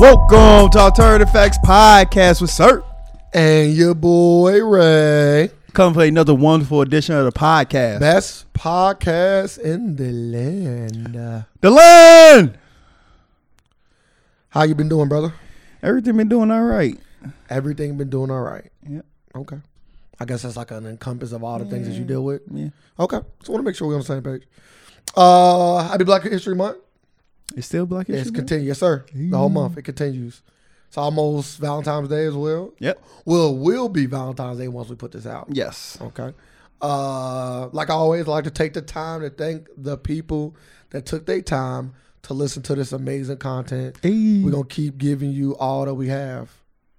Welcome to Alternative Facts Podcast with Sir. and your boy Ray. Come for another wonderful edition of the podcast. Best podcast in the land. Uh, The land. How you been doing, brother? Everything been doing all right. Everything been doing all right. Yeah, Okay. I guess that's like an encompass of all the things that you deal with. yeah. Okay. Just want to make sure we're on the same page. Uh, happy Black History Month. It's still black Yes, history. it's Month? continues, yes, sir. The whole month it continues. It's almost Valentine's Day as well. Yep. Well, will be Valentine's Day once we put this out. Yes. Okay. Uh, like I always like to take the time to thank the people that took their time to listen to this amazing content. We're gonna keep giving you all that we have.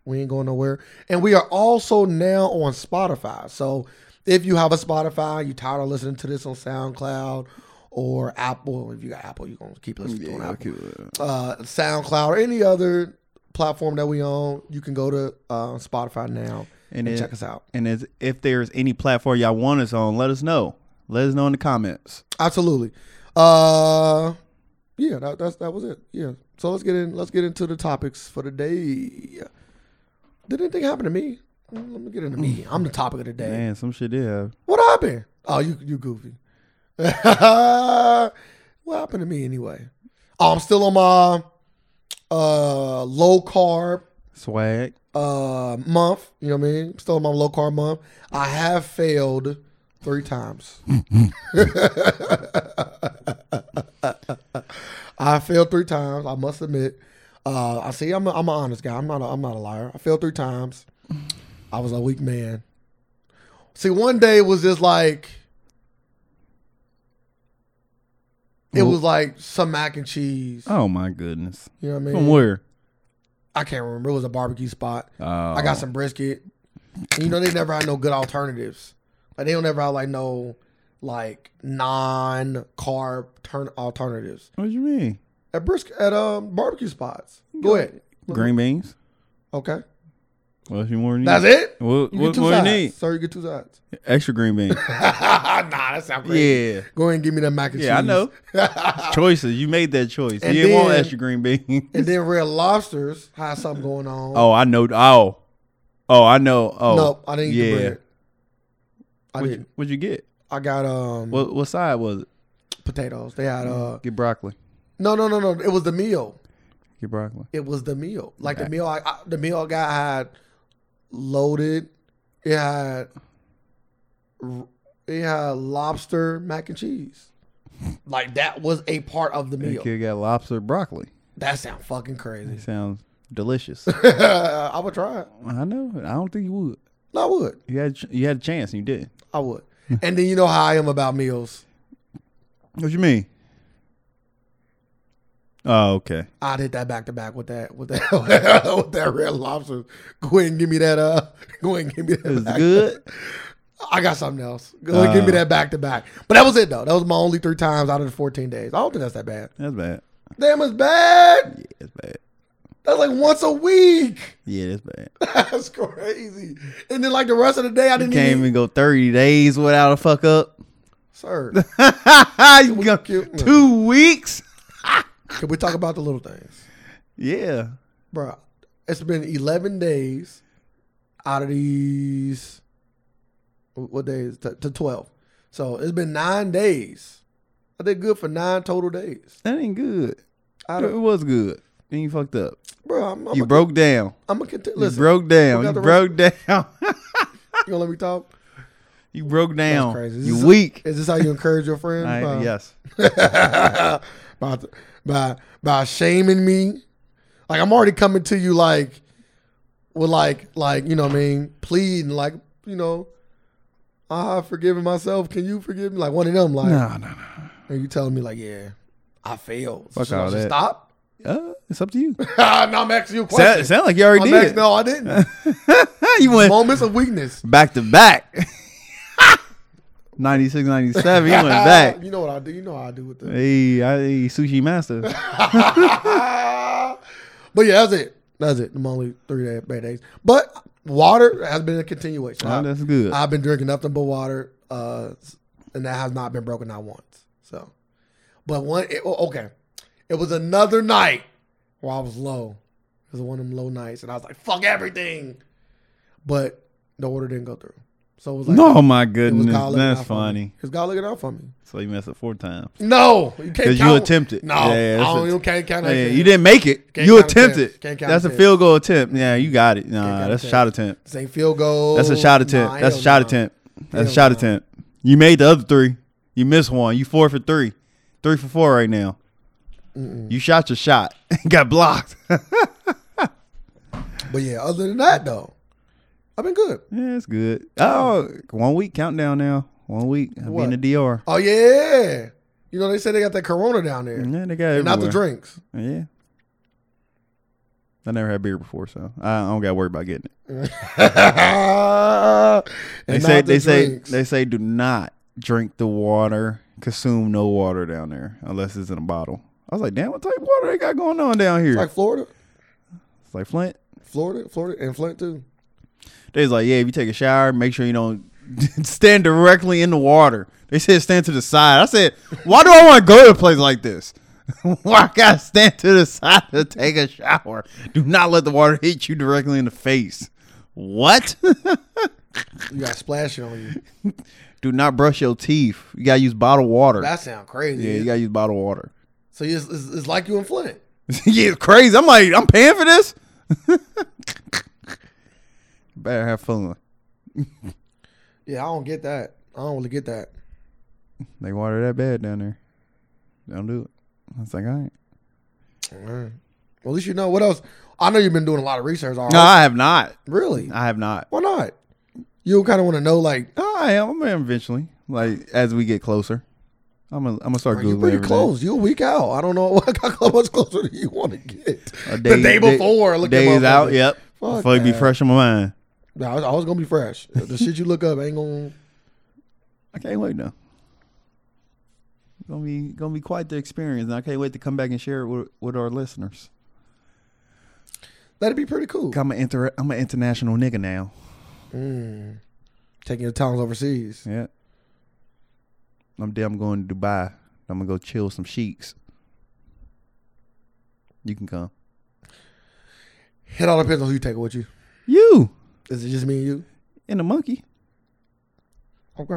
We ain't going nowhere. And we are also now on Spotify. So if you have a Spotify, you tired of listening to this on SoundCloud or Apple. If you got Apple, you're gonna keep listening to it on Yeah, Apple okay. uh, SoundCloud or any other platform that we own, you can go to uh, Spotify now And and, it- check us out. And as, if there's any platform y'all want us on, let us know. Let us know in the comments. Absolutely. Uh, yeah, that, that's that was it. Yeah. So let's get in. Let's get into the topics for the day. Did anything happen to me? Mm, Let me get into me. I'm the topic of the day. Man, some shit did happen. What happened? Oh, you you goofy. what happened to me anyway? Oh, I'm still on my uh low carb Swag. uh month. You know what I mean? Still on my low carb month. I have failed three times. I failed three times. I must admit. Uh, I see. I'm a, I'm an honest guy. I'm not. A, I'm not a liar. I failed three times. I was a weak man. See, one day was just like. It was like some mac and cheese. Oh my goodness. You know what I mean? From where? I can't remember. It was a barbecue spot. Oh. I got some brisket. And, you know, they never had no good alternatives. Like they don't ever have like no like non carb turn alternatives What you mean? at brisket at um barbecue spots. Go ahead. Green beans. Okay, What you more need? that's it. What, what, You get two what you sides, need? sir. You get two sides. Extra green beans. nah, that sounds great. yeah. Go ahead and give me that mac and Yeah, I cheese. know. Choices. You made that choice. And you didn't want then- extra green beans. and then red lobsters had something going on. oh, I know. Oh. Oh, I know. Oh. nope, I didn't eat the bread. I What'd didn't. you, what'd you get? I got um What Mm. what side was it? potatoes. They had uh Get broccoli. no no no no. It was the meal. Get broccoli. it was the meal. Like Right. the meal, I, I, the meal I got had loaded. It had r- it had lobster mac and cheese. Like that was a part of the That meal. kid got lobster broccoli. That sound fucking crazy. Sounds delicious. I would try it. I know. I don't think you would. No, I would. You had a ch- you had a chance and you didn't. I would. and then you know how I am about meals. What you mean? Oh, okay. I did that back to back with that with that with that red lobster. Go ahead and give me that. Uh, go ahead and give me that. It's back. good. Uh. I got something else. Go ahead, give me that back to back. But that was it though. That was my only three times out of the fourteen days. I don't think that's that bad. That's bad. Damn, it's bad. Yeah, that's bad. That's like once a week. Yeah, that's bad. That's crazy. And then like the rest of the day, I didn't Can't even. even go thirty days without a fuck up. Sir, you we- go can- two weeks. can we talk about the little things, Yeah. bro? It's been eleven days out of these. What days to, to twelve? So it's been nine days. I did good for nine total days. That ain't good. I it don't, was good. Then you fucked up. bro, I'm, I'm you a, broke down. I'm a content. you Listen, broke down. we You got the broke down. you gonna let me talk? you broke down. crazy. This is You a- weak. Is this how you encourage your friends? I- by, yes. by, by by shaming me. Like I'm already coming to you like with like like you know what I mean, pleading like, you know, I have forgiven myself. Can you forgive me? Like one of them, like No, no, and you telling me like, yeah, I failed. Fuck So I all should that. Stop. no. Uh, it's up to you. now I'm asking you a question. Sound, sound like you already I'm did. asking, no, I didn't. you went Moments of weakness. back to back. 96, 97. You went back. You know what I do. You know how I do with that. Hey, I, hey, sushi master. but yeah, that's it. That's it. I'm only three day, bad days. But water has been a continuation. Oh, that's good. I've been drinking nothing but water, uh, and that has not been broken not once. So, but one, it, oh, okay, it was another night where I was low. It was one of them low nights, and I was like, "Fuck everything," but the order didn't go through. So it was like, oh my it was goodness, God looking that's out for me. funny. It was God looking out for me. So you messed up four times No, you can't. because you count- attempted. No, yeah, I that's don't, a- you can't count. that yeah, shit. you didn't make it. Can't you count attempted. attempts. Can't count That's a attempts. field goal attempt. Yeah, you got it. Nah, count that's a shot attempt. This ain't field goal. That's a shot attempt. Nah, that's a hell shot nah. attempt. That's a Hell shot no. attempt. You made the other three. You missed one. You four for three. Three for four right now. You shot your shot. got blocked. yeah, But yeah, other than that though, I've been good. that's good. Oh, one week countdown now. One week. I'll be in What? the DR. Oh yeah, you know they say they got that Corona down there, Yeah, they got and not Mm-hmm. the everywhere. drinks. Yeah. I never had beer before, so I I don't got to worry about getting it. They they say they say they say do not drink the water, consume no water down there unless it's in a bottle. I was like, damn, what type of water they got going on down here? like Florida, it's like Flint. Florida, Florida, and Flint too. They was like, yeah, if you take a shower, make sure you don't stand directly in the water. They said stand to the side. I said, why do I want to go to a place like this? why I gotta stand to the side to take a shower? Do not let the water hit you directly in the face. What? You got splashing on you. do not brush your teeth. You gotta use bottled water. That sound crazy. yeah, you gotta use bottled water. so it's, it's, it's like you in Flint. yeah, it's crazy. I'm like, I'm paying for this. Better have fun. Yeah, I don't get that. I don't really get that. They water that bad down there. Don't do it. I was like, all right. Well, at least you know what else. I know you've been doing a lot of research. All right. No, I have not. really? I have not. Why not? You kind of want to know, like, No, I am. I'm gonna eventually. Like as we get closer, I'm gonna, I'm gonna start are googling. you pretty every day. close? You a week out. I don't know how much closer do you want to get. A the day before, look at days motherfucker. out. Yep. Fuck Before it be that. fresh in my mind. Nah, I was, I was gonna be fresh. The shit you look up ain't gonna. I can't wait now. It's gonna be gonna be quite the experience, and I can't wait to come back and share it with, with our listeners. That'd be pretty cool. I'm an inter I'm an international nigga now. Mm. Taking your talents overseas. Yeah. I'm damn going to Dubai. I'm gonna go chill some sheiks. You can come. It all depends on who you take with you. You Is it just me and you? and a monkey. Okay,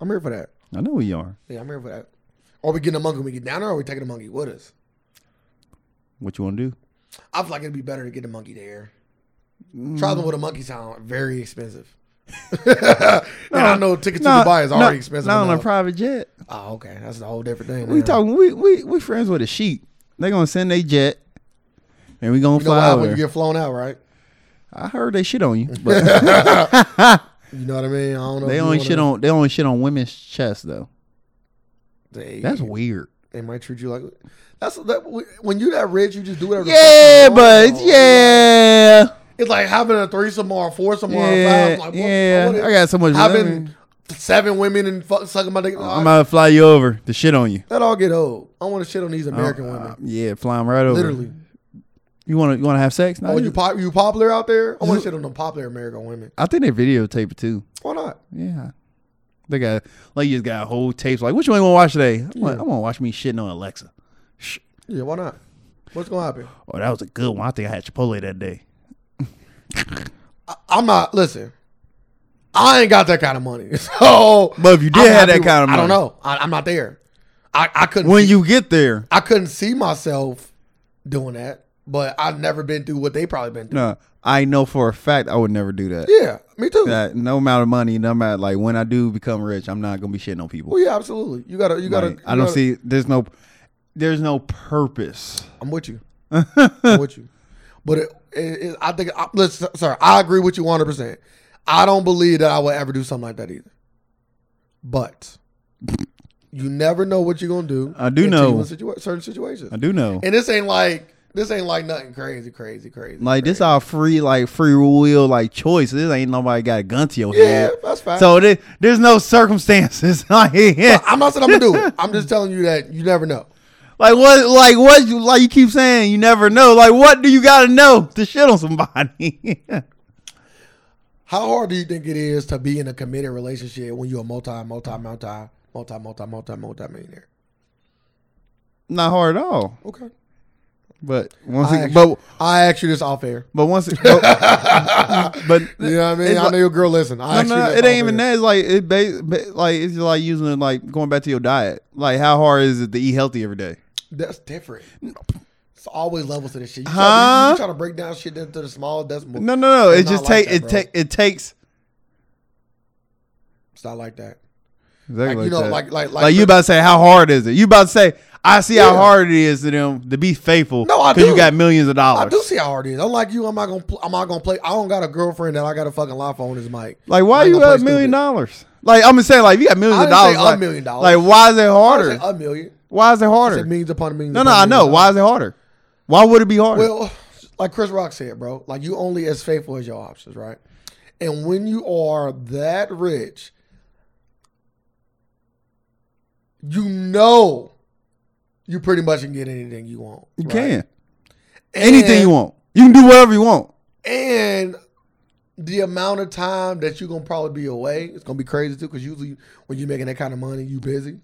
I'm here for that. I know who you are. Yeah, I'm here for that. Are we getting a monkey when we get down there, or are we taking a monkey with us? What you want to do? I feel like it'd be better to get a monkey there. Mm. Traveling with a monkey sound very expensive. and I know tickets to Dubai is already expensive. Not on a enough. private jet. oh, okay, that's a whole different thing. We now. talking. We we we friends with a sheep. They gonna send their jet, and we gonna You know fly why over. when you there. get flown out, right? I heard they shit on you, but You know what I mean? I don't know. they if you only wanna- shit on they only shit on women's chests though. They, That's weird. they might treat you like that's that when you that rich, you just do whatever. the fuck Yeah, you want, but though. yeah, it's like having a threesome or a foursome or a yeah, five. Like, what, yeah. what is- I got so much. having seven women and fuck, sucking my dick. I'm about to fly you over to shit on you. that all get old. I want to shit on these American Uh, women. yeah, fly 'em right over. Literally. You want to you want to have sex? No, Oh, you you- pop, you popular out there? I want to shit on them popular American women. I think they videotape it too. Why not? Yeah. They got like you just got whole tapes. Like, which one you want to watch today? I'm gonna, I'm gonna watch me shitting on Alexa. Shh. Yeah, why not? What's gonna happen? Oh, that was a good one. I think I had Chipotle that day. I, I'm not. Listen, I ain't got that kind of money. So, But if you did I'm have happy that kind of with- I don't money. know. I, I'm not there. I, I couldn't. When see- you get there, I couldn't see myself doing that. But I've never been through what they probably been through. no, I know for a fact I would never do that. Yeah, me too. That no amount of money, no matter like when I do become rich, I'm not gonna be shitting on people. Well, Oh, yeah, absolutely. You gotta. You gotta. Like, you I don't gotta- see there's no there's no purpose. I'm with you. I'm with you. But it, it, it, I think, I, listen, sorry, I agree with you 100%. I don't believe that I would ever do something like that either. But you never know what you're going to do. I do until you know. in situa- certain situations. I do know. And this ain't like, this ain't like nothing crazy, crazy, crazy. Like this crazy. all free like free will like choice. This ain't nobody got a gun to your Yeah, head. that's fine. So, So there, there's no circumstances. like, yeah. I'm not saying I'm going to do it. I'm just telling you that you never know. like what? Like what? you- Like you keep saying, you never know. Like what do you got to know to shit on somebody? How hard do you think it is to be in a committed relationship when you're a multi, multi, multi, multi, multi, multi, multi millionaire? Not hard at all. Okay. But once, I it- actually- but I asked you this off air. but once, it- but, but You know what I mean? It's I like- know your girl listen. I no, asked you no, this it off ain't even air. that. It's like it, ba- ba- like it's just like using like going back to your diet. Like how hard is it to eat healthy every day? That's different. It's always levels to this shit. You Huh? try to break down shit into the small decimal. No, no, no. It's It just not like take that, it bro. take it takes. It's not like that. Exactly Like, you know, that. like- like- like- like you about to say how hard is it? You about to say I see how Yeah. hard it is to them to be faithful. No, I you do. got millions of dollars. I do see how hard it is. Unlike you, I'm not gonna. Pl- I'm not gonna play. I don't got a girlfriend that I got a fucking life on his mic. Like, why I ain't you gonna got a play million stupid. dollars? Like, I'm just saying, like, if you got millions I of didn't say dollars, a like, million dollars. like, why is it I harder? said A million. Why is it It harder? means upon millions. No, no, upon I millions know. of Why is it harder? Why would it be harder? Well, like Chris Rock said, bro, like you only as faithful as your options, right? And when you are that rich, you know you pretty much can get anything you want. you right? can anything And- you want. You can do whatever you want. And the amount of time that you're gonna probably be away, it's gonna be crazy too. Because usually when you're making that kind of money, you busy.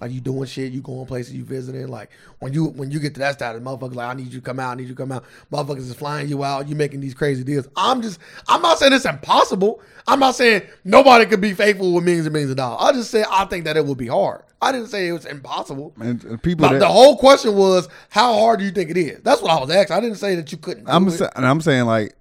Like you doing shit, you going places, you visiting. Like when you when you get to that status, motherfuckers like I need you to come out, I need you to come out. Motherfuckers is flying you out, you making these crazy deals. I'm just I'm not saying it's impossible. I'm not saying nobody could be faithful with millions and millions of dollars. I just said I think that it would be hard. I didn't say it was impossible. And uh, people, But that, the whole question was, how hard do you think it is? That's what I was asking. I didn't say that you couldn't. Do I'm, it. sa- and I'm saying, like,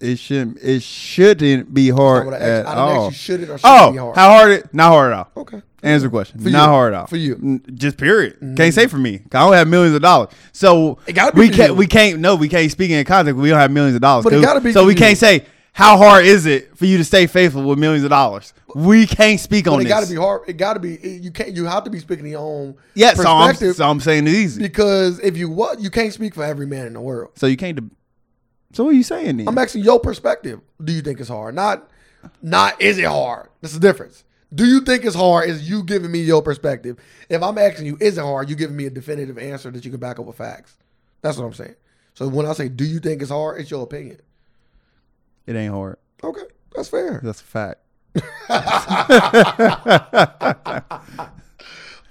it shouldn't, it shouldn't be I hard would at asked, I done asked all. you should it or should it Oh, be hard? how hard it? Not hard at all. okay. Answer the question. For not you. hard at all. For you. Mm-hmm. N- Just period. Can't say for me. 'cause I don't have millions of dollars. So It gotta be we for can't you. we can't no, we can't speak in context. We don't have millions of dollars. But it dude. gotta be so for we you. can't say how hard is it for you to stay faithful with millions of dollars. We can't speak on But it this. got to be hard. It got to be. it- you can't. You have to be speaking your own yeah, so I'm, perspective so I'm saying it easy. because if you what you can't speak for every man in the world. So you can't. De- so what are you saying then? I'm asking your perspective. Do you think it's hard? Not, not is it hard? That's the difference. Do you think it's hard? Is you giving me your perspective? If I'm asking you, is it hard? You giving me a definitive answer that you can back up with facts. That's what I'm saying. So when I say, do you think it's hard? It's your opinion. it ain't hard. Okay, that's fair. That's a fact.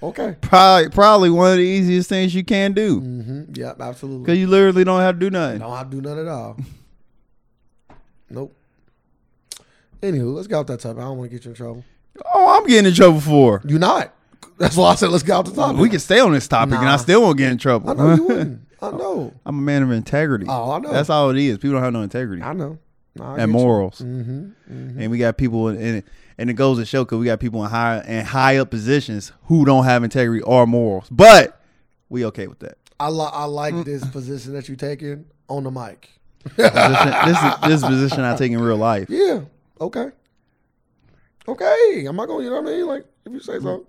Okay. Probably probably one of the easiest things you can do hmm Yep. Absolutely. because you literally don't have to do nothing. No, I do none at all. nope. Anywho, let's get off that topic. I don't want to get you in trouble. Oh, I'm getting in trouble for. You not. That's why I said let's get off the topic. We can stay on this topic, and Nah. I still won't get in trouble. I know you wouldn't. I know. I'm a man of integrity. Oh, I know. That's all it is. People don't have no integrity I know. Nah, I and get you. Mm-hmm, morals. And we got people in, in and it goes to show because we got people in high and high up positions who don't have integrity or morals. But we okay with that. I li- I like this position that you taking on the mic. this, is, this is position I take in real life. Yeah. Okay. Okay. I'm not gonna. You know what I mean? Like if you say so.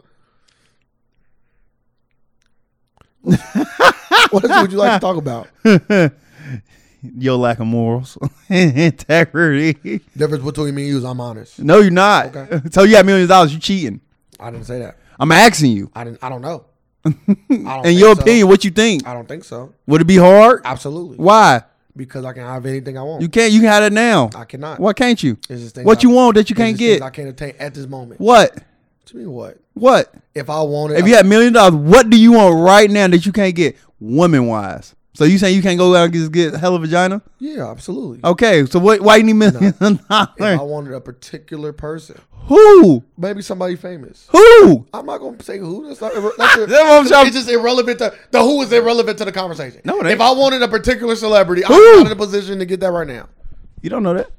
what else would you like to talk about? Your lack of morals, integrity. Difference between me and you is I'm honest. No, you're not. Okay. So you got millions of dollars. You cheating. I didn't say that. I'm asking you. I didn't. I don't know. I don't In think your so. opinion, what you think? I don't think so. Would it be hard? Absolutely, Why? because I can have anything I want. You can't. You can have it now. I cannot. Why can't you? It's just things What I- you want that you it's can't just things get? I can't attain at this moment. What? To me, what? What? If I wanted, If you had a million dollars, what do you want right now that you can't get woman wise? So you saying you can't go out and just get hella vagina? yeah, absolutely. Okay, so what why you need millions of If I dollars? wanted a particular person, Who? maybe somebody famous. Who? I'm not gonna say who. That's not. irre- That's, ir- That's what I'm trying- It's just irrelevant to the who is irrelevant to the conversation. No, it ain't. if I wanted a particular celebrity, Who? I'm not in a position to get that right now. You don't know that.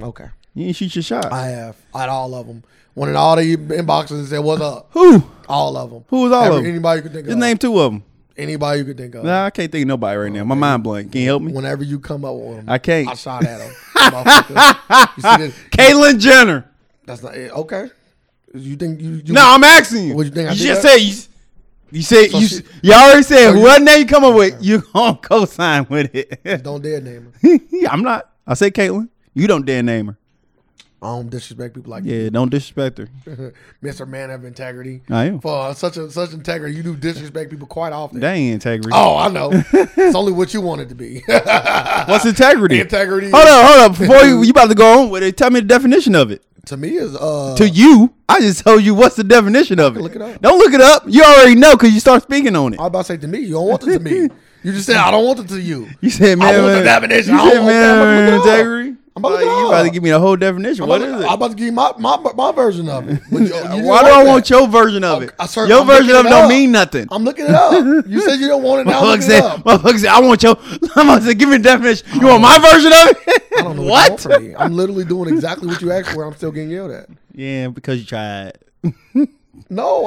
Okay, You didn't shoot your shot. I have. I had all of them. Wanted all the inboxes and said, "What's up?" Who? All of them. Who was all of 'em? Anybody you could think Just of. name two of them. Anybody you could think of. Nah, I can't think of nobody right now. My mind blank. Can you help me? Whenever you come up with them, I can't. I shot at them. Motherfucker. you see this? Caitlyn Jenner. That's not it. Okay. You think you? you No, I'm asking you. What you think I did just that? said you. s- You said So you. she- s- you already said you- what name you come up with. You don't co-sign with it. Don't dare name 'em. I'm not. I say Caitlyn. You don't dare name her. I don't disrespect people like Yeah, don't disrespect her. you, Mr. Man of Integrity. I am. For uh, such a, such integrity, you do disrespect people quite often. That ain't integrity. Oh, I know. it's only what you want it to be. What's integrity? integrity. Hold up, hold up. Before you, you about to go on with it, tell me the definition of it. To me is uh. To you, I just told you what's the definition of it. Look it up. Don't look it up. You already know because you start speaking on it. I was about to say to me, you don't want it to me. You just said I don't want it to you. You said man, I want man, the definition. You I said want man, that. I'm gonna look it up. integrity. I'm gonna look Like, it you about to up. give me the whole definition. I'm What is about, it? I'm about to give you my, my my version of it. But you, you didn't Why do I that. want your version of it? I sir- your I'm version looking of it it don't up. mean nothing. I'm looking it up. You said you don't want it. Now I'm Motherfucker looking said, it up. motherfucker said, I want your, I'm about to say, give me the definition. You want my version of it? Oh. I don't know what, you want what? from me. I'm literally doing exactly what you asked for. I'm still getting yelled at. Yeah, because you tried. No,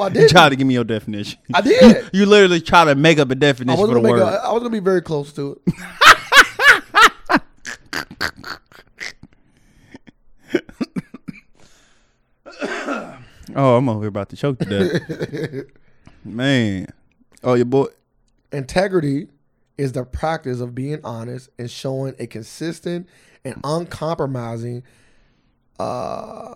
I You did. tried to give me your definition. I did. You literally try to make up a I definition was for the gonna make. word. A, I was gonna be very close to it. oh, I'm over here about to choke to death. Man. Oh, your boy. Integrity is the practice of being honest and showing a consistent and uncompromising uh,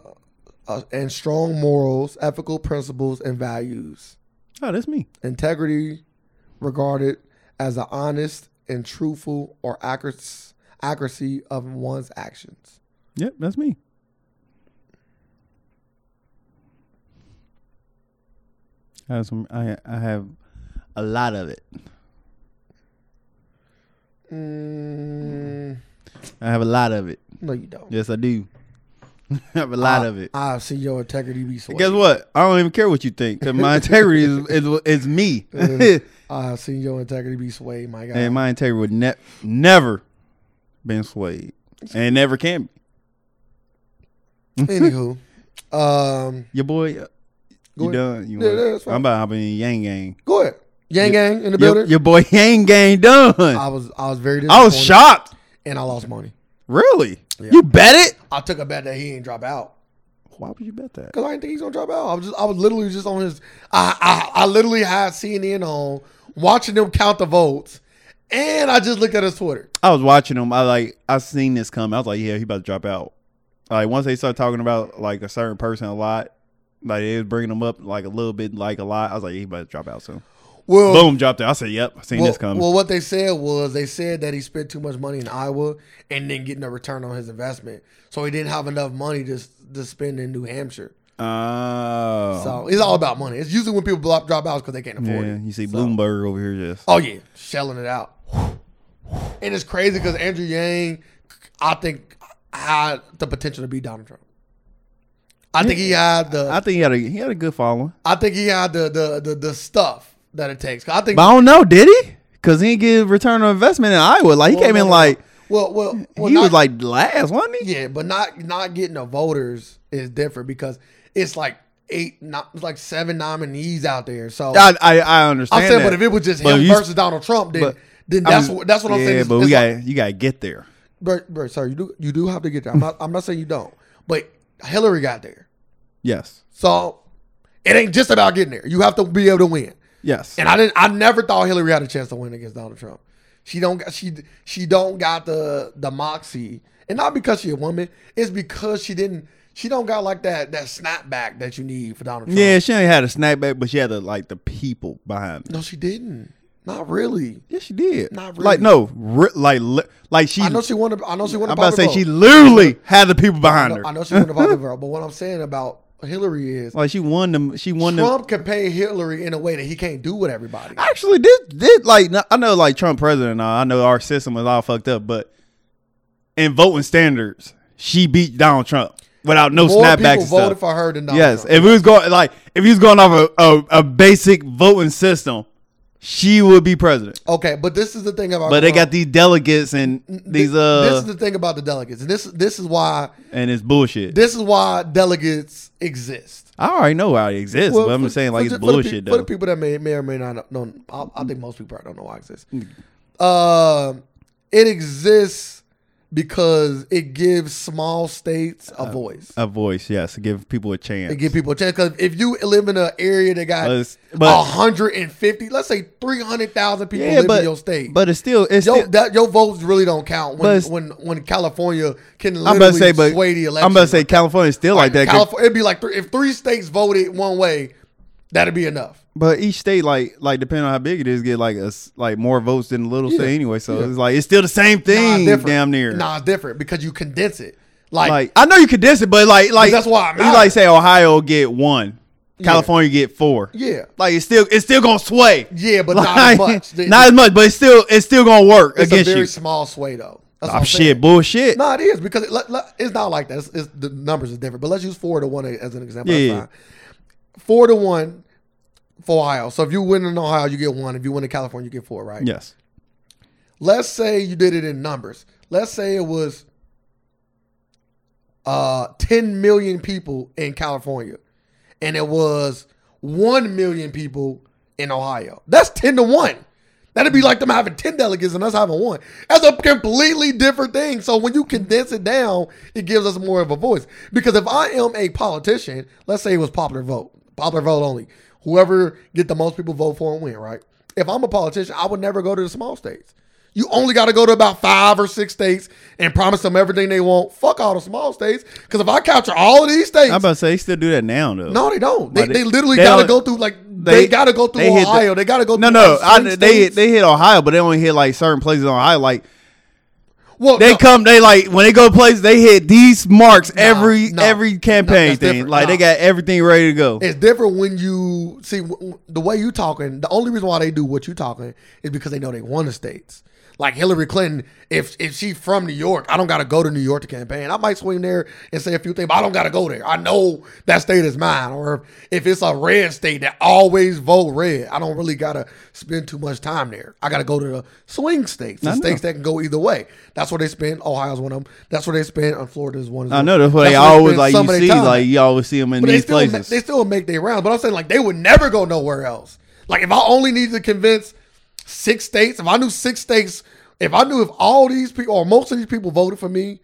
uh, and strong morals, ethical principles, and values. Oh, that's me. Integrity regarded as the honest and truthful or accuracy, accuracy of one's actions. Yep, that's me. I have some. I I have a lot of it. Mm, I have a lot of it. no, you don't. Yes, I do. I have a lot I- of it. I see your integrity be swayed. Guess what? I don't even care what you think. 'cause my integrity is, is is me, Mm. I see your integrity be swayed, my God. and my integrity would ne- never been swayed, and it never can be. Anywho, um, Your boy, uh, you Go ahead. done? You Yeah, wanna- yeah, that's fine. I'm about to hop in Yang Gang. go ahead. Yang gang in the Your, building. your boy Yang Gang done. I was I was very disappointed. I was shocked. and I lost money. Really? Yeah. You bet it? I took a bet that he ain't drop out Why would you bet that? because I didn't think he's gonna drop out. I was just I was literally just on his. I I, I literally had CNN on watching them count the votes, and I just looked at his Twitter. I was watching him. I like I seen this come. I was like, yeah, he about to drop out. Like once they start talking about like a certain person a lot, like they was bringing him up like a little bit, like a lot. I was like, yeah, he about to drop out soon. Well, Boom, dropped out. I said, yep, I seen well, this come. well, what they said was they said that he spent too much money in Iowa and didn't get no return on his investment, so he didn't have enough money to to spend in New Hampshire. oh, So it's all about money. It's usually when people block drop outs because they can't afford yeah. it. You see Bloomberg over here just. Oh yeah, shelling it out. And it's crazy because Andrew Yang, I think, had the potential to be Donald Trump. I think he had I the. think he had a he had a good following. I think he had the the the, the stuff that it takes. I think. But I don't know, did he? Because he didn't get return on investment in Iowa. Like he Well, came no, in no, no. like Well, well, well he not- was like last, wasn't he? yeah, but not not getting the voters is different because it's like eight, not it's like seven nominees out there. So I I, I understand. I'm saying, that. but if it was just But him you- versus Donald Trump, then but- then I that's mean, what that's what I'm yeah, saying. It's- but we it's got to you got to get there. Bert, Bert, sorry, you do you do have to get there. I'm not I'm not saying you don't, but Hillary got there, Yes, so it ain't just about getting there. You have to be able to win. yes. And I didn't. I never thought Hillary had a chance to win against Donald Trump. She don't. got- She she don't got the the moxie, and not because she a woman. It's because she didn't. She don't got like that that snapback that you need for Donald Trump. yeah, she ain't had a snapback, but she had the like the people behind. Her. No, she didn't. Not really. Yeah, she did. Not Like really. no, re- like li- like she. I I'm know she wanted. I know she wanted. about to say she popular vote. literally had the people behind I her. know she wanted popular vote, but what I'm saying about Hillary is Like she won them. She won them. Trump can pay Hillary in a way that he can't do with everybody. Actually, this did like no- I know like Trump president. and all, I know our system was all fucked up, but in voting standards, she beat Donald Trump without no More snapbacks people and stuff. voted for her than Donald Yes, Trump. if it was going like if he was going off a, a, a basic voting system, she would be president. Okay, but this is the thing about But they Trump. got these delegates and these this is uh the thing about the delegates. And this this is why and it's bullshit. this is why delegates exist. I already know how it exists, Well, but I'm for- just saying for like it's the- for the bullshit peop- though. For the people that may may or may not know, I, I think most people probably don't know why it exists. Hmm. Um, it exists because it gives small states a Uh, voice. a voice, yes, to give people a chance. It give people a chance because if you live in an area that got But it's- but- 150, let's say 300,000 people yeah, live but in your state, but it's still it's your still, that, your votes really don't count when But it's- when when California can literally I'm about to say, but sway the election. I'm about to say California's still like, that. 'cause- California, it'd be like three, if three states voted one way, that'd be enough. But each state, like, like depending on how big it is, get like a s- like more votes than the little state anyway. So it's like it's still the same Nah, thing, different. damn near. Nah, it's different because you condense it. Like, Like I know you condense it, but like like that's why it you like matters. say Ohio get one, California get four. Yeah. Like it's still it's still gonna sway. Yeah, but not as Like, much. The- not as much, but it's still it's still gonna work It's a against very you. small sway though. That's what Oh, I'm shit, saying. bullshit. No, it is because it, let- let- it's not like that. It's, it's, the numbers is different. But let's use four to one as an example. Yeah. That's fine. Four to one for Ohio. So if you win in Ohio, you get one. If you win in California, you get four. Right. Yes. Let's say you did it in numbers. Let's say it was uh, 10 million people in California, and it was 1 million people in Ohio. That's 10 to 1. That'd be like them having 10 delegates and us having one. That's a completely different thing. So when you condense it down, it gives us more of a voice. Because if I am a politician, let's say it was popular vote, popular vote only. Whoever get the most people vote for and win, right? If I'm a politician, I would never go to the small states. You only got to go to about five or six states and promise them everything they want. Fuck all the small states. Because if I capture all of these states, I'm about to say they still do that now though. no, they don't. They, But they, they- literally they got to don't- go through like they, they- got to go through they hit the- Ohio. they got to go. No, through no, like I, six they states. they hit Ohio, but they only hit like certain places in Ohio. Like well, they no, come, they like when they go places, they hit these marks every nah, every nah, campaign that's thing. different. Like they Nah. got everything ready to go. It's different when you see w- w- the way you talking. The only reason why they do what you talking is because they know they won the states. Like Hillary Clinton, if if she from New York, I don't gotta go to New York to campaign. I might swing there and say a few things, but I don't gotta go there. I know that state is mine. Or if it's a red state that always vote red, I don't really gotta spend too much time there. I gotta go to the swing states, the know. states that can go either way. That's where they spend. Ohio's one of them. That's where they spend. And Florida's one. As I well. know that's what they where always spend like. some You of see, their time. like you always see them in But they these still, places. they still make their rounds. But I'm saying like they would never go nowhere else. Like if I only needed to convince six states, if I knew six states, if I knew if all these people or most of these people voted for me,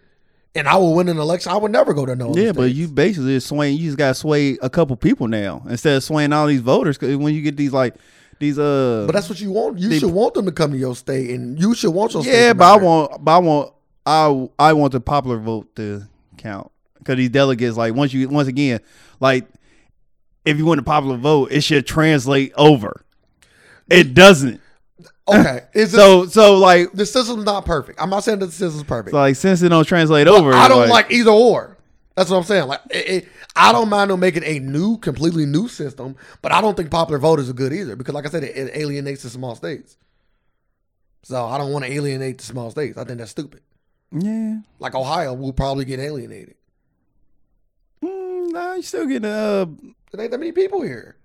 and I would win an election, I would never go to no. other yeah, but state. you basically just swaying. You just got to sway a couple people now instead of swaying all these voters. Because when you get these like these uh, but that's what you want. You should want them to come to your state, and you should want your state. yeah, to but I matter. want, but I want, I I want the popular vote to count because these delegates like once you once again like if you win the popular vote, it should translate over. It doesn't. Okay, is so, So so like the system's not perfect. I'm not saying that the system's perfect. so, like since it don't translate over, I don't like, either or. That's what I'm saying. Like, it, it, I don't mind them making a new, completely new system, but I don't think popular vote is good either because, like I said, it, it alienates the small states. So I don't want to alienate the small states. I think that's stupid. yeah. Like Ohio will probably get alienated. Mm, nah, you still getting uh There ain't that many people here.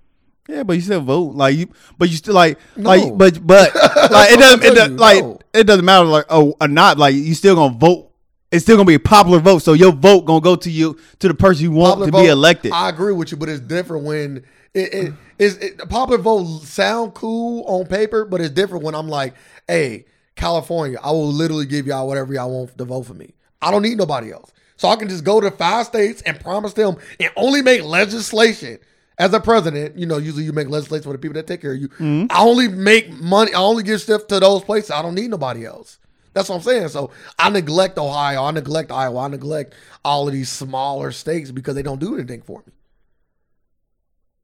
yeah, but you still vote like you, but you still like No. like but but like it what I'm doesn't it telling does, you, like no. it doesn't matter like oh or not like you still gonna vote. It's still gonna be a popular vote, so your vote gonna go to you to the person you want Popular to vote, be elected. I agree with you, but it's different when it, it is it, the popular vote sound cool on paper, but it's different when I'm like, hey, California, I will literally give y'all whatever y'all want to vote for me. I don't need nobody else. So I can just go to five states and promise them and only make legislation. As a president, you know, usually you make legislation for the people that take care of you. Mm-hmm. I only make money, I only give stuff to those places. I don't need nobody else. That's what I'm saying. So I neglect Ohio, I neglect Iowa, I neglect all of these smaller states because they don't do anything for me.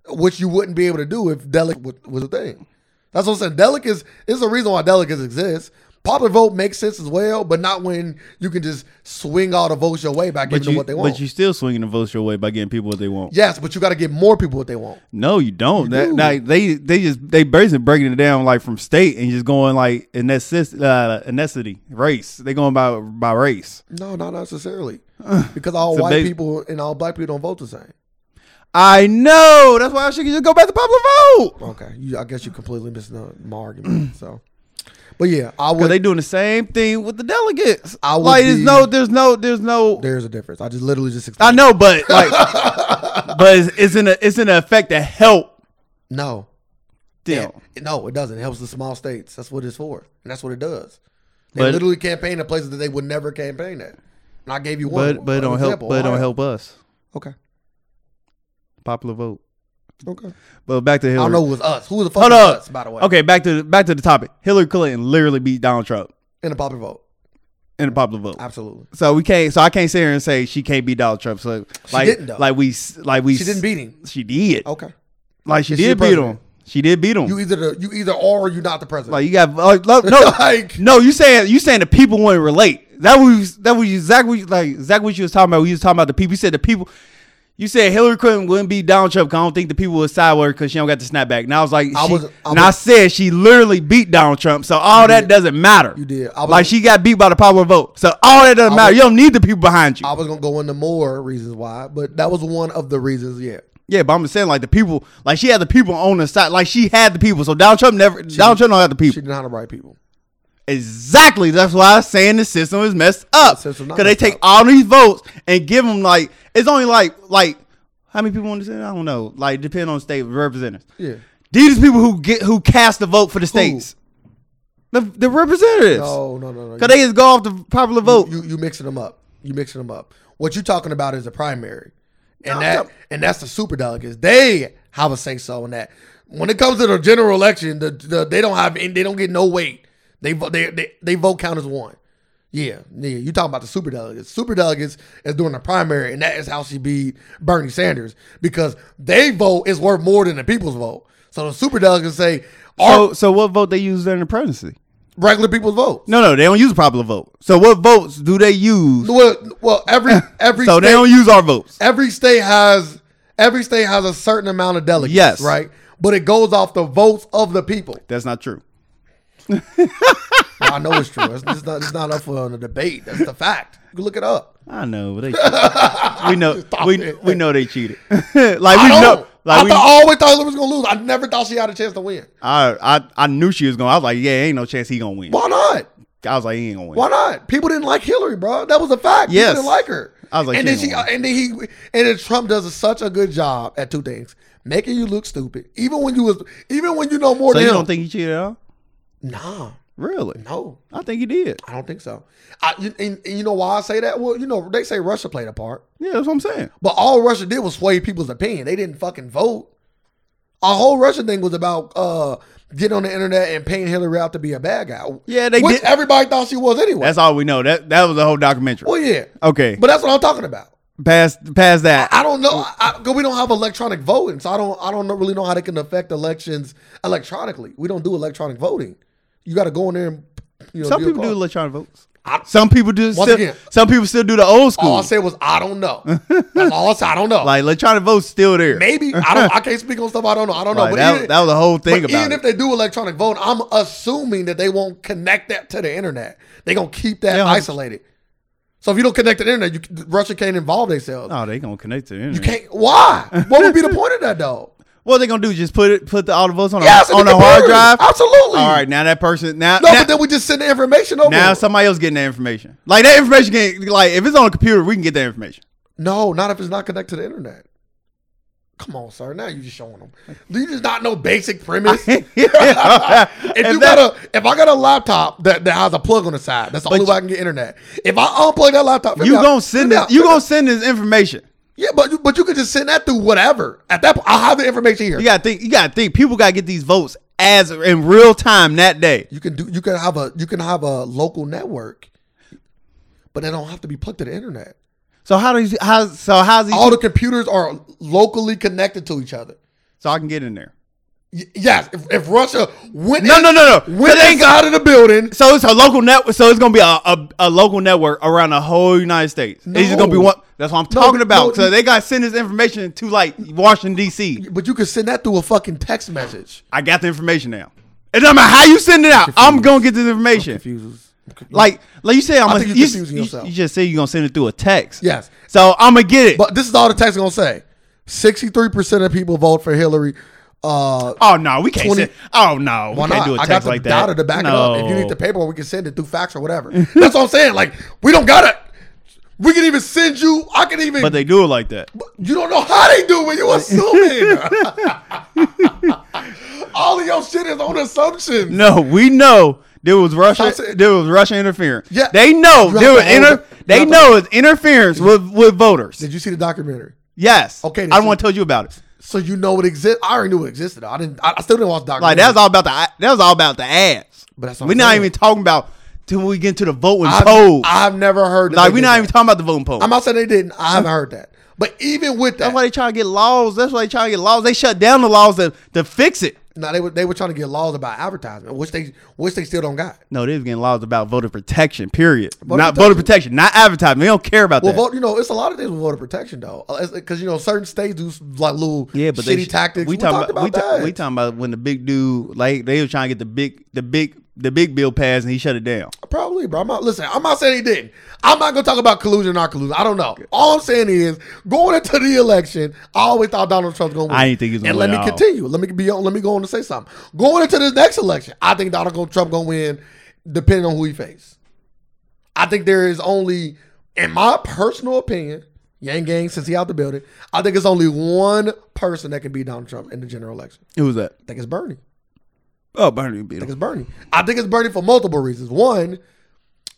Which you wouldn't be able to do if delegate was, was a thing. That's what I'm saying. Delegates is the reason why delegates exist. Popular vote makes sense as well, but not when you can just swing all the votes your way by giving but them you what they want. but you still swinging the votes your way by getting people what they want. yes, but you got to give more people what they want. No, you don't. that do. like they they just they basically breaking it down like from state and just going like ethnicity, uh, ethnicity race. They going by by race. No, not necessarily, because all So white they- people and all black people don't vote the same. I know. That's why I should just go back to popular vote. Okay, you, I guess you completely missed the my argument. So, but yeah, I would. Cause they doing the same thing with the delegates. I would like there's be- no, there's no, there's no. there's a difference. I just literally just I explained. know, but like, but it's, it's in a, it's in an effect to help No, them. It- no, it doesn't. It helps the small states. That's what it's for, and that's what it does. They But- literally campaign in places that they would never campaign at. And I gave you one, But but it an don't help. example, But it don't Ohio. help us. Okay, Popular vote. okay. But back to I don't Hillary. know it was us. Who the fuck Hold was up. us? By the way, Okay, back to back to the topic. Hillary Clinton literally beat Donald Trump in a popular vote, in the popular vote. absolutely. So we can't. So I can't sit here and say she can't beat Donald Trump. So like didn't, though. like we s- like we She didn't beat him. She did. Okay, Like she Is she did the beat him. president? She did beat him. you either the, you either are or you not the president. Like you got like, lo- no, Like- no. You saying you saying the people wouldn't relate. That was that was exactly what you- like exactly what you was talking about. We was talking about the people. You said the people. You said Hillary Clinton wouldn't be Donald Trump. 'cause I don't think the people would side with her because she don't got the snapback. And I was like, I she- was- I and I was- said she literally beat Donald Trump, so all that doesn't matter. You did. I was- like she got beat by the popular vote, so all that doesn't matter. you don't need the people behind you. I was gonna go into more reasons why, but that was one of the reasons. Yeah, yeah, but I'm just saying, like the people, like she had the people on the side, like she had the people. So Donald Trump never, Donald Trump don't have the she people. didn't know how to write people. Exactly. That's why I'm saying the system is messed up. The Because system not they messed take up. all these votes and give them like it's only like like how many people on the Senate? I don't know. Like depend on state representatives. Yeah. These are people who get who cast the vote for the states. The the representatives. No, Oh, no, no, no. Cause they just go off the popular vote. you you mixing them up. You mixing them up. What you talking about is the primary, and No, that I'm talking- and that's the super delegates. They have a say so in that. When it comes to the general election, the, the they don't have and they don't get no weight. They vo- they they, they vote count as one. Yeah, yeah. You talking about the super delegates? Super delegates is doing the primary, and that is how she beat Bernie Sanders because they vote is worth more than the people's vote. So the super delegates say our So so what vote they use during the presidency? regular people's vote. No, no, they don't use popular vote. So what votes do they use? Well, well, every every So they state- don't use our votes. every state has every state has a certain amount of delegates. Yes. right. But it goes off the votes of the people. That's not true. I know it's true. It's, it's not, it's not up for a debate. That's the fact. You can look it up. I know, but they we know Stop we, it. we know they cheated. like we I know, don't. like I we, thought, I always thought Hillary was gonna lose. I never thought she had a chance to win. I, I I knew she was going. to I was like, yeah, ain't no chance he gonna win. Why not? I was like, he ain't gonna win. Why not? People didn't like Hillary, bro. That was a fact. Yes. People didn't like her. I was like, and she then ain't she, gonna and then he, and then Trump does such a good job at two things: making you look stupid, even when you was, even when you know more So than you him. don't think he cheated at all? nah, Really? no, I think he did. I don't think so. I, and, and you know why I say that? Well, you know they say Russia played a part, Yeah, that's what I'm saying. but all Russia did was sway people's opinion. They didn't fucking vote. Our whole Russia thing was about uh, getting on the internet and painting Hillary out to be a bad guy. Yeah, they which did- everybody thought she was anyway. That's all we know. That that was the whole documentary. well, yeah, Okay, but that's what I'm talking about. past past that. I don't know. I, I- 'cause we don't have electronic voting, so I don't. I don't know- really know how they can affect elections electronically. We don't do electronic voting. You got to go in there and you know. some do a people do call. electronic votes. I- Some people do. Once Still, again- some people still do the old school. All I said was I don't know. That's all I said. I don't know. like electronic votes still there. Maybe I don't. I can't speak on stuff I don't know. I don't know. Like, that, even- that was the whole thing but about even it. if they do electronic voting, I'm assuming that they won't connect that to the internet. They gonna keep that don't have- isolated. So if you don't connect to the internet, you, Russia can't involve themselves. no, Oh, they gonna connect to the internet. You can't. Why? What would be the point of that though? What they gonna do? Just put it put the all the votes on Yes, a, it'd on be a hard buried. drive. Absolutely. All right, now that person now No, now, but then we just send the information over. now somebody else getting that information. Like that information can like if it's on a computer, we can get that information. no, not if it's not connected to the internet. Come on, sir. Now you just showing them. Do you just not know basic premise? if, If you that- got a, if I got a laptop that, that has a plug on the side, that's the only way I can get internet. If I unplug that laptop, You gonna gon' send this, you gonna send this information. yeah, but you, but you could just send that through whatever. At that, point, I have the information here. You gotta think. You gotta think. People gotta get these votes as in real time that day. You can do. You can have a. You can have a local network, but they don't have to be plugged to the internet. So how do you, how so how's he All the computers are locally connected to each other. so I can get in there? Y- yes, if, if Russia went No, in- no, no, no. went Cause they inside of the building, So it's a local network. So it's gonna be a, a, a local network around the whole United States. It's just gonna be No. one. That's what I'm talking about. no, so you- they gotta send this information to like Washington D.C. but you could send that through a fucking text message. I got the information now. It doesn't matter how you send it out. I'm gonna get this information. Confuses. Like like you say, I'm gonna think you're you, confusing you- yourself. you just say you're gonna send it through a text. Yes. So I'm gonna get it. But this is all the text is gonna say. Sixty-three percent of people vote for Hillary. Uh, oh no, we can't. 20 send, oh no, why we can't not? do a I text got the like that. data to back no. it up. If you need the paper, we can send it through fax or whatever. That's what I'm saying. Like we don't gotta. We can even send you. I can even. but they do it like that. You don't know how they do it. You assuming. All of your shit is on assumptions. No, we know there was Russia. Stop saying- There was Russia interference. Yeah. they know You have there was to hold inter- it. You They have to- know it's interference with with voters. Did you see the documentary? Yes. I Okay, then don't so- want to tell you about it. So you know it exists. I already knew it existed. I didn't. I, I still didn't watch the documentary. Like that was all about the that was all about the ads. But that's what we're I'm not saying. even talking about till we get to the vote and I've, polls. I've never heard. that like they we're did not that. even talking about the vote and polls. I'm not saying they didn't. I haven't heard that. But even with that, That's why they try to get laws. That's why they try to get laws. They shut down the laws to, to fix it. now they were they were trying to get laws about advertisement, which they which they still don't got. No, they was getting laws about voter protection. Period. not protection. voter protection. Not advertising. They don't care about Well, that. vote, you know, it's a lot of things with voter protection though, because you know certain states do s- like little yeah, but shitty they, tactics. We, talking talked about, we, ta- that. we talking about when the big dude like they was trying to get the big the big the big bill passed and he shut it down. Probably, bro. I'm not listen. I'm not saying he didn't. I'm not gonna talk about collusion or not collusion. I don't know. All I'm saying is going into the election, I always thought Donald Trump's gonna win. I didn't think he was gonna And win let at me all. continue. Let me be on. Let me go on to say something. Going into this next election, I think Donald Trump gonna win, depending on who he faces. I think there is only, in my personal opinion, Yang Gang since he out the building. I think it's only one person that can beat Donald Trump in the general election. Who was that? I think it's Bernie. Oh, Bernie beat I think him. it's Bernie. I think it's Bernie for multiple reasons. One,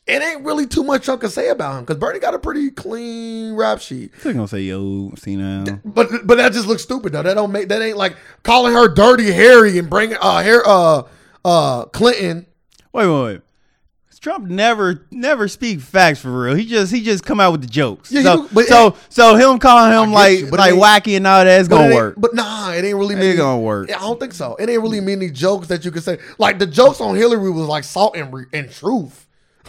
it ain't really too much Trump can say about him because Bernie got a pretty clean rap sheet. Still gonna say yo, see now. But but that just looks stupid though. That don't make that ain't like calling her dirty Harry and bringing uh hair uh uh Clinton. Wait, wait, wait. Trump never never speak facts for real. He just he just come out with the jokes. Yeah, he so do, but so so him calling him get like you, but it like ain't- wacky and all that it's But it gonna ain't- work. But nah, it ain't really. It gonna work. I don't think so. It ain't really many jokes that you can say. Like the jokes on Hillary was like salt and, re- and truth.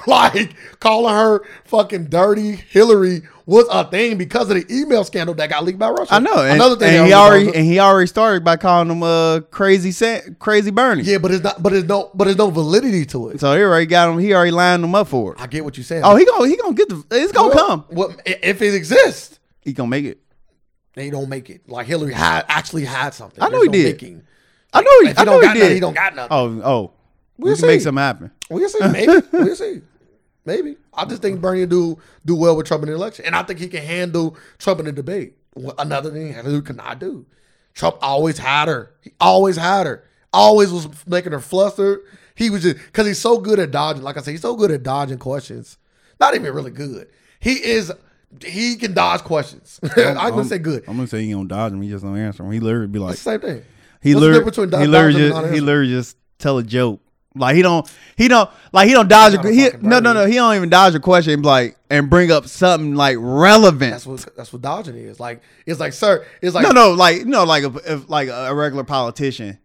Like calling her fucking dirty Hillary was a thing because of the email scandal that got leaked by Russia. I know. And, Another thing and that he was- already and he already started by calling him uh crazy Sa- crazy Bernie. yeah, but it's not. But it's no. But it's no validity to it. So he already got him. He already lined him up for it. I get what you're saying. Oh, he gonna he gonna get the. It's gonna Well, come. Well, i- if it exists, He gonna make it. they don't make it. Like Hillary had actually had something. I know There's he no did. Making. I know he. If I he know don't he got did. nothing, he don't got nothing. Oh oh, we We'll can make see. something happen. We'll see. Maybe. we'll see. Maybe. I just think Bernie do do well with Trump in the election, and I think he can handle Trump in the debate. Wh- Another thing Hillary cannot do. Trump always had her. He always had her. Always was making her flustered. He was just because he's so good at dodging. Like I said, he's so good at dodging questions. Not even really good. He is. He can dodge questions. Um, I'm, i gonna say good. I'm gonna say he gonna dodge him. He just don't answer him. He literally be like It's the same thing. he What's the literally difference between he dodging literally and not just he answering? literally just tell a joke. Like he don't he don't like he don't dodge not a, a he, fucking no no no Bernie. he don't even dodge a question and be like and bring up something like relevant. That's what that's what dodging is. Like it's like sir. It's like no no like no like a, if like a regular politician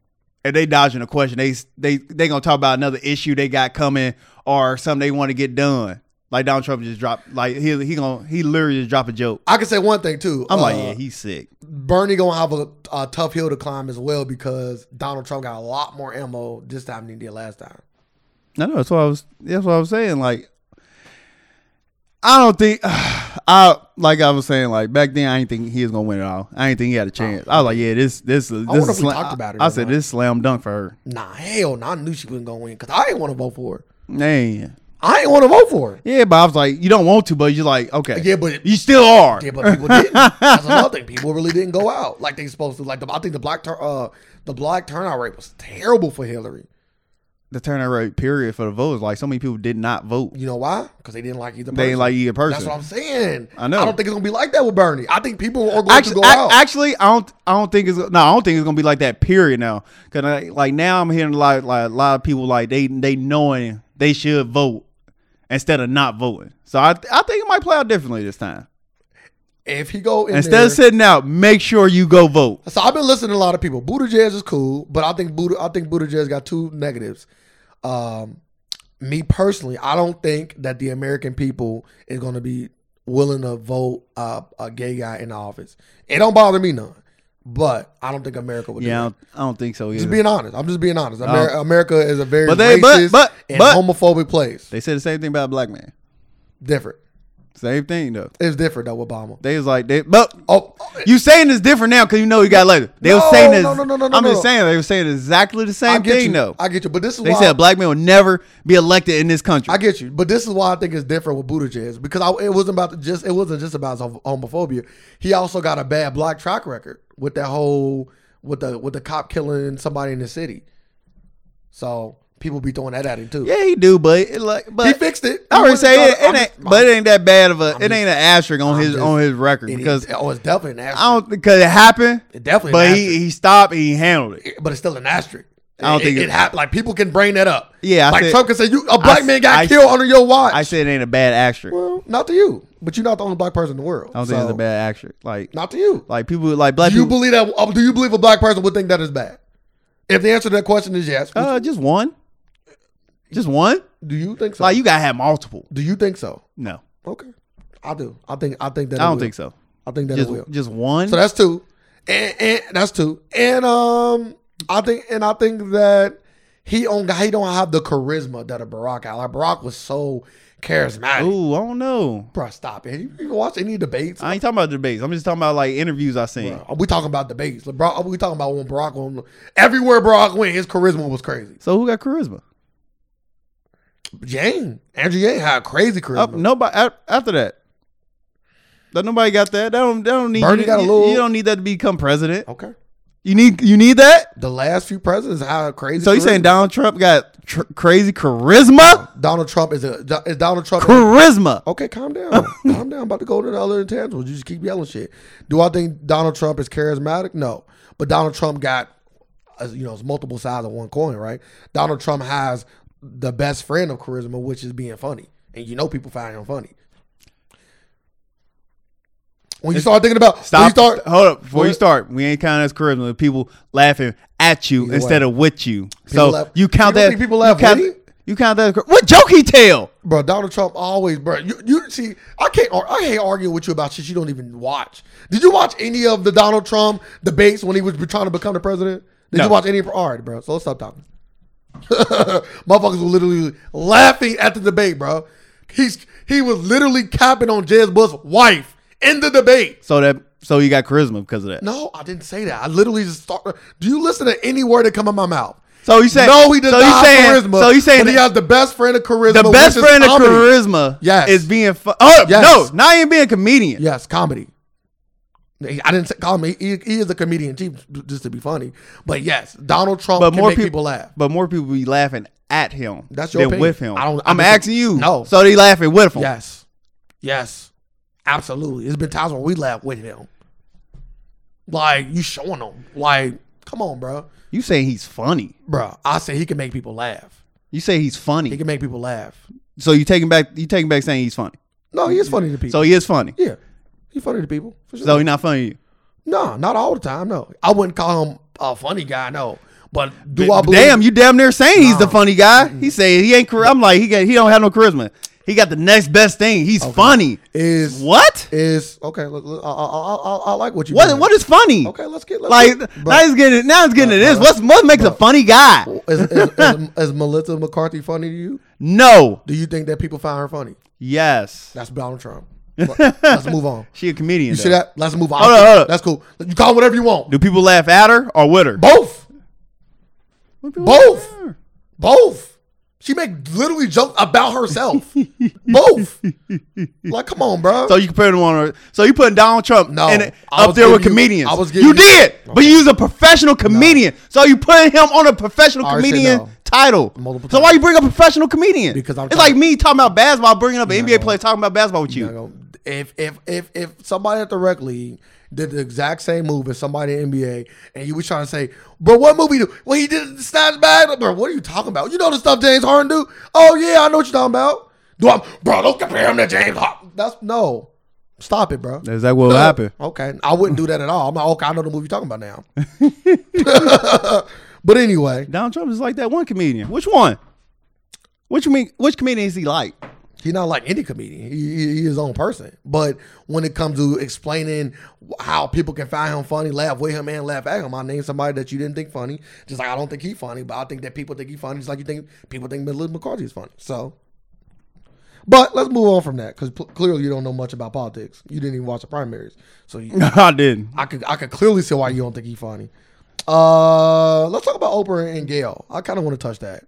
if they dodging a question they they they gonna talk about another issue they got coming or something they want to get done. Like Donald Trump just dropped like he he gonna he literally just drop a joke. I can say one thing too. I'm like Uh, yeah he's sick. Bernie gonna have a, a tough hill to climb as well because Donald Trump got a lot more ammo this time than he did last time. No, no, that's what I was. That's what I was saying. Like, I don't think I like I was saying like back then. I didn't think he was gonna win at all. I didn't think he had a chance. I was like, yeah, this this this. Oh. wonder is if we slam- talked about it I or said not. this slam dunk for her. Nah, hell, no, I knew she wasn't gonna win because I didn't want to vote for her. Man, I ain't want to vote for her. yeah, but I was like, you don't want to, but you're like, okay, Yeah, but you still are. yeah, but people didn't. That's another thing. People really didn't go out like they supposed to. Like the, I think the black tur- uh the black turnout rate was terrible for Hillary. The turnout rate period for the vote is like so many people did not vote. You know why? Because they didn't like either. Person. They ain't like either person. That's what I'm saying. I know. I don't think it's gonna be like that with Bernie. I think people are going actually, to go I, out. actually, I don't, I don't think it's no, I don't think it's gonna be like that. Period. Now, cause I, like now, I'm hearing a lot, like a lot of people like they, they knowing they should vote instead of not voting. So I, I think it might play out differently this time. if he go in Instead there, of sitting out, make sure you go vote. So I've been listening to a lot of people. Buttigieg is cool, but I think Buddha, I think Buttigieg got two negatives. Um, me personally, I don't think that the American people is going to be willing to vote uh, a gay guy in the office. It don't bother me none, but I don't think America would. Yeah, I do that. don't, I don't think so just either. being honest. I'm just being honest. Amer- America is a very But they- but- racist but- and but- homophobic place. They said the same thing about a black man. Different. Same thing though. It's different though. Obama. They was like, they, but Oh, you saying it's different now because you know you got later. They were No, saying this. no, no, no, no, no, I'm no. just saying they were saying exactly the I same get thing you. though. I get you. But this is they why said a black man will never be elected in this country. I get you, but this is why I think it's different with Buttigieg because I, it wasn't about the just it wasn't just about his homophobia. He also got a bad black track record with that whole with the with the cop killing somebody in the city. So people be throwing that at him too. Yeah, he do, but it like, but he fixed it. I already say it, it I'm ain't, just- but it ain't that bad of a, it just- ain't an asterisk on his just- on his record it is- because oh, it's definitely an asterisk. I don't because it happened, It definitely, but an he he stopped and he handled it. asterisk. but it's still an asterisk. I don't it, think it, it- happened. Like people can bring that up. Yeah, I like said- Trump can say you a black I man s- got I killed s- under your watch. I said it ain't a bad actor. well, not to you, but you're not the only black person in the world. I don't think it's a so, bad actor. Like Not to you. like people like black do you people. believe that? uh, Do you believe a black person would think that is bad? If the answer to that question is yes, which- uh, just one. Just one. do you think so? Like you gotta have multiple. do you think so? No, Okay, I do. I think. I think that. I don't think so. I think that Just it will. just one. So that's two, and, and that's two, and um, I think, and I think that he on he don't have the charisma that a Barack had. Like Barack was so charismatic. Ooh, I don't know. Bro, stop it. You, you watch any debates? I ain't talking about debates. I'm just talking about like interviews I seen. Bruh, we talking about debates. Like, Barack, we talking about when Barack went everywhere. Barack went, his charisma was crazy. So who got charisma? Yang, Andrew Yang had crazy charisma. Up, nobody a- after that. That nobody got that. That don't. That don't need. Bernie you, got a you- little- You don't need that to become president. Okay, You need. You need that. the last few presidents had crazy. So you charisma. saying Donald Trump got tr- crazy charisma? Donald Trump is a is Donald Trump? Charisma. Okay, calm down. calm down. I'm about to go to the other intangibles. You just keep yelling shit. Do I think Donald Trump is charismatic? No. But Donald Trump got, uh, you know, it's multiple sides of one coin, right? Donald Trump has the best friend of charisma, which is being funny. And you know people find him funny. When you start thinking about, Stop. When you start, hold up. Before you What? start, we ain't counting as charisma. People laughing at you Either instead way. of with you. so People laugh- you count You don't that. think people laugh you count, with you? you count that. as char- What joke he tell? bro, Donald Trump always, bro. You, you see, I can't, ar- I hate arguing with you about shit you don't even watch. Did you watch any of the Donald Trump debates when he was trying to become the president? Did No. you watch any? All right, bro. So let's stop talking. Motherfuckers were literally laughing at the debate, bro. He's he was literally capping on Jez Bush's wife in the debate. So that. So you got charisma because of that. No, I didn't say that. I literally just start. Do you listen to any word that come out my mouth? So you saying? no, he does so not you have saying, charisma. So you saying but he that- has the best friend of charisma. the which best is friend of comedy. charisma Yes. is being fu- oh Yes. no not even being a comedian Yes, comedy. He- I didn't say comedy. He, he is a comedian, too, just to be funny. But yes, Donald Trump but can more make people, people laugh. but more people be laughing at him That's your than opinion. with him I don't- I I'm disagree. asking you No. so they laughing with him Yes, yes, absolutely. There's been times when we laugh with him. Like you showing him, like come on, bro, you saying he's funny bro. I say he can make people laugh. you say he's funny He can make people laugh. so you taking back you taking back saying he's funny No, he is funny to people. so he is funny yeah, he's funny to people. For sure. so he's not funny to you no, not all the time. No, I wouldn't call him a funny guy. No, but do I believe? damn you damn near saying he's the No. funny guy he say he ain't char- I'm like he got he don't have no charisma he got the next best thing he's funny Is what is okay. Look, look, I, I, I, I- I like what you. what doing. what is funny Okay, let's get let's Like get- now he's getting now he's getting to this. What's what makes a funny guy? is, is, is, is Melissa McCarthy funny to you? No. Do you think that people find her funny? Yes. That's Donald Trump. But let's move on. She a comedian. You see though. that? Let's move on. Hold on, hold on. That's cool. You call him whatever you want. Do people laugh at her or with her? Both, When people both. laugh at her. both. She make literally jokes about herself. both. Like, come on, bro. So you comparing them on her. So you putting Donald Trump No, in, I up was there with giving you- comedians. I was you, giving you- did, but you was a professional comedian. So you putting him on a professional I already comedian said no. title. Multiple so why you bring up professional comedian? Because I'm it's trying- like me talking about basketball, bringing up an NBA player talking about basketball with you. Not gonna- If if if if somebody at the rec league did the exact same move as somebody in NBA, and you was trying to say, "Bro, what movie do? Well, he did the snatch bag, bro. What are you talking about? You know the stuff James Harden do? Oh yeah, I know what you're talking about. Do I, bro? Don't compare him to James Harden. That's no. Stop it, bro. Is that what No. Okay, I wouldn't do that at all. I'm like, okay, I know the movie you're talking about now. but anyway, Donald Trump is like that one comedian. Which one? Which you mean? Which comedian is he like? He's not like any comedian. He, he, he his own person. But when it comes to explaining how people can find him funny, laugh with him, and laugh at him, I named somebody that you didn't think funny. Just like I don't think he funny, but I think that people think he funny. Just like you think people think Melissa McCarthy is funny. So, but let's move on from that because clearly you don't know much about politics. You didn't even watch the primaries, so you, I didn't. I could I could clearly see why you don't think he funny. Uh, let's talk about Oprah and Gail. I kind of want to touch that.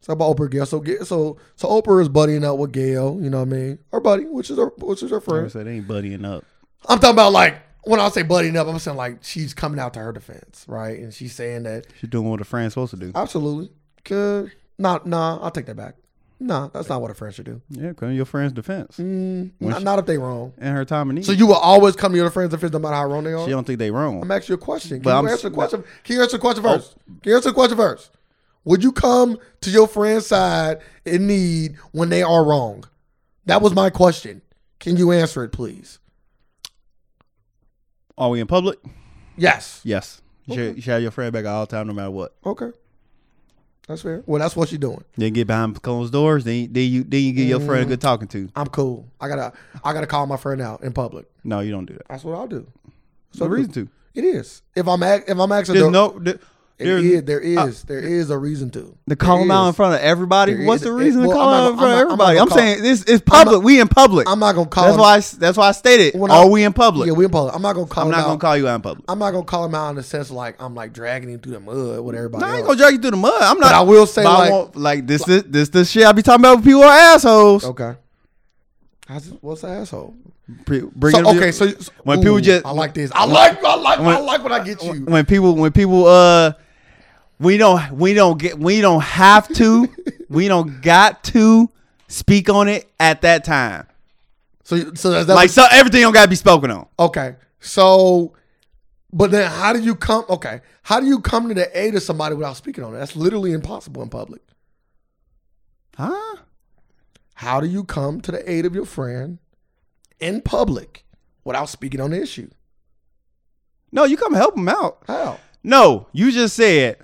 Let's talk about Oprah and Gail. So Ga- so so Oprah is buddying up with Gail. You know what I mean? Her buddy, which is her which is her friend. said ain't buddying up. I'm talking about like when I say buddying up, I'm saying like she's coming out to her defense, right? And she's saying that She's doing what a friend's supposed to do. absolutely, could not. Nah, I'll take that back. No, that's not what a friend should do. Yeah, come to your friend's defense. Mm, When not, she- not if they wrong. And her time of need. So you will always come to your friends and friends no matter how wrong they are. she don't think they wrong. I'm asking you a question. Can But Oh. you I'm- answer the question? Can you answer the question first? Can you answer the question first? Would you come to your friend's side in need when they are wrong? That was my question. Can you answer it, please? Are we in public? Yes. Yes. You, should, you should have your friend back at all time, no matter what. Okay. That's fair. Well, that's what she's doing. Then get behind closed doors. Then, then you then you give your Mm. friend a good talking to. I'm cool. I gotta I gotta call my friend out in public. No, you don't do that. That's what I'll do. So no reason to. It is. If I'm ac- if I'm asking There's the- no there, it there's- uh, is, there is there is a reason to. to call There them out is. in front of everybody. There What's is- the it- reason to well, call I'm out not- in front of I'm not- I'm not everybody? I'm gonna call- saying this is public. we in public. I'm not gonna call that's him. why I, s- that's why I stated. When I- Are we in public? yeah, we in public. I'm not gonna call I'm him not out. gonna call you out in public. I'm not gonna call him out in the sense like I'm like dragging him through the mud with everybody. No, I ain't else. gonna drag you through the mud. I'm not. But I will say, but I like- won't- like this is this the shit I be talking about. With people who are assholes. okay. How's it- what's the asshole? Pre- bring So, it- okay, so, so- when people ooh, just I like this. I like I like I when- like when I get you. when people when people uh we don't we don't get we don't have to we don't got to speak on it at that time. So so that's Like so everything don't gotta be spoken on. Okay. So, but then how do you come? Okay. How do you come to the aid of somebody without speaking on it? That's literally impossible in public. Huh? How do you come to the aid of your friend in public without speaking on the issue? No, you come help them out. How? No, you just said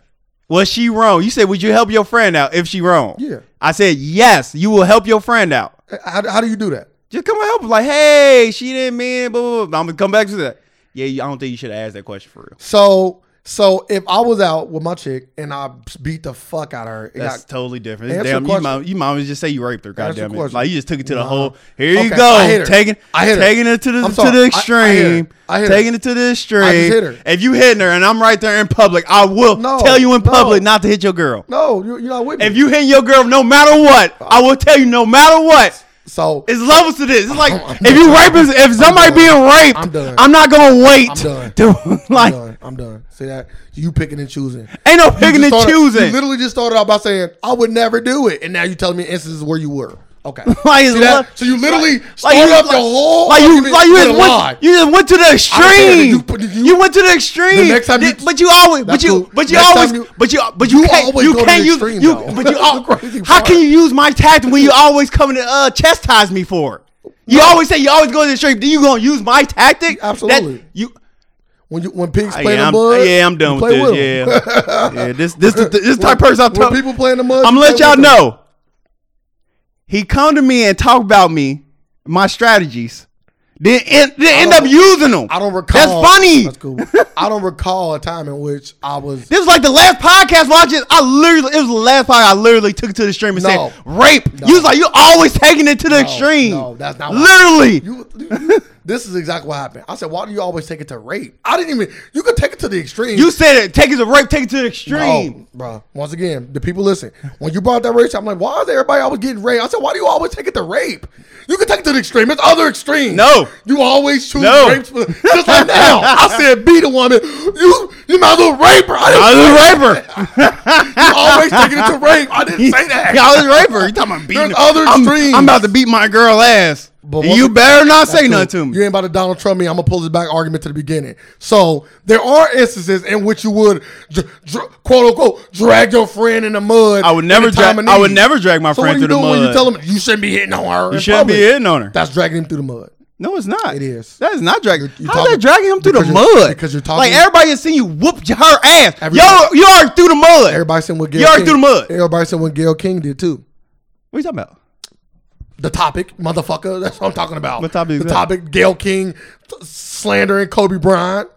was she wrong? You said would you help your friend out if she wrong? Yeah. I said yes, you will help your friend out. How, how do you do that? Just come and help. 'em. Like hey, she didn't mean it, blah, blah, blah. I'm gonna come back to that. Yeah, you- I don't think you should have asked that question for real. So, so if I was out with my chick and I beat the fuck out of her, it That's got- totally different. It's Answer damn, the you question. might, you might as well just say you raped her. Answer the Goddamn it! question. Like you just took it to the Nah. whole. Here you Okay, go. I hit her. Taking, I hit her. taking it to the I'm to sorry. I- the I extreme. hit her. I hit her. taking it to the extreme. hit her. If you hitting her and I'm right there in public, I will No, tell you in no. public not to hit your girl. no, you, you're not with me. If you hitting your girl, no matter what, Oh. I will tell you no matter what. so It's levels to this. It's like if you raping, if somebody done. being raped, I'm done. not gonna wait. I'm done. to- I'm like done. I'm done. See that? You picking and choosing. ain't no You picking and just started- You choosing. literally just started out by saying, I would never do it. And now you telling me instances where you were. Okay. Like, See that? it's- So you literally Like started you, up like, your whole like you, argument like you with a just lie. went, you just went to the that extreme. you You, put- you- went to the extreme. The next time you- Did- but you always, but That's you, cool. but you Next time always, you- but you, but you you can't, always you go to can't the use, extreme, you, though. but you, That's all, the crazy how part. can you use my tactic when you always coming to uh, chastise me for it? You always say you always go to the extreme. Then you gonna use my tactic? That- Absolutely. you. when you when pigs play in Yeah the I'm, mud. yeah, I'm you done with play this. them. Yeah, yeah. This, this, this, this type of When- person I'm when talking. people play in the mud. I'm gonna you let play y'all with them. know. He come to me and talk about me, my strategies, then end, then end up don't- using them. I don't recall. That's funny. That's cool. I don't recall a time in which I was. This was like the last podcast where I just, I literally, it was the last podcast I literally took it to the extreme and No. said, rape. You was like, you always taking it to the No, extreme. no, that's not what- Literally. You, you- this is exactly what happened. I said, why do you always take it to rape? I didn't even. You could take it to the extreme. You said it. Take it to rape, take it to the extreme. No, bro. Once again, the people listen. When you brought that race, I'm like, why is everybody always getting raped? I said, why do you always take it to rape? You can take it to the extreme. It's other extreme. No. you always choose No. rapes. For, just like now, I said, beat a woman. You you might as well rape her. I didn't I was a raper. say- You always taking it to rape. I didn't say that. Yeah, I was a raper. You talking about beating? There's other I'm, extremes. I'm about to beat my girl ass. But And once you again- better not say Dude, nothing to me. You ain't about to Donald Trump me. I'm gonna pull this back argument to the beginning. So there are instances in which you would dr- dr- quote unquote drag your friend in the mud. I would never in a time drag- of I would need. never drag my so friend what through are you the doing When mud. you tell him you shouldn't be hitting on her, You shouldn't be hitting on her. That's dragging him through the mud. No, it's not. It is. That is not dragging. You're- you're How's talking- that dragging him through the because you're- mud? because you're talking- Like everybody has seen you whoop j- her ass. Yo, Everybody- you are through the mud. Everybody said what Gail You already King, through the mud. Everybody said what Gail King did too. What are you talking about? The topic, motherfucker. That's what I'm talking about. What topic is The that? topic. Gail King t- slandering Kobe Bryant,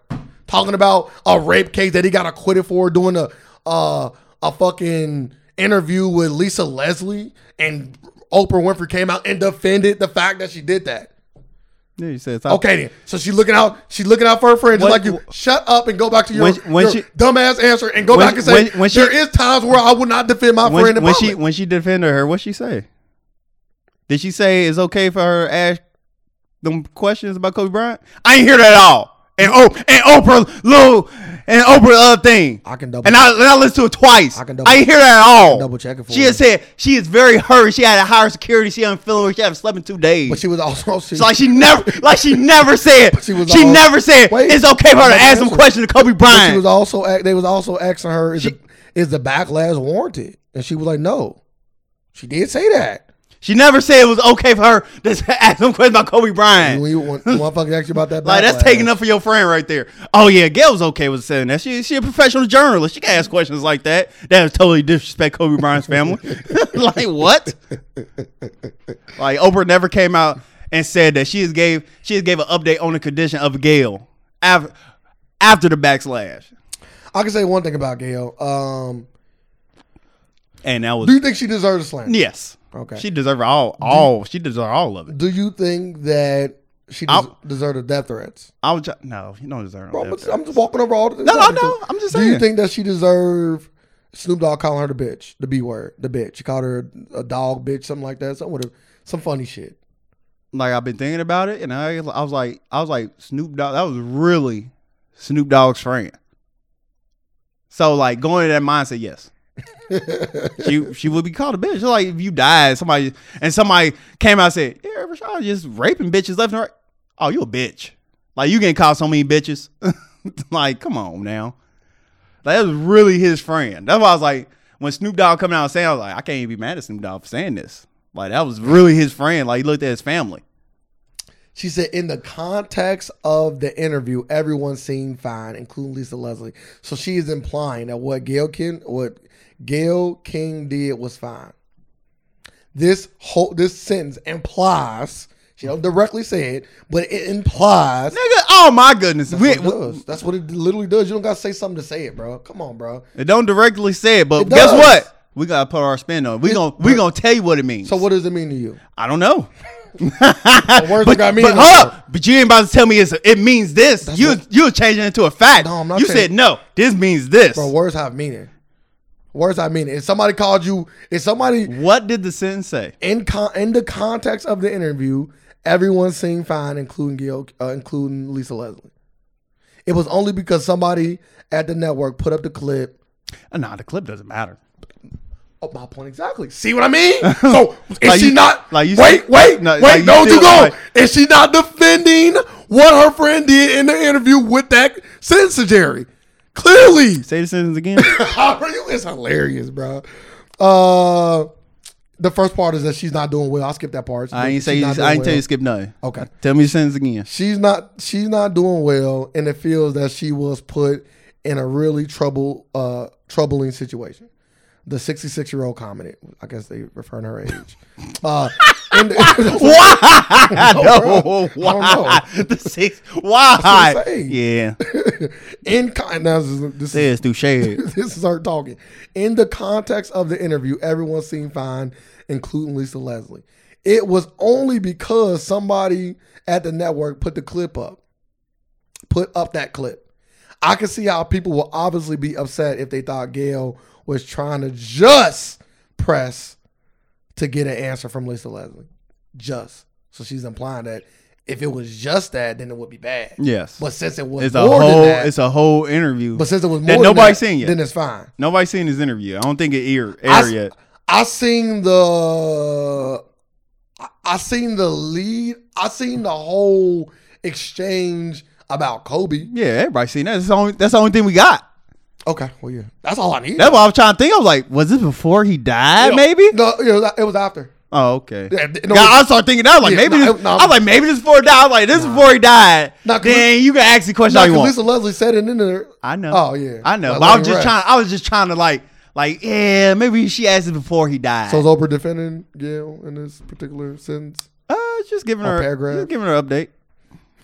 talking about a rape case that he got acquitted for, doing a uh, a fucking interview with Lisa Leslie, and Oprah Winfrey came out and defended the fact that she did that. Yeah, you said Okay then. So she looking out. She looking out for her friend, just When- like you. Shut up and go back to your, When she- when your she- dumbass answer and go When back she- and say when- when she- there is times where I would not defend my friend When, in when public. she when she defended her, what she say? Did she say it's okay for her to ask them questions about Kobe Bryant? I ain't hear that at all. And oh, and Oprah, little and open the other thing. I can double And I, and I listened to it twice. I I can double. can double- I didn't hear that at all. double check it for She you. had said she is very hurried. She had a higher security. She unfeeling her. She haven't slept in two days. But she was also she, It's like she never, like she never said. She, she was all- never said Wait, it's okay for her to I'm ask some answering. questions to Kobe but she Bryant. was also ac- they was also asking her is, the, is the backlash warranted? And she was like, no. She did say that. she never said it was okay for her to ask some questions about Kobe Bryant. And when you when motherfuckers asked you about that, Like that's backlash, taking up for your friend right there. Oh yeah, Gail's okay with saying that. She she a professional journalist. She can ask questions like that. That would totally disrespect Kobe Bryant's family. like what? like Oprah never came out and said that she just gave she just gave an update on the condition of Gail after after the backslash. I can say one thing about Gail. Um, And that was do you think she deserves a slam? yes. Okay. She deserved all all she deserved all of it. do you think that she des- I'll- deserved death threats? I was just, no, you don't deserve Bro, I'm, all just, I'm just walking over all the. No, no, no, I'm just Do saying. you think that she deserved Snoop Dogg calling her the bitch, the B word, the bitch? She called her a dog bitch, something like that. Some would've- some funny shit. like I've been thinking about it, and I I was like I was like Snoop Dogg. That was really Snoop Dogg's friend. So like going to that mindset, yes, she she would be called a bitch. It's like if you died, somebody and somebody came out and said, "Yeah, Rashad just raping bitches left and right." Oh, you a bitch. Like you getting called so many bitches. like come on now. Like, that was really his friend. That's why I was like, when Snoop Dogg coming out and saying, I was like, I can't even be mad at Snoop Dogg for saying this. Like that was really his friend. Like he looked at his family. She said, in the context of the interview, everyone seemed fine, including Lisa Leslie. So she is implying that what Gail King, what Gail King did was fine. This whole this sentence implies she don't directly say it, but it implies Nigga, oh my goodness. We, it does. That's what it literally does. You don't gotta say something to say it, bro. Come on, bro. it don't directly say it, but It guess does. what? We gotta put our spin on it. We gonna we gonna tell you what it means. So what does it mean to you? I don't know. words but, don't got but meaning no hold more. up. But you ain't about to tell me it's, it means this. you what- you changing it to a fact. No, I'm not you changing- said no. This means this. Bro, words have meaning. Words have meaning. If somebody called you, if somebody what did the sentence say? in con- in the context of the interview, everyone seemed fine, including Gil, uh, including Lisa Leslie. It was only because somebody at the network put up the clip. Oh, nah, the clip doesn't matter. Oh, my point exactly. See what I mean? So is Like she you- not? like you wait, said- wait, no, wait! like you don't feel you go? like- is she not defending what her friend did in the interview with that censorship? Clearly, Say the sentence again. it's hilarious, bro. Uh, the first part is that she's not doing well. I skipped that part. I ain't She's say you, I ain't not doing tell well. you to skip nothing. Okay. Tell me the sentence again. She's not she's not doing well and it feels that she was put in a really trouble uh troubling situation. The 66 year old commented. I guess they referring her age. Uh, in the- Why? no, Oh, bro. I don't why? The six. Why? I'm saying. Yeah. in con- now, this is- this is Says through shade. this is her talking. In the context of the interview, everyone seemed fine, including Lisa Leslie. It was only because somebody at the network put the clip up, put up that clip. I can see how people will obviously be upset if they thought Gail was trying to just press to get an answer from Lisa Leslie. Just. So she's implying that if it was just that, then it would be bad. Yes. But since it was Mm. It's a more than whole. that, It's a whole interview. but since it was more that than nobody's that, seen yet. then it's fine. Nobody's seen his interview. I don't think it aired, I aired s- yet. I seen the I- I seen the lead. I seen the whole exchange about Kobe. Yeah, everybody's seen that. That's the only, that's the only thing we got. Okay, well yeah, that's all I need. That's what I was trying to think. I was like, was this before he died? Yeah. Maybe. No, it was, it was after. Oh, okay. Yeah, th- no, God, I started thinking that. I was like, Yeah, maybe. nah, this, nah, I was like, maybe this before he died. I was like, this is before he died. Nah, 'cause then you can ask the question No, all you 'cause want. Lisa Leslie said it in there. I know. Oh yeah, I know. Like, but I Lonnie was just Rap. trying. I was just trying to like, like, yeah, maybe she asked it before he died. So is Oprah defending Gail in this particular sentence? uh, just giving her, paragraph? just giving her an update.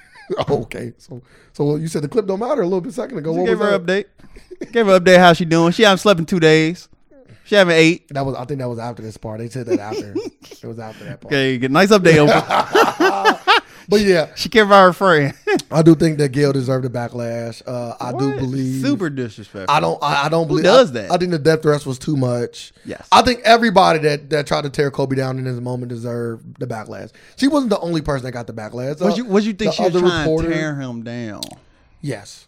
okay, so so you said the clip don't matter a little bit second ago. Just What gave was her that? an update. Gave her an update how she doing. She haven't slept in two days. She haven't ate. That was I think that was after this part. They said that after. it was after that part. Okay, good. Nice update, Oprah. But yeah, she cared about her friend. I do think that Gail deserved a backlash. Uh, I do believe. Super disrespectful. I don't. I, I don't believe. does I- that? I think the death threats was too much. Yes. I think everybody that that tried to tear Kobe down in this moment deserved the backlash. She wasn't the only person that got the backlash. What you, what you think the she was other trying reporter- to tear him down? Yes.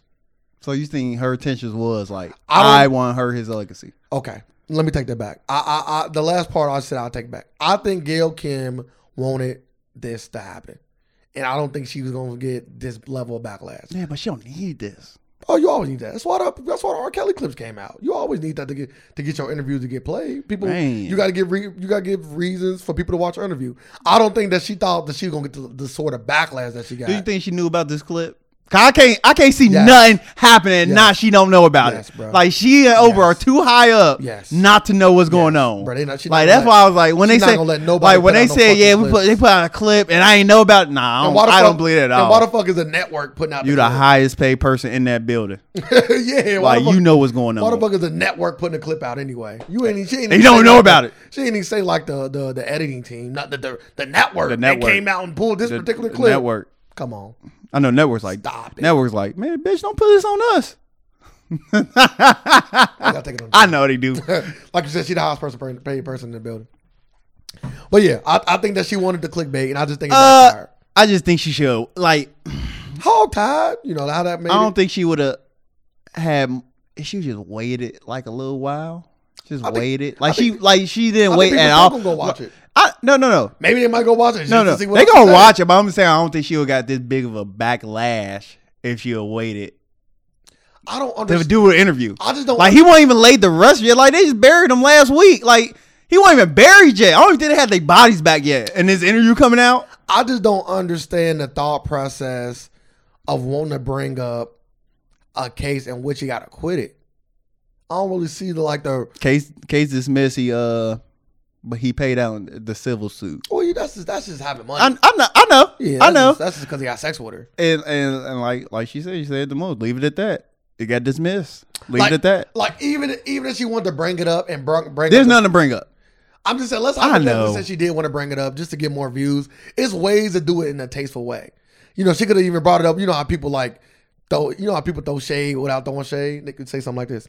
So you think her intentions was like I don't- I, want her his legacy? Okay, let me take that back. I, I, I the last part I said I'll take back. I think Gail Kim wanted this to happen, and I don't think she was gonna get this level of backlash. Yeah, but she don't need this. Oh, you always need that. That's why the, that's why the R. Kelly clips came out. You always need that to get to get your interviews to get played. People, Man. you gotta give re, you gotta give reasons for people to watch her interview. I don't think that she thought that she was gonna get the, the sort of backlash that she got. Do you think she knew about this clip? 'Cause I can't I can't see Yes. nothing happening and Yes. not she don't know about Yes, it. bro. Like she and Oprah are Yes. too high up Yes. not to know what's going on. bro, they not- she like not that's gonna why let- I was like when she they not said gonna let nobody like when put they out no said yeah fucking we put, they clips. put out a clip and I ain't know about it. Nah, I And don't, why the I fuck- don't believe that at And why the all. fuck is the network putting out You the the clip? highest paid person in that building. yeah, why Like the fuck- you know what's going Why the on. fuck is the network putting a clip out anyway? You ain't. She ain't They even don't say know like about the- it. She ain't even say like the the, the editing team, not the the, the network. The The network network. came out and pulled this The- particular the clip. network. Come on, I know networks like Stop it. networks like man, bitch, don't put this on us. I gotta take it on. I know they do. like you said, she the highest person paid person in the building. But yeah, I, I think that she wanted the clickbait, and I just think it Uh, backfired. I just think she should like. Hog tied, you know how that made. I it. don't think she would have had. If she just waited like a little while, just think- waited. like I she, think- like she didn't I wait think at people all. gonna go watch it. I, no, no, no, Maybe they might go watch it. just no, to no. see what They else gonna say. watch it, but I'm saying I don't think she would got this big of a backlash if she had waited I don't to understand. do an interview. I just don't. Like he wasn't even laid the rest of it. Like they just buried him last week. Like he wasn't even buried yet. I don't even think they had their bodies back yet. And this interview coming out. I just don't understand the thought process of wanting to bring up a case in which he got acquitted. I don't really see the like the Case case dismissed. He uh, but he paid out the civil suit. well, you- that's just that's just having money. I, I know. I know. yeah, I that's know. just- that's just because he got sex with her. and, and and like like she said, she said the most. Leave it at that. It got dismissed. Leave Like- it at that. Like even even if she wanted to bring it up and bring bring There's up nothing to bring up. I'm just saying let's I hypothetically know. say she did want to bring it up just to get more views. It's ways to do it in a tasteful way. You know, she could have even brought it up. You know how people like throw you know how people throw shade without throwing shade. They could say something like this.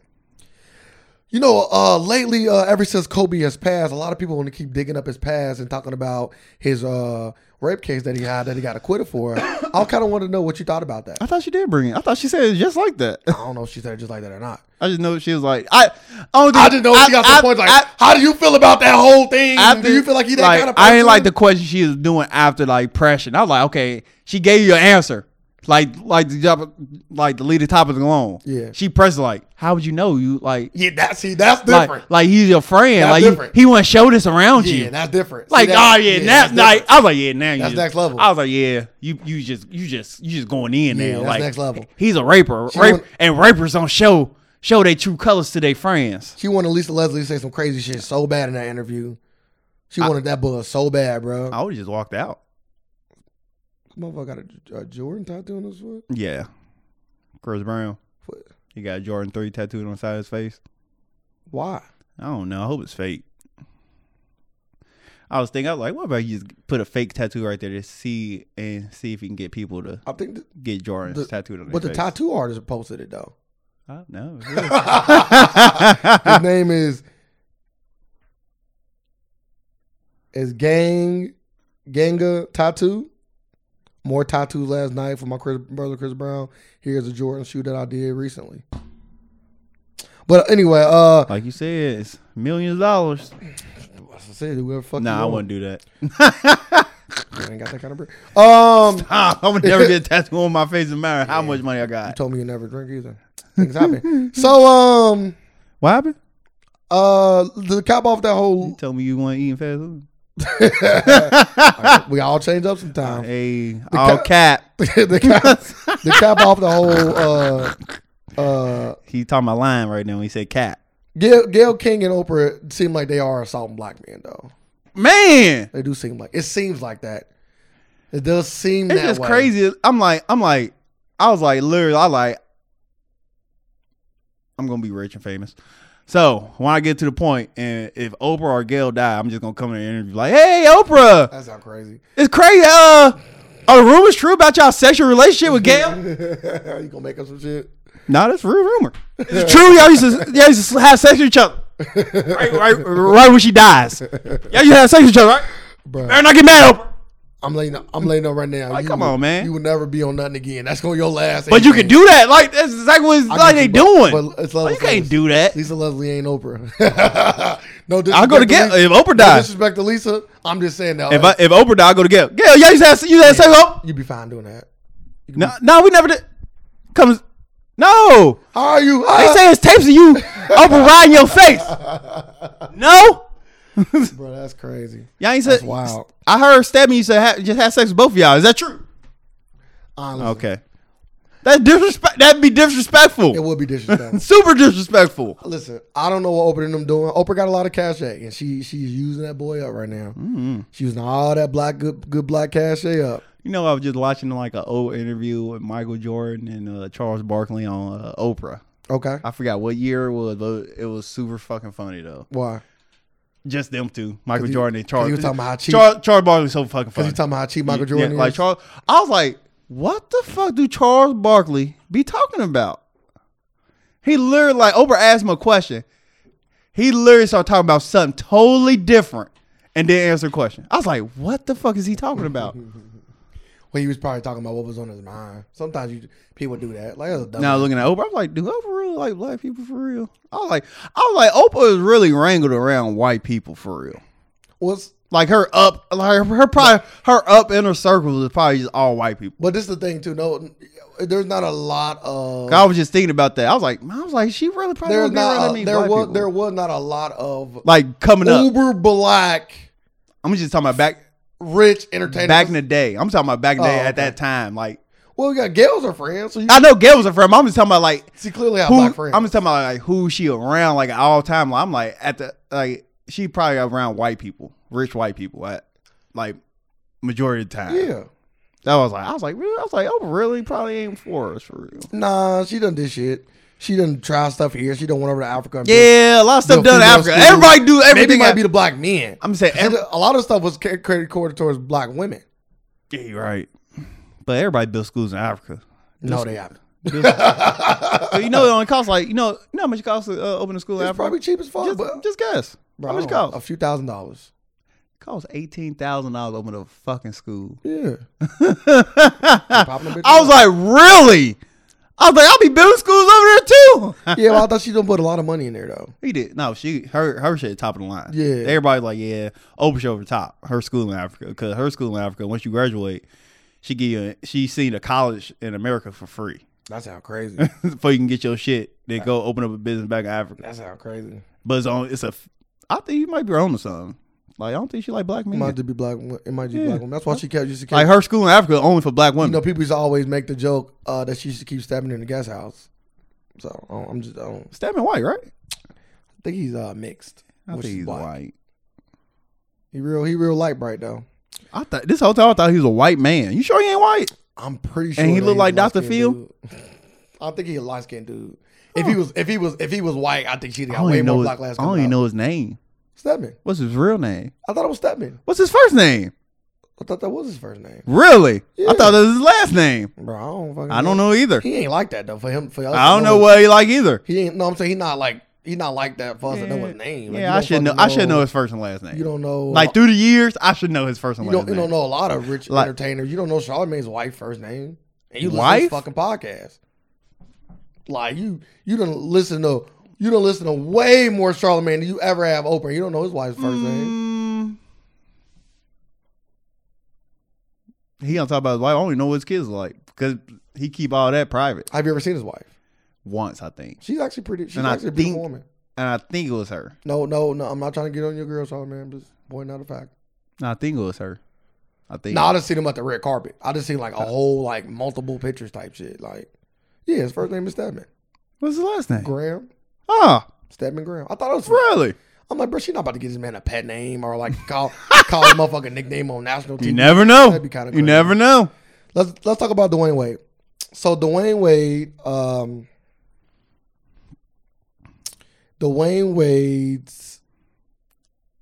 You know, uh, lately, uh, ever since Kobe has passed, a lot of people want to keep digging up his past and talking about his uh, rape case that he had that he got acquitted for. I kind of want to know what you thought about that. I thought she did bring it. I thought she said it just like that. I don't know if she said it just like that or not. I just know she was like I. I don't think, I just know she got some points like, how do you feel about that whole thing? after- do you feel like he that like, kind of person? I ain't like the question she was doing after like pressure. And I was like, okay, she gave you an answer. Like like the job like to leave the topic alone. Yeah. She pressed like, how would you know you like Yeah, that, see, that's different. like like he's your friend. That's like you- different. he wouldn't show this around you. yeah, that's different. See, Like, that- oh yeah, now that's that's like different. I was like, yeah, now you That's just- next level. I was like, yeah, you you just you just you just going in now. Yeah, that's Like next level. He's a raper, She Rape- want- and rapers don't show show their true colors to their friends. She wanted Lisa Leslie to say some crazy shit so bad in that interview. She wanted that buzz so bad, bro. I would just walked out. Motherfucker got a, a Jordan tattoo on his foot. Yeah, Chris Brown. What? He got Jordan three tattooed on the side of his face. Why? I don't know. I hope it's fake. I was thinking, I was like, what about you just put a fake tattoo right there to see and see if you can get people to I think, th- get Jordan's The- tattooed on their but the face. tattoo artist posted it though. I don't know. His name is is Gang Ganga Tattoo. More tattoos last night for my Chris, brother Chris Brown. Here's a Jordan shoe that I did recently. But anyway, uh, like you said, it's millions of dollars. as I said whoever fuck. Nah, I you wouldn't do that. I ain't got that kind of bread. Um, Ah, I would never get a tattoo on my face no matter how much money I you got. told me you never drink either. Things happen. so um, What happened? uh, to cap off that whole You told me you want eating fast food. we all change up sometimes. Hey, all ca- cap. the, cap, the cap off the whole uh uh He talking about lying right now. He said cap. Gail, Gail King and Oprah seem like they are assaulting black men though. Man, They do seem like it seems like that. It does seem it's that just way. crazy. I'm like, I'm like, I was like, literally, I like, I'm gonna be rich and famous. So when I get to the point, and if Oprah or Gail die, I'm just gonna come in an interview like, "Hey, Oprah, That's not crazy. It's crazy. Uh, a rumor's true about y'all sexual relationship with Gail. you gonna make up some shit? nah, that's a real rumor. It's true. Y'all used to y'all used to have sex with each other. Right, right, right when she dies. Y'all used to have sex with each other, right? Bruh. Better not get mad, Oprah. I'm laying. I'm laying up right now. Like, You come will- on, man. You will never be on nothing again. That's gonna your last. But you anything. can do that. Like that's exactly what it's, I like get they you, doing. But it's level Like, you can't service. do that. Lisa Leslie ain't Oprah. no, disrespect I'll go to Gail. Lisa. If Oprah No dies, disrespect to Lisa. I'm just saying that. if I, if Oprah died, I go to Gail. Gail, yeah, you had you had sex. with Oprah? you be fine doing that. No, no, we never did. Comes. No, How are you? they Ah! say it's tapes of you Oprah right in your face. No, bro, that's crazy. y'all ain't said. wild. I heard Stephanie used to ha- just had sex with both of y'all. Is that true? Honestly, Okay, that's disrespect. That'd be disrespectful. it would be disrespectful. Super disrespectful. Listen, I don't know what Oprah and them doing. Oprah got a lot of cachet, and she she's using that boy up right now. Mm-hmm. She's using all that black good good black cachet up. You know, I was just watching like an old interview with Michael Jordan and uh, Charles Barkley on uh, Oprah. Okay, I forgot what year it was, but it was super fucking funny though. why? Just them two, Michael you- Jordan and 'cause Charles. you were talking about how cheap- Charles, Charles Barkley's so fucking Because funny. you talking about how cheap Michael Yeah, Jordan like is? Charles. I was like, what the fuck do Charles Barkley be talking about? He literally like Oprah asked him a question. He literally started talking about something totally different, and then answer a question. I was like, what the fuck is he talking about? Well, he was probably talking about what was on his mind. Sometimes you people do that. Like that's a dumb Now looking at Oprah, I'm like, do Oprah really like black people for real? I was like, I was like, Oprah is really wrangled around white people for real. What's Like her up, like her, her probably her up inner circle is probably just all white people. but this is the thing too. No, there's not a lot of I was just thinking about that. I was like, man, I was like, she really probably there's won't be around not that a, many there black was people. there was not a lot of like coming up. uber black I'm just talking about back rich entertainers. back in the day. I'm talking about back in the day Oh, at okay. that time. Like well, we got Gail's her friend, so you I know Gail was a friend. but I'm just talking about like see clearly how who. black I'm just friends. talking about like who she around like at all time. Like, I'm like at the like she probably around white people, rich white people at like majority of the time. yeah, That was like I was like really? I was like oh really probably ain't for us for real. nah, she done this shit. She done try stuff here. She done went over to Africa. and built- Yeah, a lot of stuff built done in female Africa. schools. Everybody do Maybe it everything. might I- be the black men. I'm saying She every, done- a lot of stuff was ca- credit quarter towards black women. yeah, you're right, but everybody built schools in Africa. No, they haven't. So you know it only costs like you know you know how much it costs to uh, open a school in It's Africa. probably cheap as fuck, just, but just guess. Bro, how much it I don't know, cost? A few thousand dollars. cost eighteen thousand dollars to open a fucking school. Yeah. I was like, really? I was like, I'll be building schools over there too. yeah, well, I thought she done put a lot of money in there though. he did. No, she her her shit top of the line. Yeah. everybody like, yeah, Oprah shit over the top. Her school in Africa, because her school in Africa, once you graduate, she give you a, she seen a college in America for free That sound crazy. before you can get your shit. Then go open up a business back in Africa. that sound crazy. But it's on. It's a. f- I think you might be on to something. Like I don't think she like black It men. might just be black. wo- It might just be Yeah. black woman. That's why she kept used to keep. Like her school in Africa only for black women. you know, people used to always make the joke uh, that she used to keep stabbing in the guest house. So I don't- I'm just I don't Stammen white, right? I think he's uh, mixed. I which think is he's black. white. He real he real light bright though. I thought this whole time I thought he was a white man. You sure he ain't white? I'm pretty sure. he that look he's like a Dr. light-skinned Phil? dude. I think he's a light skinned dude. If he was if he was if he was white, I think I she'd got don't way even know. more His, black I last. don't even know his name. Stedman. What's his real name? I thought it was Stedman. What's his first name? I thought that was his first name. Really? Yeah. I thought that was his last name. Bro, I don't fucking. I don't know either. He ain't like that though. For him, for us, I don't to know what he like either. he ain't. No, I'm saying he not like he not like that for us to know Yeah. his name. Like, you Yeah, I don't should know. fucking I should know his first and last You name. don't know Like through the years, I should know his first and You last don't. You name. don't know a lot of rich Like- entertainers. You don't know Charlamagne's wife first name, and you listen Wife? to his fucking podcast. Like you, you don't listen to. You don't listen to way more Charlemagne than you ever have Oprah. You don't know his wife's first name. Mm. He don't talk about his wife. I don't even know what his kids like because he keep all that private. Have you ever seen his wife? Once I think, She's actually pretty. She's And I actually a beautiful think- woman. and I think it was her. No, no, no. I'm not trying to get on your girl, Charlemagne. I'm just pointing out a fact. No, I think it was her. I think. No, I just seen him at the red carpet. I just seen like a whole like multiple pictures type shit. Like, yeah, his first name is Stedman. What's his last name? Graham. Oh, Stedman Graham. I thought it was. really? I'm like, bro, she not about to give this man a pet name or like call call him a fucking nickname on national TV. You never know. That'd be kinda You crazy. never know. Let's let's talk about Dwayne Wade. So Dwayne Wade, um, Dwayne Wade's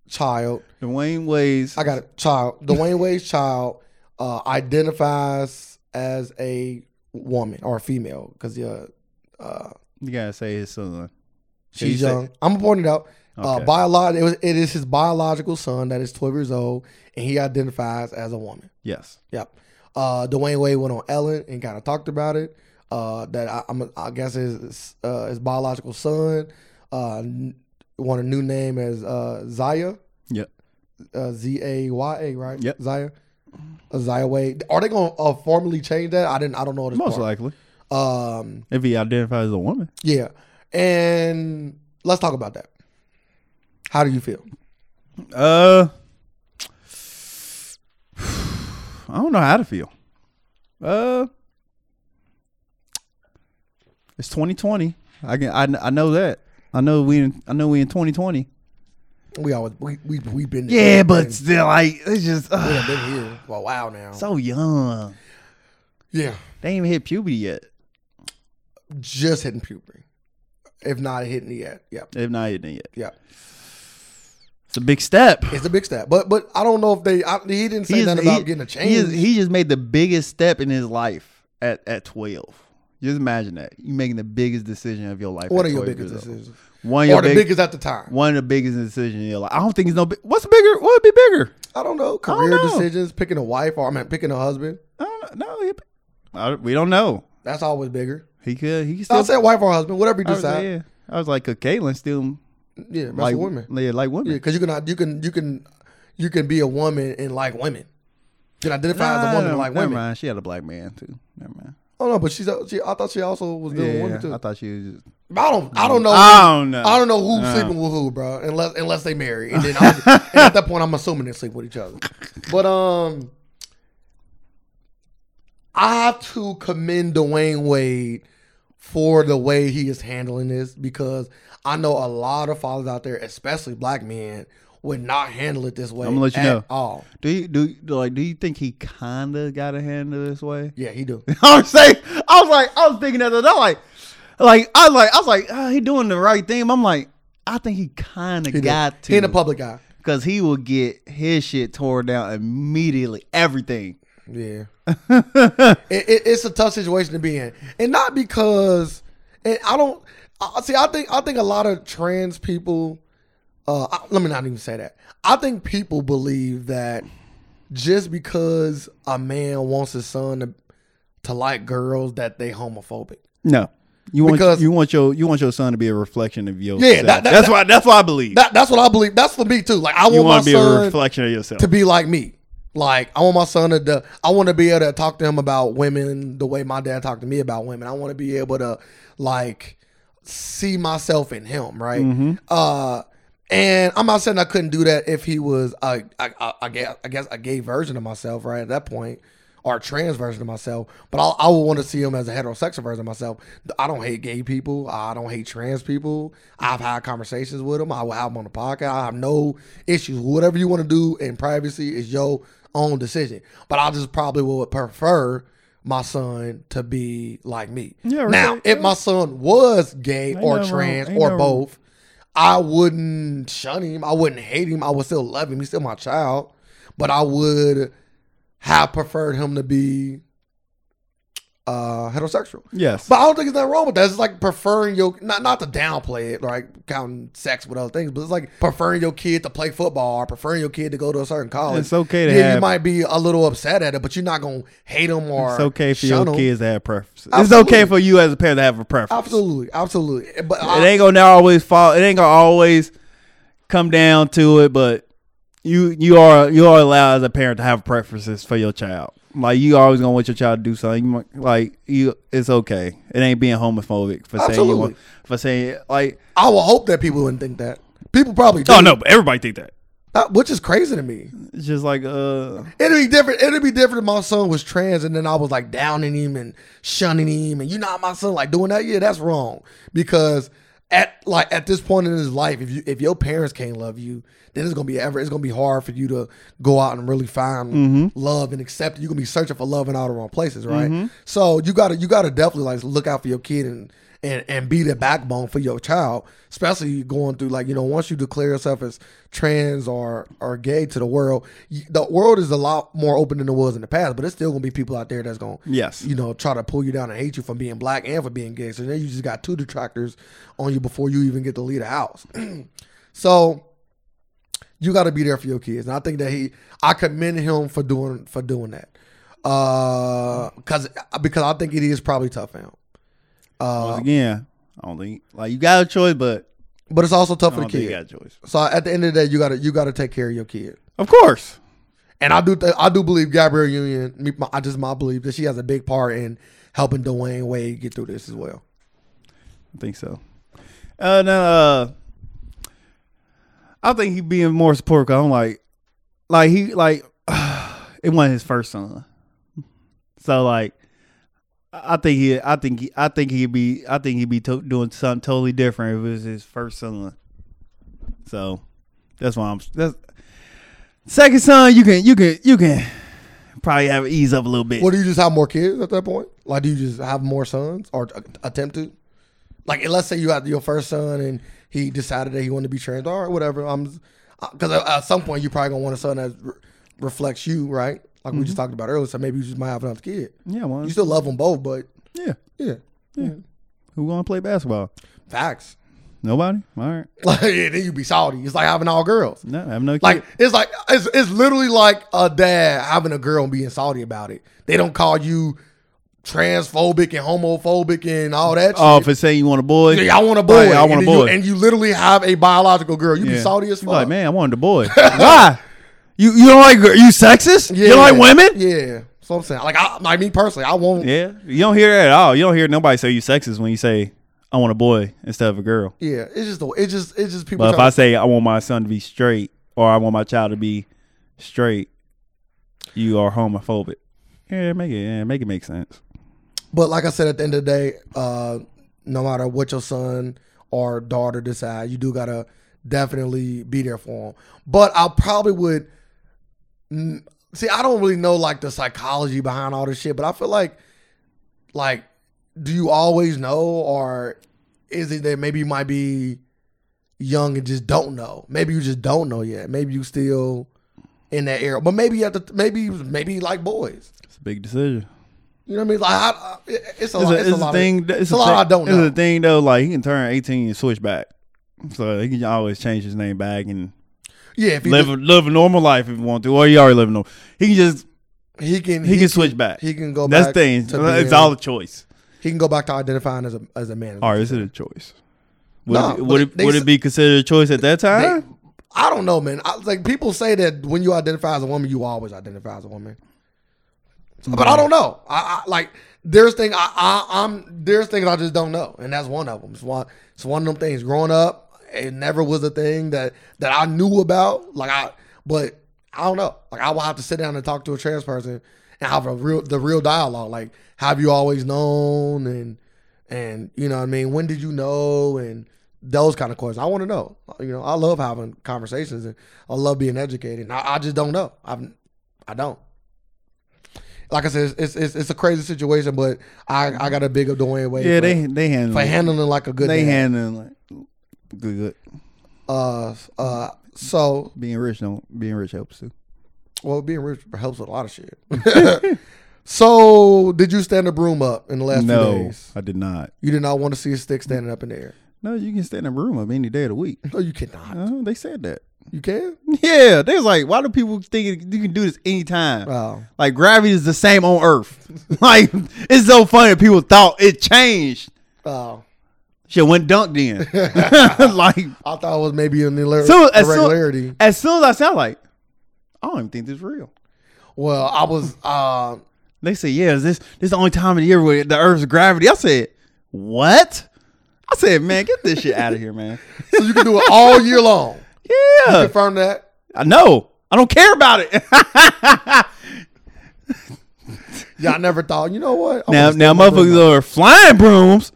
child. Dwayne Wade's. I got it. Child. Dwayne Wade's child uh, identifies as a woman or a female because yeah, uh, You gotta say his son. She's you say- young. I'm gonna point it out. Uh, Okay. biolog- it, was, it is his biological son that is 12 years old, and he identifies as a woman. Yes. Yep. Uh, Dwayne Wade went on Ellen and kind of talked about it. Uh, that I, I'm, I guess his uh, his biological son uh, n- want a new name as uh, Zaya. Yep. Uh, Z A Y A, right? Yep. Zaya. Uh, Zaya Wade. Are they gonna uh, formally change that? I didn't. I don't know this Most part. likely. Um. If he identifies as a woman. Yeah. And let's talk about that. How do you feel? Uh I don't know how to feel. Uh It's 2020. I can I, I know that. I know we in, I know we in 2020. We always we we we've been Yeah, but still like it's just we ugh, have been here for a while now. so young. yeah. They ain't even hit puberty yet. just hitting puberty, if not hitting it yet. Yep, They've not hitting it yet. yep. It's a big step. It's a big step, but but I don't know if they. I, he didn't say is- nothing about getting a He, change. is, he just made the biggest step in his life at, at 12. Just imagine that. You making the biggest decision of your life. what at are your 12 biggest years old. decisions? One of Or your the big, biggest at the time? one of the biggest decisions in your life. I don't think it's no big. What's bigger? What would be bigger? I don't know. Career know. decisions, picking a wife, or I mean, picking a husband. I don't know. No, it- I- we don't know. That's always bigger. He could. He could So still. I said wife or husband, whatever you I was, like, decide. yeah. I was like, 'cause Caitlyn still yeah, that's like a woman. Yeah, like women. Yeah, because you can you can you can you can be a woman and like women. You can identify as a woman Nah, and like never women. mind. She had a black man too. Never mind. Oh no, but she's a, she. I thought she also was doing Yeah, women too. I Mm. thought she was. Just, I don't. I don't know. I don't know. I don't know who's Uh. sleeping with who, bro. Unless unless they marry, and then I'm, and at that point, I'm assuming they sleep with each other. But um, I have to commend Dwayne Wade for the way he is handling this because I know a lot of fathers out there, especially black men, would not handle it this way. I'ma let you at know. all. do you do you- like? Do you think he kinda got a hand in this way? Yeah, he do. I was saying, I was like, I was thinking that, and I'm like, like I was like, I was like, ah, he doing the right thing. But I'm like, I think he kind He of do. got He in the to public eye. because he will get his shit torn down immediately. Everything. Yeah. it, it, it's a tough situation to be in, and not because, and I don't I, see. I think I think a lot of trans people. Uh, I- let me not even say that. I think people believe that just because a man wants his son to to like girls, that they homophobic. No, you want Because- you want your you want your son to be a reflection of yourself. Yeah, that- that- that's why that's why I believe That that's what I believe. That's for me too. Like I you want my want to be a son reflection of yourself. to be like me. Like I want my son to. do- I want to be able to talk to him about women the way my dad talked to me about women. I want to be able to like see myself in him, right? Uh, and I'm not saying I couldn't do that if he was a, a, a, a gay, I guess a gay version of myself, right? At that point, or a trans version of myself. But I, I would want to see him as a heterosexual version of myself. I don't hate gay people. I don't hate trans people. I've had conversations with them. I will have them on the podcast. I have no issues. Whatever you want to do in privacy is your own decision. But I just probably would prefer my son to be like me. Yeah, right. now, if my son was gay or nothing wrong- trans ain't or nothing- both, I wouldn't shun him. I wouldn't hate him. I would still love him. He's still my child. But I would have preferred him to be uh heterosexual. yes, But I don't think there's nothing wrong with that. It's like preferring your not not to downplay it, like counting sex with other things, but it's like preferring your kid to play football or preferring your kid to go to a certain college. It's okay to yeah, you have- might be a little upset at it, but you're not gonna hate him or it's okay for shun your 'em. kids to have preferences. Absolutely. It's okay for you as a parent to have a preference. Absolutely, absolutely. But I, it ain't gonna always fall. It ain't gonna always come down to it, but you you are you are allowed as a parent to have preferences for your child. Like you always gonna want your child to do something. You might- like you, it's okay. It ain't being homophobic for saying you want Absolutely. for saying like. I would hope that people wouldn't think that. People probably do. Oh no, but everybody think that. That- which is crazy to me. It's just like uh, It'd be different. It'd be different if my son was trans and then I was like downing him and shunning him and you not my son like doing that. Yeah, that's wrong because at like at this point in his life, if you if your parents can't love you, then it's gonna be ever. It's gonna be hard for you to go out and really find love and accept. it. You're gonna be searching for love in all the wrong places, right? So you gotta you gotta definitely like look out for your kid and and and be the backbone for your child, especially going through like you know once you declare yourself as trans or or gay to the world, y- the world is a lot more open than it was in the past. But there's still gonna be people out there that's gonna Yes. you know try to pull you down and hate you for being black and for being gay. So then you just got two detractors on you before you even get to leave the house. so you got to be there for your kids. And I think that he, I commend him for doing for doing that, uh, because because I think it is probably tough for him. Once Uh, again, I don't think like you got a choice, but but it's also tough I for the don't think Oh, you kid. got a choice. So at the end of the day, you gotta you gotta take care of your kid. Of course. And I do th- I do believe Gabrielle Union. Me, my, I just my belief that she has a big part in helping Dwayne Wade get through this as well. I think so. Uh, no, uh, I think he being more supportive. 'cause I'm like, like he like it wasn't his first son, so like I I think he, I think he, I think he'd be, I think he'd be to- doing something totally different if it was his first son. So that's why I'm that's second son. You can, you can, you can probably have it ease up a little bit. What do you just have more kids at that point? Like, do you just have more sons or a- attempt to? Like, let's say you had your first son and he decided that he wanted to be trans or whatever. I'm because at at some point you probably gonna want a son that re- reflects you, right? Like we just talked about earlier. So maybe you just might have another kid. yeah, well, You still love them both, but yeah. yeah, Who gonna play basketball? facts. Nobody. All right. Like yeah, then you be salty. It's like having all girls. No, I have no. Kid. Like it's like it's it's literally like a dad having a girl and being salty about it. They don't call you transphobic and homophobic and all that. Oh, shit. for saying you want a boy. Yeah, I want a boy. Right, I want and a then boy. You, and you literally have a biological girl. You be salty as You fuck. Like, man, I wanted a boy. Why? You you don't like gir- you sexist? You don't like women? Yeah. So I'm saying, like, I, like me personally, I won't. Yeah. Yeah. You don't hear that at all. You don't hear nobody say you sexist when you say I want a boy instead of a girl. it's just the it's just it's just people. But if I trying to- say I want my son to be straight or I want my child to be straight, you are homophobic. Yeah, make it yeah, make it make sense. but like I said, at the end of the day, uh, no matter what your son or daughter decide, you do gotta definitely be there for them. But I probably would. mm, See, I don't really know like the psychology behind all this shit, but I feel like, like, do you always know, or is it that maybe you might be young and just don't know? Maybe you just don't know yet. Maybe you still in that era, but maybe you have to. Maybe maybe you like boys. It's a big decision. You know what I mean? Like, I, I, it's a It's lot. a, it's it's a a lot thing. Of, that- it's a lot I thing- don't it's know. a thing though. Like he can turn eighteen and switch back, so he can always change his name back and yeah, if he, live a- live a normal life if you want to, or you already live normal. He can just just- he can, he, can switch back. he can go That's back the thing. to It's being- all a choice. he can go back to identifying as a as a man. Or is it a choice? Would, Nah, it, be- would, but it, they would s- it be considered a choice at that time? I don't know, man. I, like people say that when you identify as a woman, you always identify as a woman. But I don't know. I, I like there's thing I, I I'm there's things I just don't know, and that's one of them. It's one it's one of them things. Growing up, it never was a thing that that I knew about. Like I, but I don't know. Like I will have to sit down and talk to a trans person and have a real the real dialogue. Like have you always known and and you know what I mean. When did you know and those kind of questions. I want to know. You know, I love having conversations and I love being educated. And I, I just don't know. I've I don't. Like I said, it's- it's it's, it's a crazy situation, but I, I got a big up Dwayne Wade. Yeah, for, they they handle for it. handling like a good they dad. handling like, good good uh uh. So being rich. Don't being rich helps too. well, being rich helps with a lot of shit. so did you stand the broom up in the last few No, days? I did not. You did not want to see a stick standing up in the air. No, you can stay in a room of any day of the week. No, you cannot. Uh, they said that. You can. Yeah, they was like, why do people think you can do this anytime? Wow. Like gravity is the same on Earth. like it's so funny that people thought it changed. Oh, Shit went dunked in. like I thought it was maybe an irre- So, as soon- irregularity. as soon as I sound like, I don't even think this is real. Well, I was. Uh, They say, yeah, is this this the only time of the year where the Earth's gravity? I said, what? I said, man, get this shit out of here, man. so you can do it all year long. Yeah, Confirm that. I know. I don't care about it. Yeah, I never thought. You know what? I now, wanna now, stick my broom motherfuckers are flying brooms.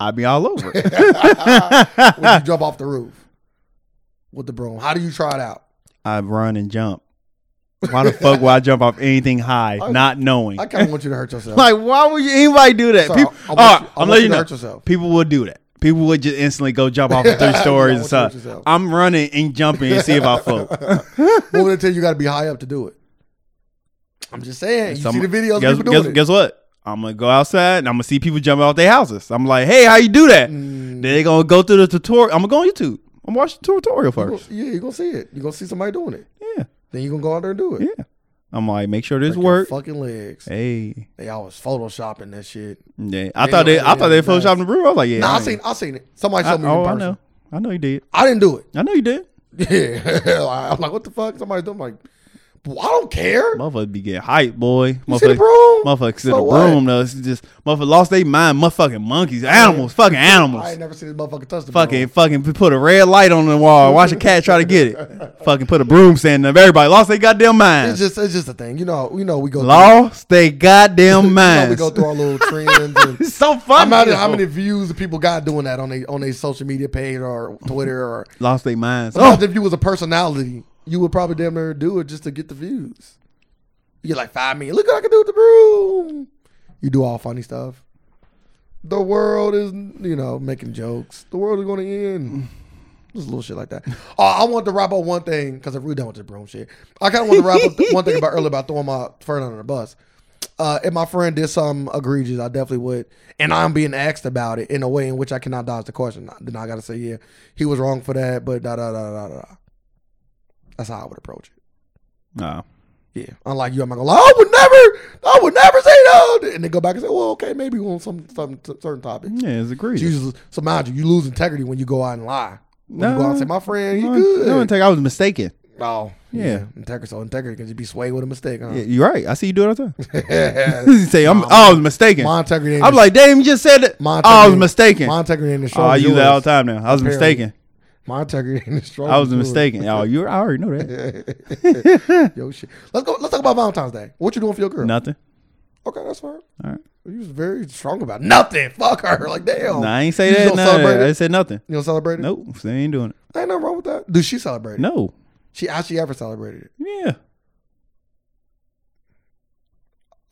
I'd be all over it. up Ah. When you jump off the roof with the broom, how do you try it out? I run and jump. Why the fuck would I jump off anything high, not knowing? I kind of want you to hurt yourself. like, why would you, anybody do that? So, people, I want all right, you- I I'm want letting you you to know. hurt yourself. People would do that. People would just instantly go jump off of three stories want you and to stuff. hurt yourself. I'm running and jumping and see if I float. what would it tell you? You got to be high up to do it. I'm just saying. You Some- see the videos guess, of people guess- doing guess what? I'm gonna go outside and I'm gonna see people jumping off their houses. I'm like, hey, how you do that? Mm. Then they gonna go through the tutorial. I'm gonna go on YouTube. I'm gonna watch the tutorial it. You first. gon- yeah, you're gonna see it. You're gonna see somebody doing it. Yeah, Then you're gonna go out there and do it. yeah. I'm like, make sure this Break your works. Fucking legs. Hey, They always photoshopping that shit. yeah. I thought they, I don't- thought they they don't- photoshopped the room. I was like, yeah. nah, I ain't- seen, I seen it. Somebody I- showed me oh, in I person. I, know. I know you did. didn't do it. I know you did. Yeah, I'm like, what the fuck? Somebody doing? Like, well, I don't care. Motherfucker be getting hype, boy. You see the Motherfucker, broom? motherfuckers in So the what? room though. It's just motherfucker lost their mind. Motherfucking monkeys, animals, fucking I animals. ain't never seen this motherfucker touch the Fucking, fucking put a red light on the wall. Watch a cat try to get it. fucking put a broom stand up. Everybody lost their goddamn broom. minds. It's just, it's just a thing. You know, you know, we go. lost their goddamn through, you know, we minds. go through our little trends. And, it's so I'm funny. not how many though. views the people got doing that on their on their social media page or Twitter or. lost their minds. Sometimes Oh, if you was a personality, you would probably damn near do it just to get the views. You get like five million. Look what I can do with the broom. You do all funny stuff. The world is, you know, making jokes. The world is going to end. Just little shit like that. Oh, I want to wrap up one thing because I really done with this broom shit. I kind of want to wrap up one thing about earlier about throwing my friend under the bus. Uh, if my friend did something egregious, I definitely would. And I'm being asked about it in a way in which I cannot dodge the question. Then I got to say, yeah, he was wrong for that, but da da da da da. da. That's how I would approach it. no. Yeah. Unlike you, I'm not gonna lie. I would never, I would never say no. And they go back and say, well, okay, maybe on some, some certain topic. Yeah, it's It's agreed. usually- so mind you, you lose integrity when you go out and lie. When you go out and say, my friend, he No, good. no, I was mistaken. oh, Yeah. Integrity. So integrity can just be swayed with a mistake. Huh? Yeah, you're right. I see you do it all the time. you say, I'm, oh, I was mistaken. My integrity. Ain't I'm like, damn, you just said that. my Oh, I was integrity- mistaken. My integrity ain't as Oh, strong. I as use that yours. all the time now. I was Apparently. mistaely mistaken. My integrity ain't as strong. I was as yours. mistaken. Oh, you I already know that. Yo, shit. Let's go. Let's talk about Valentine's Day. What you doing for your girl? Nothing. Okay, that's fine. All right. You was very strong about it. nothing. Fuck her. Like damn. Nah, I ain't say Oh, You that. don't None of celebrate that. I it? said nothing. You don't celebrate it. Nope. They ain't doing it. Ain't nothing wrong with that. Dude, she celebrated. it. No. She actually ever celebrated it. Yeah.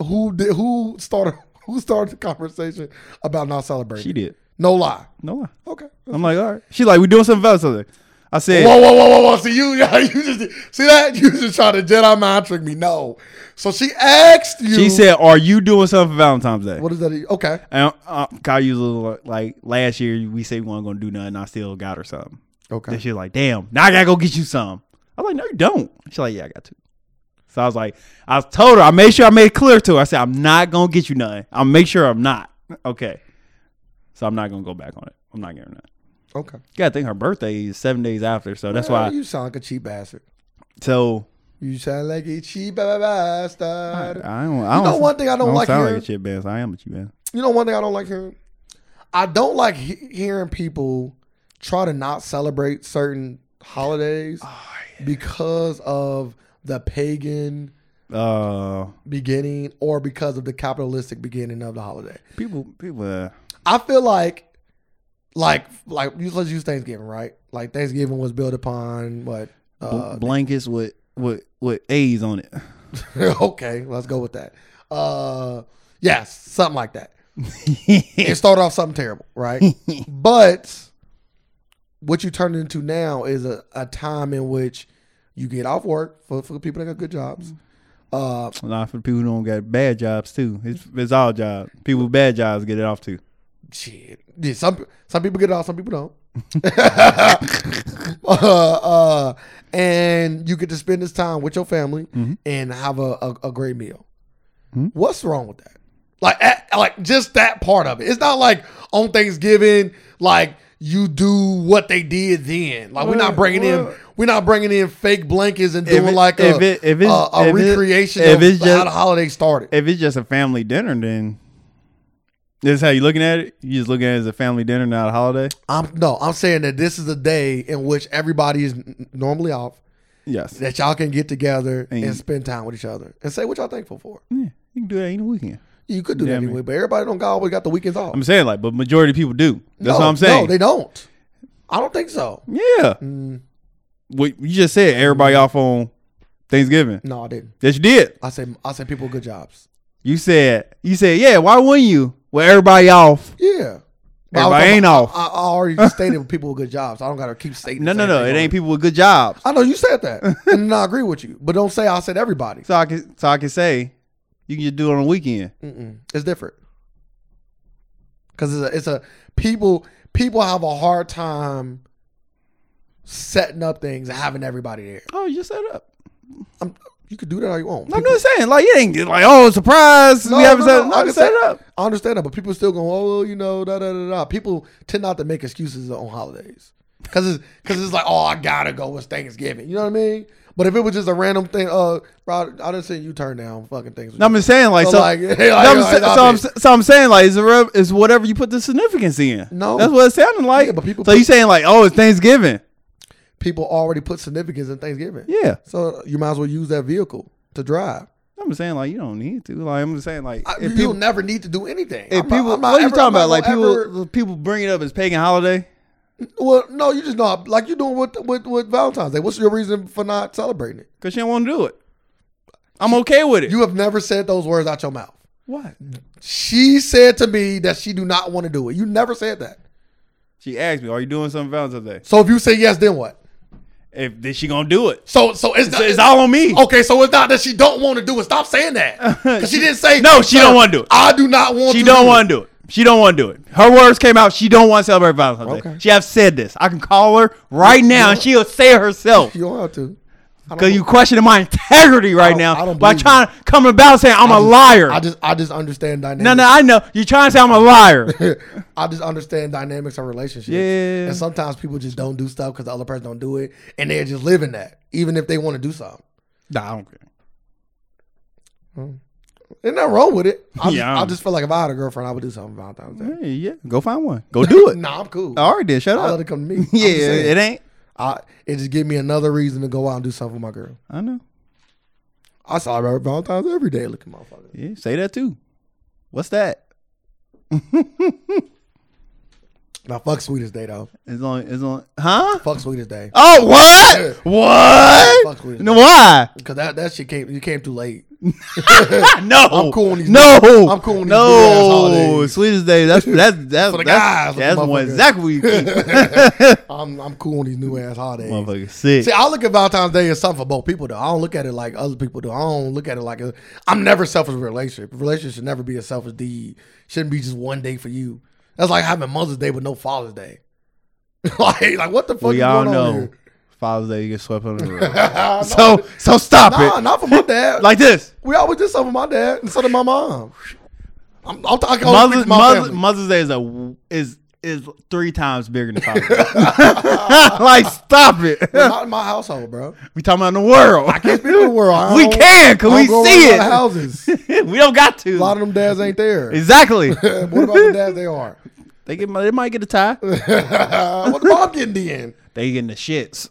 Who did? Who started? Who started the conversation about not celebrating? She did. No lie. No lie. Okay. I'm like, all right. She's like, we doing something else. Something. I said, Whoa, whoa, whoa, whoa, whoa. See, you, you just, see that? You just trying to Jedi mind trick me. No. So she asked you. she said, are you doing something for Valentine's Day? What is that? Okay. And uh, Kyle usually like last year we said we weren't gonna do nothing. I still got her something. Then Okay. she's like, damn, now I gotta go get you some. I was like, no, you don't. She's like, yeah, I got to. So I was like, I told her, I made sure I made it clear to her. I said, I'm not gonna get you nothing. I'll make sure I'm not. Okay. So I'm not gonna go back on it. I'm not getting her nothing. Okay. You gotta think her birthday is seven days after, so that's why. You sound like a cheap bastard. so You sound like a cheap bastard. I don't. I You don't know one thing I don't like sound hearing? like a chip bass. I am a chip bass. You know one thing I don't like hearing? I don't like he- hearing people try to not celebrate certain holidays Oh, because of the pagan Uh, beginning or because of the capitalistic beginning of the holiday. people, people. Uh, I feel like, like, like you- let's use Thanksgiving, right? Like Thanksgiving was built upon what? bl- Uh, blankets with with with A's on it. okay, let's go with that. Uh, yes, something like that. it started off something terrible, right? but what you turn it into now is a, a time in which you get off work for, for people that got good jobs. Uh, Nah, for the people who don't got bad jobs too. It's it's all job. People with bad jobs get it off too. shit. Yeah, some some people get it off, some people don't. uh, uh, and you get to spend this time with your family Mm-hmm. and have a, a, a great meal. What's wrong with that? Like, at, like just that part of it. It's not like on Thanksgiving, like you do what they did then. Like we're not Well, bringing in, well- we're not bringing in fake blankets and doing it- like if a, it- if it's- a, if a it- recreation if of it's how just- the holiday started. If it's just a family dinner, then this is how you looking at it. You just looking at it as a family dinner, not a holiday. I'm no, I'm saying that this is a day in which everybody is n- normally off. Yes, that y'all can get together and, And- spend time with each other and say what y'all thankful for. yeah, you can do that any weekend. You could do Yeah, I that mean- anyway, but everybody don't got always got the weekends off. I'm saying like, but majority of people do. That's No, what I'm No, saying. they don't. I don't think so. Mm, yeah, what you just said. Everybody off on Thanksgiving. No, I didn't. Yes, you did. I said I said people with good jobs. You said you said yeah. Why wouldn't you? Well, everybody off. Yeah. But I was Everybody talking ain't about- off. I, I already stated with people with good jobs. I don't gotta keep stating. No, the no, same no. thing It over. ain't people with good jobs. I know you said that, and I agree with you. But don't say I said everybody. So I can so I can say you can just do it on the weekend. Mm-mm. It's different because it's a, it's a people people have a hard time setting up things and having everybody there. Oh, you just set up. I'm, you could do that all you want. I'm People- just saying, like, it ain't just like, oh, surprise, No, we haven't no, set, no, no, I can set say- up. I understand that, but people still going, oh, you know, da da da da. People tend not to make excuses on holidays because it's because it's like, oh, I gotta go. It's Thanksgiving. You know what I mean? But if it was just a random thing, uh, bro, I didn't say you turn down fucking things. No, I'm just saying, like, so, like, like, no, I'm sa- so, I'm, sa- so I'm saying, like, it's, a rev- it's whatever you put the significance in. No. that's what it sounded like. Yeah, but people so you saying, like, oh, it's Thanksgiving? people already put significance in Thanksgiving. Yeah, So you might as well use that vehicle to drive. I'm just saying, like, you don't need to. Like, I'm just saying, like, I, if you'll people, never need to do anything. if I'm not- people, I'm not what are you ever- talking I'm not about? Like, gonna people, ever- people bring it up as pagan holiday. well, no, you just know, like you doing with, with with Valentine's Day. What's your reason for not celebrating it? Cause she don't want to do it. I'm okay with it. You have never said those words out your mouth. what? She said to me that she do not want to do it. You never said that. She asked me, "Are you doing something Valentine's Day?" So if you say yes, then what? If then she gonna do it, So so it's not, so it's all on me. okay. So it's not that she don't want to do it. Stop saying that because she didn't say No, she "Sir, don't wanna do it." I do not want. She to don't do want to do it. She don't want to do it. Her words came out. She don't want to celebrate Valentine's Day. Okay. She have said this. I can call her right now, and she'll say it herself. it. You don't have to. I don't Cause you questioning my integrity right I now don't- I don't by believe trying to come about saying I'm a just- liar. I just I just understand dynamics. no, no, I know you're trying to say I'm a liar. I just understand dynamics of relationships. Yeah. And sometimes people just don't do stuff because the other person don't do it, and they're just living that, even if they want to do something. nah, I don't care. There's nothing wrong with it. Yeah, I, I just, I don't- just feel like if I had a girlfriend, I would do something Valentine's Day. Hey, yeah, go find one. Go do it. Nah, I'm cool. All right, then shut I let up. it come to me. I'm just Yeah, saying. it ain't. I, it just give me another reason to go out and do something with my girl. I know. I celebrate Valentine's every day. Look at motherfucker. Yeah, say that too. What's that? Now fuck Sweetest Day though. As long as long, huh? Fuck Sweetest Day. Oh, Yeah. what? What? Fuck Sweetest No, Day. why? Cause that, that shit came you came too late. No, I'm cool on these- No, I'm cool on these big ass No, holidays. sweetest day. That's that's that's For that's, the guys, that's motherfucker. one exactly what you keep. I'm I'm cool on these new ass holidays. Motherfucker, sick. See, I look at Valentine's Day as something for both people, though. I don't look at it like other people do. I don't look at it like a, I'm never selfish in a relationship. A relationship should never be a selfish deed. Shouldn't be just one day for you. That's like having Mother's Day with no Father's Day. like, like what the fuck well, is y'all going on know here? Father's Day you get swept under the rug. no, so so stop nah, it. not for my dad. like Like this, we always did something for my dad and so did my mom. I'm, I'm talking only Mother's for my Mother, family. Mother's Day is a is is three times bigger than Father's Day. like stop it. But not in my household, bro. We talking about in the world. Can't speak for the world. I We don't- can, 'cause I don't we go around see a it. lot of Houses. we don't got A lot to. of them dads ain't there. Exactly. what about the dads? They are. they get they might get a tie. what the mom getting the end? They getting the shits.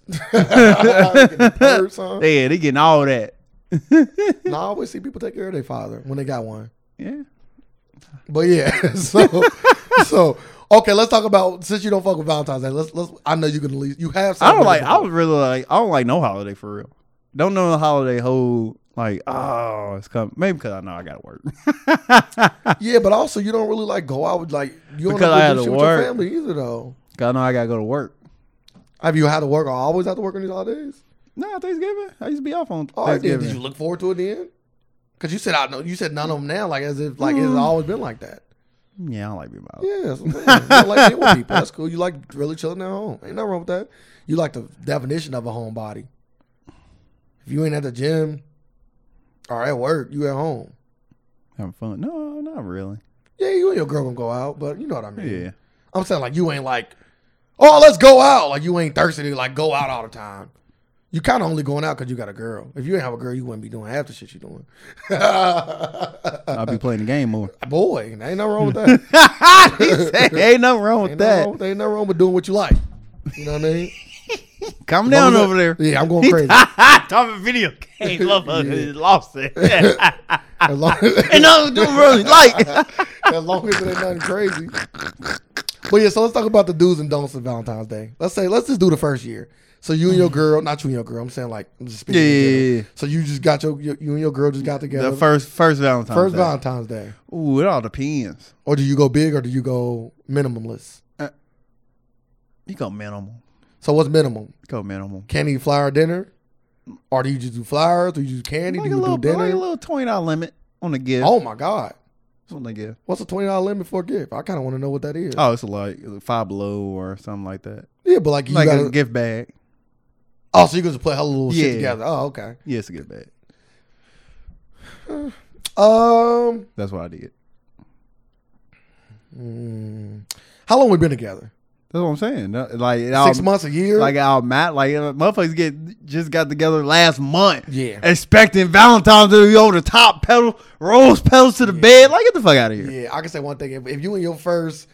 Purse, huh? Yeah, they getting all that. No, I always see people take care of their father when they got one. Yeah. But yeah, so so okay, let's talk about since you don't fuck with Valentine's Day. Let's let's. I know you can at least you have. I don't like. celebrated I was really like. I don't like no holiday for real. Don't know the holiday whole like. Oh, it's come. Maybe because I know I got to work. before. yeah, but also you don't really like go out with like you don't Because I really had do to shit with your work. family either though. Cause I know I got to go to work. Have you had to work? I always have to work on these holidays. No, Thanksgiving. I used to be off on Oh, I did. Thanksgiving. Did you look forward to it then? Because you said I know you said none of them now. Like as if like Mm. it's always been like that. yeah, I don't like being off. Yeah, that's what I'm saying. you like dealing with people. That's cool. You like really chilling at home. Ain't nothing wrong with that. You like the definition of a homebody. If you ain't at the gym or at work, you at home. Having fun. No, not really. Yeah, you and your girl gonna go out, but you know what I mean. Yeah. I'm saying like you ain't like, oh, let's go out. Like you ain't thirsty to like go out all the time. You kind of only going out because you got a girl. If you ain't have a girl, you wouldn't be doing half the shit you doing. I'll be playing the game more. Boy, ain't nothing wrong with that. Ah, he said, ain't nothing wrong with Ain't nothing that. wrong, with- ain't nothing wrong with doing what you like. You know what I mean? Calm down What was over that? there. Yeah, I'm going crazy. Talking video game, motherfucker, lost it. and As long as, nothing to do really like. as long as it ain't nothing crazy. But yeah, so let's talk about the do's and don'ts of Valentine's Day. Let's say let's just do the first year. So you and your girl, not you and your girl. I'm saying like I'm just speaking. Mm. Yeah, yeah, in general. yeah, yeah. So you just got your, your you and your girl just got together. The first first Valentine's. first Day. Valentine's Day, Ooh, it all depends. or do you go big or do you go minimalist? You go minimal. So what's minimum? You go minimal. Candy flower dinner, or do you just do flowers? Do you do candy? Like do a you little, do dinner? like a little twenty dollar limit on the gift. oh my god, on the gift. what's a twenty dollar limit for a gift? I kind of want to know what that is. Oh, it's like five below or something like that. yeah, but like you like gotta. a gift bag. oh, so you can just put her little shit Yeah. together. Oh, okay. Yeah, it's a gift bag. Um, That's what I did. mm, how long we been together? That's what I'm saying. Uh, Like it all, Six months, a year. Like our Matt, like uh, motherfuckers get just got together last month. Yeah. expecting Valentine's to be over the top pedal, rose pedals to the bed. Like get the fuck out of here. Yeah, I can say one thing. If, if you in your first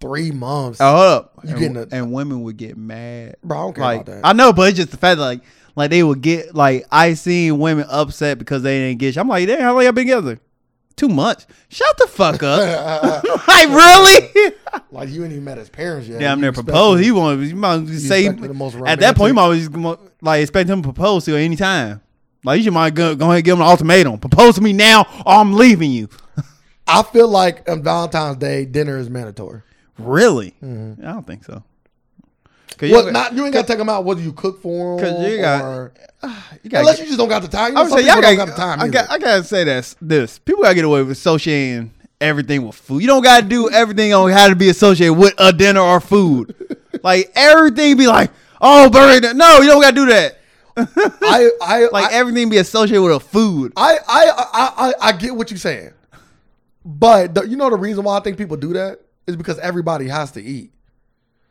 three months, Oh, hold up. You and, getting a- and women would get mad. bro, I don't care Like about that. I know, but it's just the fact that, like like they would get like I seen women upset because they didn't get. You. I'm like, damn, how long y'all been together? Too much. Shut the fuck up. like really? like you ain't even met his parents yet. Damn You near expect- proposed. He wanted. You might as well say expected the most at that point. You romantic- might as well just go- like expect him to propose to you any time. Like you should might go, go ahead and give him an ultimatum. Propose to me now, or I'm leaving you. I feel like on Valentine's Day dinner is mandatory. Really? I don't think so. Cause Mm-hmm. Well, you, not you ain't gotta take them out. Whether you cook for them, 'Cause you got- or, you gotta unless you just don't got the time. You I know, would some say y'all people got, don't got the time. I, either. got, I gotta say this. This people gotta get away with associating everything with food. You don't gotta do everything on how to be associated with a dinner or food. like everything be like, oh, burger. No, you don't gotta do that. I, I, Like I- everything be associated with a food. I, I, I, I, I get what you're saying, but the, you know the reason why I think people do that is because everybody has to eat.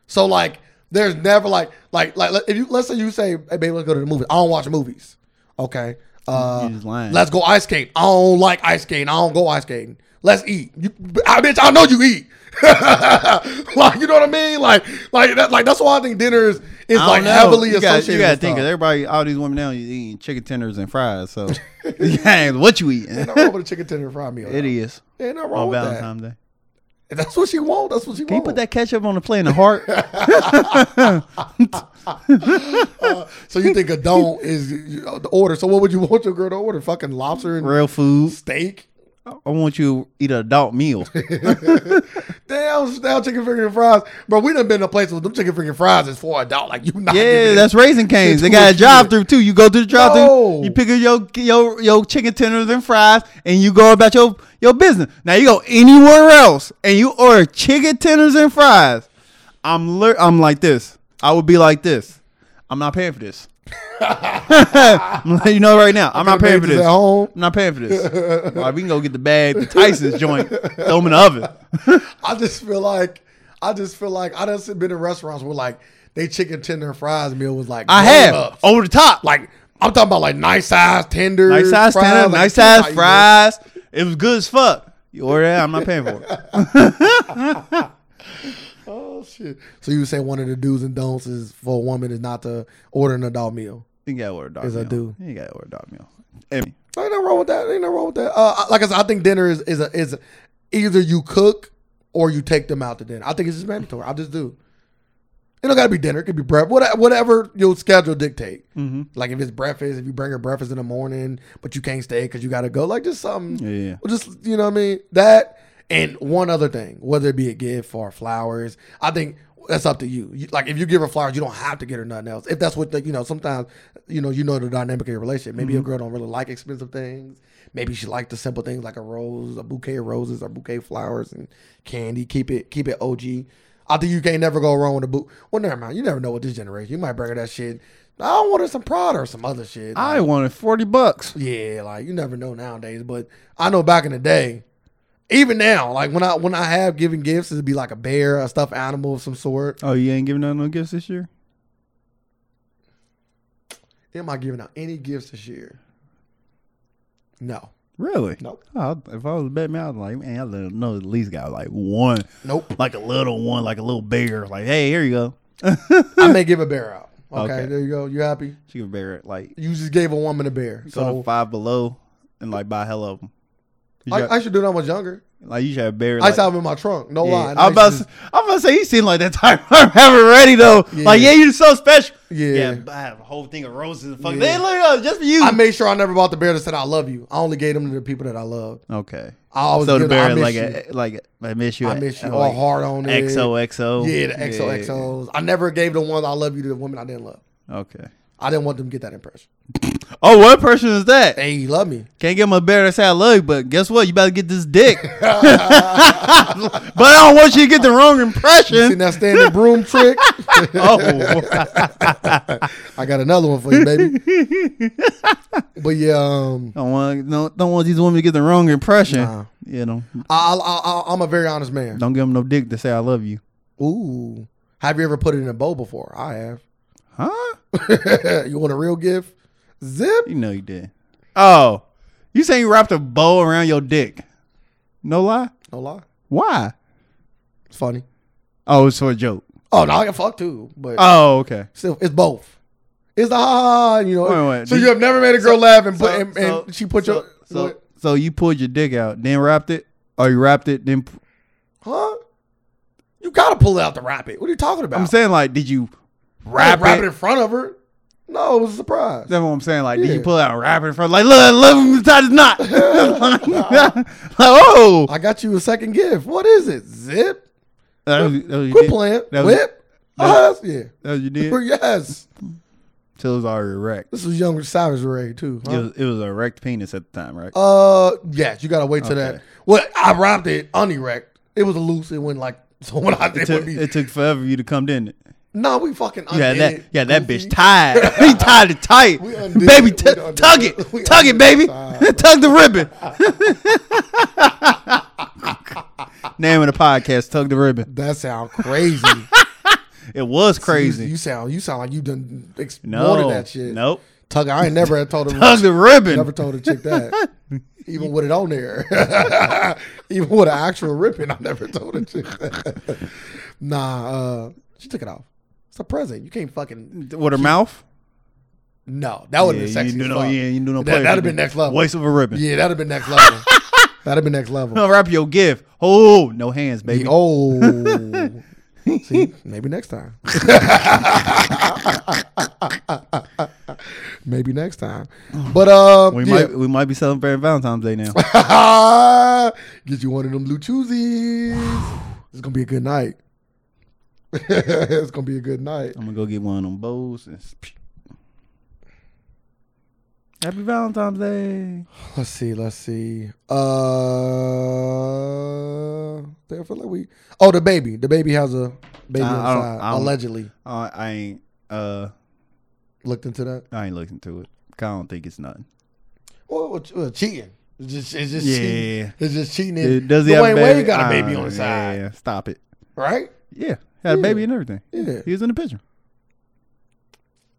So like, there's never like, like, like if you let's say you say, "Hey, baby, let's go to the movies." I don't watch movies. Okay. Uh, You just lying. let's go ice skating. I don't like ice skating. I don't go ice skating. Let's eat. You, I bitch, I know you eat. like you know what I mean? Like, like that, like that's why I think dinner is, is I like don't know. heavily you gotta- associated. you gotta with think stuff. 'cause everybody, all these women now, you eating chicken tenders and fries. So, yeah, what you eating? Ain't nothing wrong with a chicken tender and fried meal. It is Ain't nothing wrong on with that. Oh. Valentine's Day. If that's what she want, that's what she Can you want. put that ketchup on the plate in the heart? So you think a don't is you know, the order. So what would you want your girl to order? Fucking lobster and Real food. steak? I want you to eat an adult meal. Damn, damn chicken finger and fries. Bro, we done been to places with them chicken finger fries is for adult. Like you not Yeah, giving that's Raising Cane's. They got a Shit. drive through too. You go to the drive through, No. you pick up your your your chicken tenders and fries, and you go about your your business. Now you go anywhere else and you order chicken tenders and fries. I'm le- I'm like this. I would be like this. I'm not paying for this. I'm letting you know right now. I'm not could've paying made for this this. at home. I'm not paying for this. Like, we can go get the bag, the Tyson's joint, throw them in the oven. I just feel like I just feel like I done sit- been in restaurants where like they chicken tender and fries meal was like I have grown-ups. over the top. like I'm talking about like nice size tenders, Nice size fries, tender, like, nice that's how size you do it. fries. It was good as fuck. You order that, I'm not paying for it. Oh shit! So you say one of the do's and don'ts is for a woman is not to order an adult meal. You gotta order dog Yes, I meal. do. You gotta order dog meal. And Ain't nothing wrong with that. Ain't nothing wrong with that. Uh, I- like I said, I think dinner is is a, is either you cook or you take them out to dinner. I think it's just mandatory. I just do. It don't gotta be dinner. It could be breakfast. Whatever, whatever your schedule dictate. Mm-hmm. Like if it's breakfast, if you bring her breakfast in the morning, but you can't stay because you gotta go. Like just something. Yeah, yeah. Well, Just you know what I mean. That and one other thing, whether it be a gift or flowers, I think that's up to you. you like if you give her flowers, you don't have to get her nothing else. If that's what the, you know, sometimes you know you know the dynamic of your relationship. Maybe your Mm-hmm. girl don't really like expensive things. Maybe she like the simple things like a rose, a bouquet of roses, a bouquet of flowers, and candy. Keep it keep it OG. I think you can't never go wrong with a boot. Well, never mind. You never know what this generation. You might bring her that shit. I don't want her some Prada or some other shit. I wanted forty bucks. Yeah, like you never know nowadays, but I know back in the day, even now, like when I when I have given gifts, it'd be like a bear, a stuffed animal of some sort. Oh, you ain't giving out no gifts this year? Am I giving out any gifts this year? No, Really? Nope. Oh, if I was a bet man, I was like, man, I let him know at least got like one, nope. like a little one, like a little bigger. Like, hey, here you go. I may give a bear out. Okay, Okay. there you go. You happy? She can bear it. Like, You just gave a woman a bear, go so to five below and like buy hell of them. I, I should do that when I was younger. Like you should have buried. I Like, saw him in my trunk. No yeah. lie. I'm about. To, I'm about to say he seemed like that type. I'm having ready though. Like Yeah. yeah, you're so special. Yeah. I have a whole thing of roses. And fuck, Yeah. they look up just for you. I made sure I never bought the bear that said I love you. I only gave them to the people that I loved. okay. I always So the so give them, I bear miss like a, you. like a, I miss you. I a- miss you. a, Or like, hard on it. XOXO. Yeah, the XOXOs. I never gave the ones I love you to the women I didn't love. Yeah. Okay. I didn't want them to get that impression. Oh, what person is that? Hey, you love me. Can't get my bear that say I love you, but guess what? You better get this dick. but I don't want you to get the wrong You seen impression. that standing broom trick? Oh, I got another one for you, baby. but yeah, um, don't want no, don't want these women to get the wrong impression. Nah. You know, I, I, I, I'm a very honest man. don't give them no dick to say I love you, Ooh, have you ever put it in a bowl before? I have. huh? you want a real gift? Zip. You know you did. Oh, you saying you wrapped a bow around your dick? No lie. No lie, Why? it's funny. Oh, it's for a joke. Oh no, I got fucked too, but Oh, okay. still, it's both. It's the ha, ha, ha, you know. Wait, wait, so did- you have never made a girl laugh and put and, so- and she put so, your so, so you pulled your dick out, then wrapped it, or you wrapped it, then. pu- huh? You gotta pull it out to wrap it. What are you talking about? I'm saying like, did you wrap, wrap, wrap it? it in front of her. No, it was a surprise. That's what I'm saying. Like, did Yeah. you pull out and wrap it in front? Like, look, look, him tied his knot. like, oh, I got you a second gift. What is it? Zip. that was, that was you Quit did. playing. That was- Whip. Us. Yeah. That was you did. Yes. So it was already erect. This was younger Savage Ray too. huh? It was, it was an erect penis at the time, right? Uh, yes. You gotta wait till Okay. that. Well, I wrapped it unerect. It was loose. It went like so. When I it, it took, would be it took forever for you to come, didn't it? no, we fucking Yeah, undid that it. yeah, that Goofy. bitch tied. He tied it tight. We undid Baby, it. tu- We undid tug it. it, We tug undid it, it. baby, Sorry. tug the ribbon. Name of the podcast: Tug the Ribbon. That sound crazy. It was You, crazy. you sound. You sound like you done exploded no, that shit. nope. Tug. I ain't never told him. Tug the ribbon. Never told a chick that. Even with it on there. Even with an actual ripping, I never told a chick that. nah, uh, she took it off. It's a present. You can't fucking With her mouth. no. That would Yeah, have you been sexy. do as no, fuck. yeah, you do no. That- play. that'd have been next level. Waste of a ribbon. Yeah, that'd have been next level. that'd have been next level. Wrap your gift. Oh, no hands, baby. Oh, see, maybe next time. maybe next time. But um, Oh, we yeah. might we might be celebrating Valentine's Day now. Get you one of them blue choosies. It's gonna be a good night. it's gonna be a good night. I'm gonna go get one of them bows. And Happy Valentine's Day. Let's see. Let's see. Uh, I feel like we. Oh, the baby. The baby has a baby I- I don't- I inside. don't- allegedly Uh, I ain't uh looked into that. I ain't looking to it. I don't think it's nothing. Well, it's- well, cheating. It's just, it's just Yeah. cheating. It's just cheating. Dude, does he have a Dwayne baby? Wade got a baby Oh, on his yeah, side, yeah, stop it. right? Yeah, had Yeah. a baby and everything. Yeah. he was in the picture.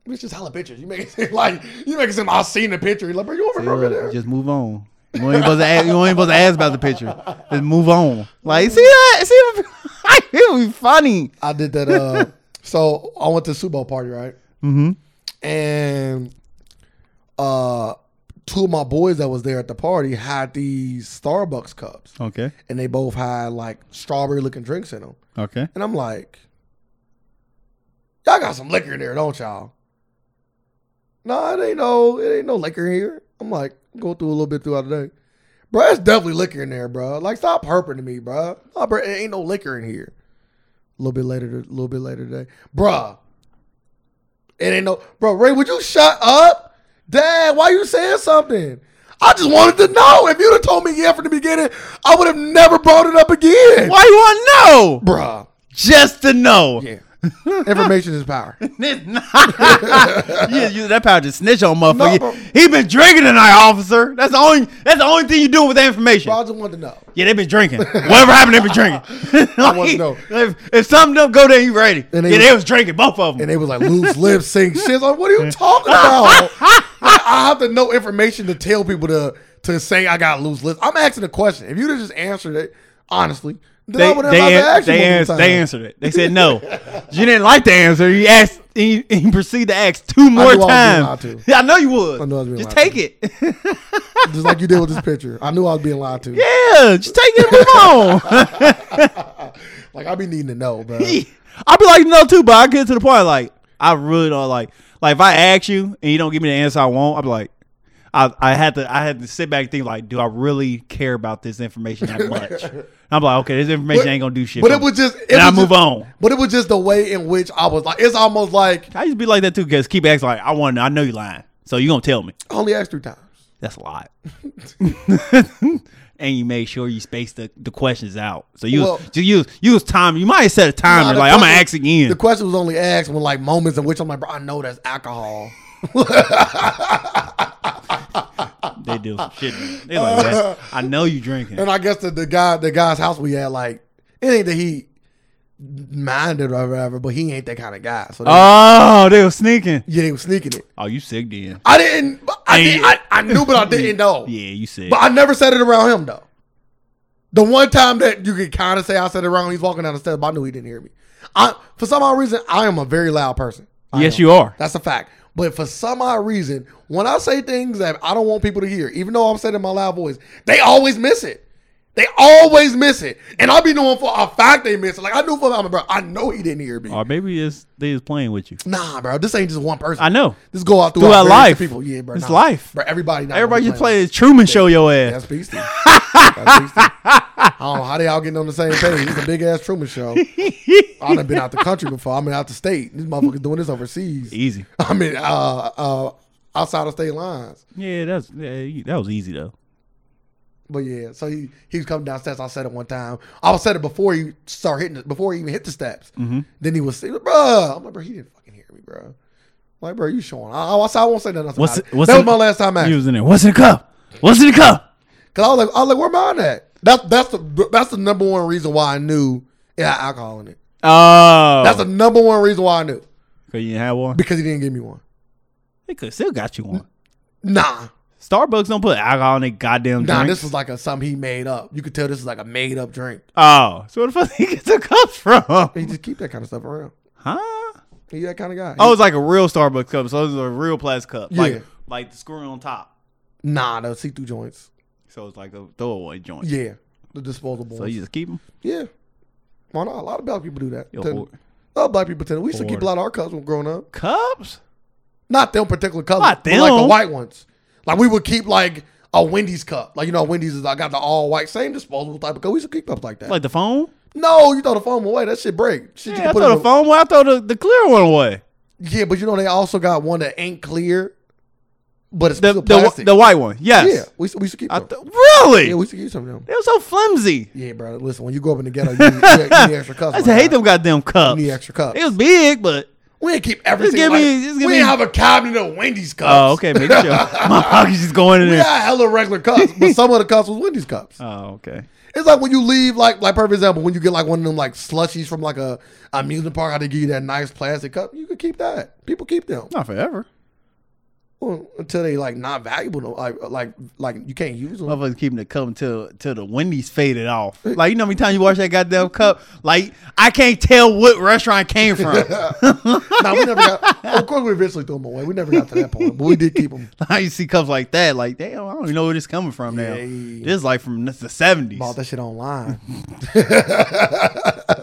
It's just hella pictures. You make it seem like you make it seem I seen the picture. You're like, bro, you over over there? Just move on. You ain't supposed to ask. You ain't supposed to ask about the picture. Just move on. Like, see that? See, what- it would be funny. I did that. Uh, so I went to the Super Bowl party, right? Mm-hmm. And uh, two of my boys that was there at the party had these Starbucks cups, Okay. and they both had like strawberry looking drinks in them. Okay. And I'm like, y'all got some liquor in there, don't y'all? No, it ain't no, it ain't no liquor here. I'm like, go through a little bit throughout the day. Bro, that's definitely liquor in there, bro. Like, stop herping to me, bro. Nah, bro, it ain't no liquor in here. A little bit later, a little bit later today, bruh. It ain't no, bro. Ray, would you shut up, Dad? Why you saying something? I just wanted to know. If you'd have told me yeah from the beginning, I would have never brought it up again, Why you want to know? bruh. Just to know. Yeah. Information is power. you, you, that power just snitch on motherfucker. No. he been drinking tonight, officer. That's the only. That's the only thing you doing with that information. Bro, I just wanted to know. Yeah, they've been drinking. Whatever happened, they've been drinking. I want to know. If, if something don't go there, you ready? And they yeah, was- they was drinking both of them. And they was like, loose lips, sing shit. Like, what are you talking about? Like, I have to know information to tell people to to say I got loose lips. I'm asking a question. If you'd have just answered it, honestly, then I They would they have to an- ask you they, multiple ans- times. they answered it. They said no. you didn't like the answer. You asked. and you, and you proceed to ask two more knew I was times. being lied I know you would. I knew I was being just lied take it. Just like you did with this picture. I knew I was being lied to. yeah, just take it. and Move on. Like I be needing to know, bro. I'll be like, no, too, but I get to the point like I really don't like. Like if I ask you and you don't give me the answer I want, I'm like, I I had to I had to sit back and think like, do I really care about this information that much? And I'm like, okay, this information ain't gonna do shit. But for it me. was just. It and I was move just- on. But it was just the way in which I was like. It's almost like I used to be like that too, because keep asking like, I want to. I know you lying, so you gonna tell me. I only asked three times. That's a lot. and you made sure you spaced the, the questions out. So you Well- was, you was, you was time. You might have set a timer. Nah, the like I'm gonna question- ask again. The question was only asked when like moments in which I'm like, bro, I know that's alcohol. they do some shit. They like that. I know you drinking. And I guess the, the guy, the guy's house we had, like, it ain't that he minded or whatever, but he ain't that kind of guy. So they, Oh, they were sneaking. yeah, they was sneaking it. Oh, you sick then? I didn't. I, And did, you- I I knew, but I didn't know. Yeah, you sick. But I never said it around him though. The one time that you could kind of say I said it around, when he's walking down the steps. But I knew he didn't hear me. I for some odd reason I am a very loud person. I yes, am. you are. That's a fact. But for some odd reason, when I say things that I don't want people to hear, even though I'm saying it in my loud voice, they always miss it. They always miss it. And I be knowing for a fact they miss it. Like I knew for I'm bro, I know he didn't hear me. Or maybe it's they is playing with you. Nah, bro, this ain't just one person. I know. This go out throughout Throughout various life. People, yeah, bro. It's life. bro. Everybody, not Everybody gonna just be playing played this Truman Show your ass. that's beastie. That's beastie. I don't know how they all getting on the same page. It's a big ass Truman Show. I done been out the country before. I mean, out the state. These motherfuckers doing this overseas. Easy. I mean, uh, uh, outside of state lines. Yeah, that's yeah, you- that was easy though. But yeah, so he he was coming downstairs. I said it one time. I was said it before he started hitting, it, before he even hit the steps. Mm-hmm. Then he was, bro. I'm like, bro, he didn't fucking hear me, bro. Like, bro, you showing? I, I, I won't say nothing. else What's about it- it. what's that it- was my last time He asking. was in there. What's in the cup? What's in the cup? Cause I was like, I was like, where mine at? That's that's the that's the number one reason why I knew it had alcohol in it. Oh, That's the number one reason why I knew Cause you didn't have one. because he didn't give me one. They could still got you one. Nah, Starbucks don't put alcohol in their goddamn nah, drink. this was like a something he made up. You could tell this is like a made up drink. oh, so where the fuck he get the cups from? He just keep that kind of stuff around. Huh? He that kind of guy. Oh, it's like a real Starbucks cup. So it's a real plastic cup. Yeah. Like like the screw on top. nah, the see through joints. So it's like a throwaway joint. Yeah, the disposable. So ones. you just keep them. yeah, why not? A lot of black people do that. Yo, Tend- or- a lot of black people tend. We used to keep Or- a lot of our cups when growing up. Cups? Not them particular colors. Not but like the them. white ones. Like we would keep like a Wendy's cup. Like you know, Wendy's is I got the all white, same disposable type of cup. We used to keep cups like that. Like the phone? no, you throw the foam away. That shit break. Shit, you Yeah, can I put throw in the phone away. I throw the, the clear one away. a- Yeah, but you know they also got one that ain't clear, but it's The, still the, plastic. the white one. Yes. yeah, we used to- we used to keep I them. th- really? yeah, we used to keep some of them. they were so flimsy. Yeah, bro. Listen, when you go up in the ghetto, you need, you need extra cups. I just my hate guy. them goddamn cups. You need extra cups. It was big, but. We ain't keep everything. give like, me- just give we me- ain't have a cabinet of Wendy's cups. Oh, okay. Make sure. My pocket's just going in We there. had hella regular cups, but some of the cups was Wendy's cups. Oh, okay. It's like when you leave, like like perfect example, when you get like one of them like slushies from like a amusement park, how they give you that nice plastic cup. You could keep that. People keep them Not forever. Well, until they like not valuable. no- Like like like you can't use them. Motherfuckers keeping the cup until till the Wendy's faded off. Like you know how many times you wash that goddamn cup? Like I can't tell what restaurant it came from. no, we never got. Of course, we eventually threw them away. We never got to that point, but we did keep them. I used to see cups like that. Like damn, I don't even know where this coming from now. Yeah. This is like from the seventies. Bought that shit online.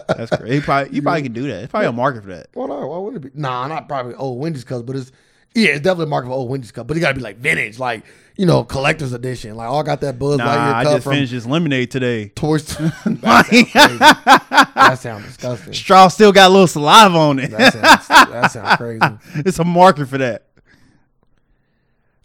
That's crazy. He probably, you probably can do that. It's probably a market for that. Why not? Why wouldn't it be? Nah, not probably old Wendy's cups, but it's yeah, it's definitely a market for old Wendy's cup. But it gotta be like vintage, like you know, collector's edition. Like oh, I got that Buzz Lightyear Nah, I cup just from finished this lemonade today. towards. that sounds crazy. That sounds disgusting. Straw still got a little saliva on it. That sounds, that sounds crazy. it's a market for that.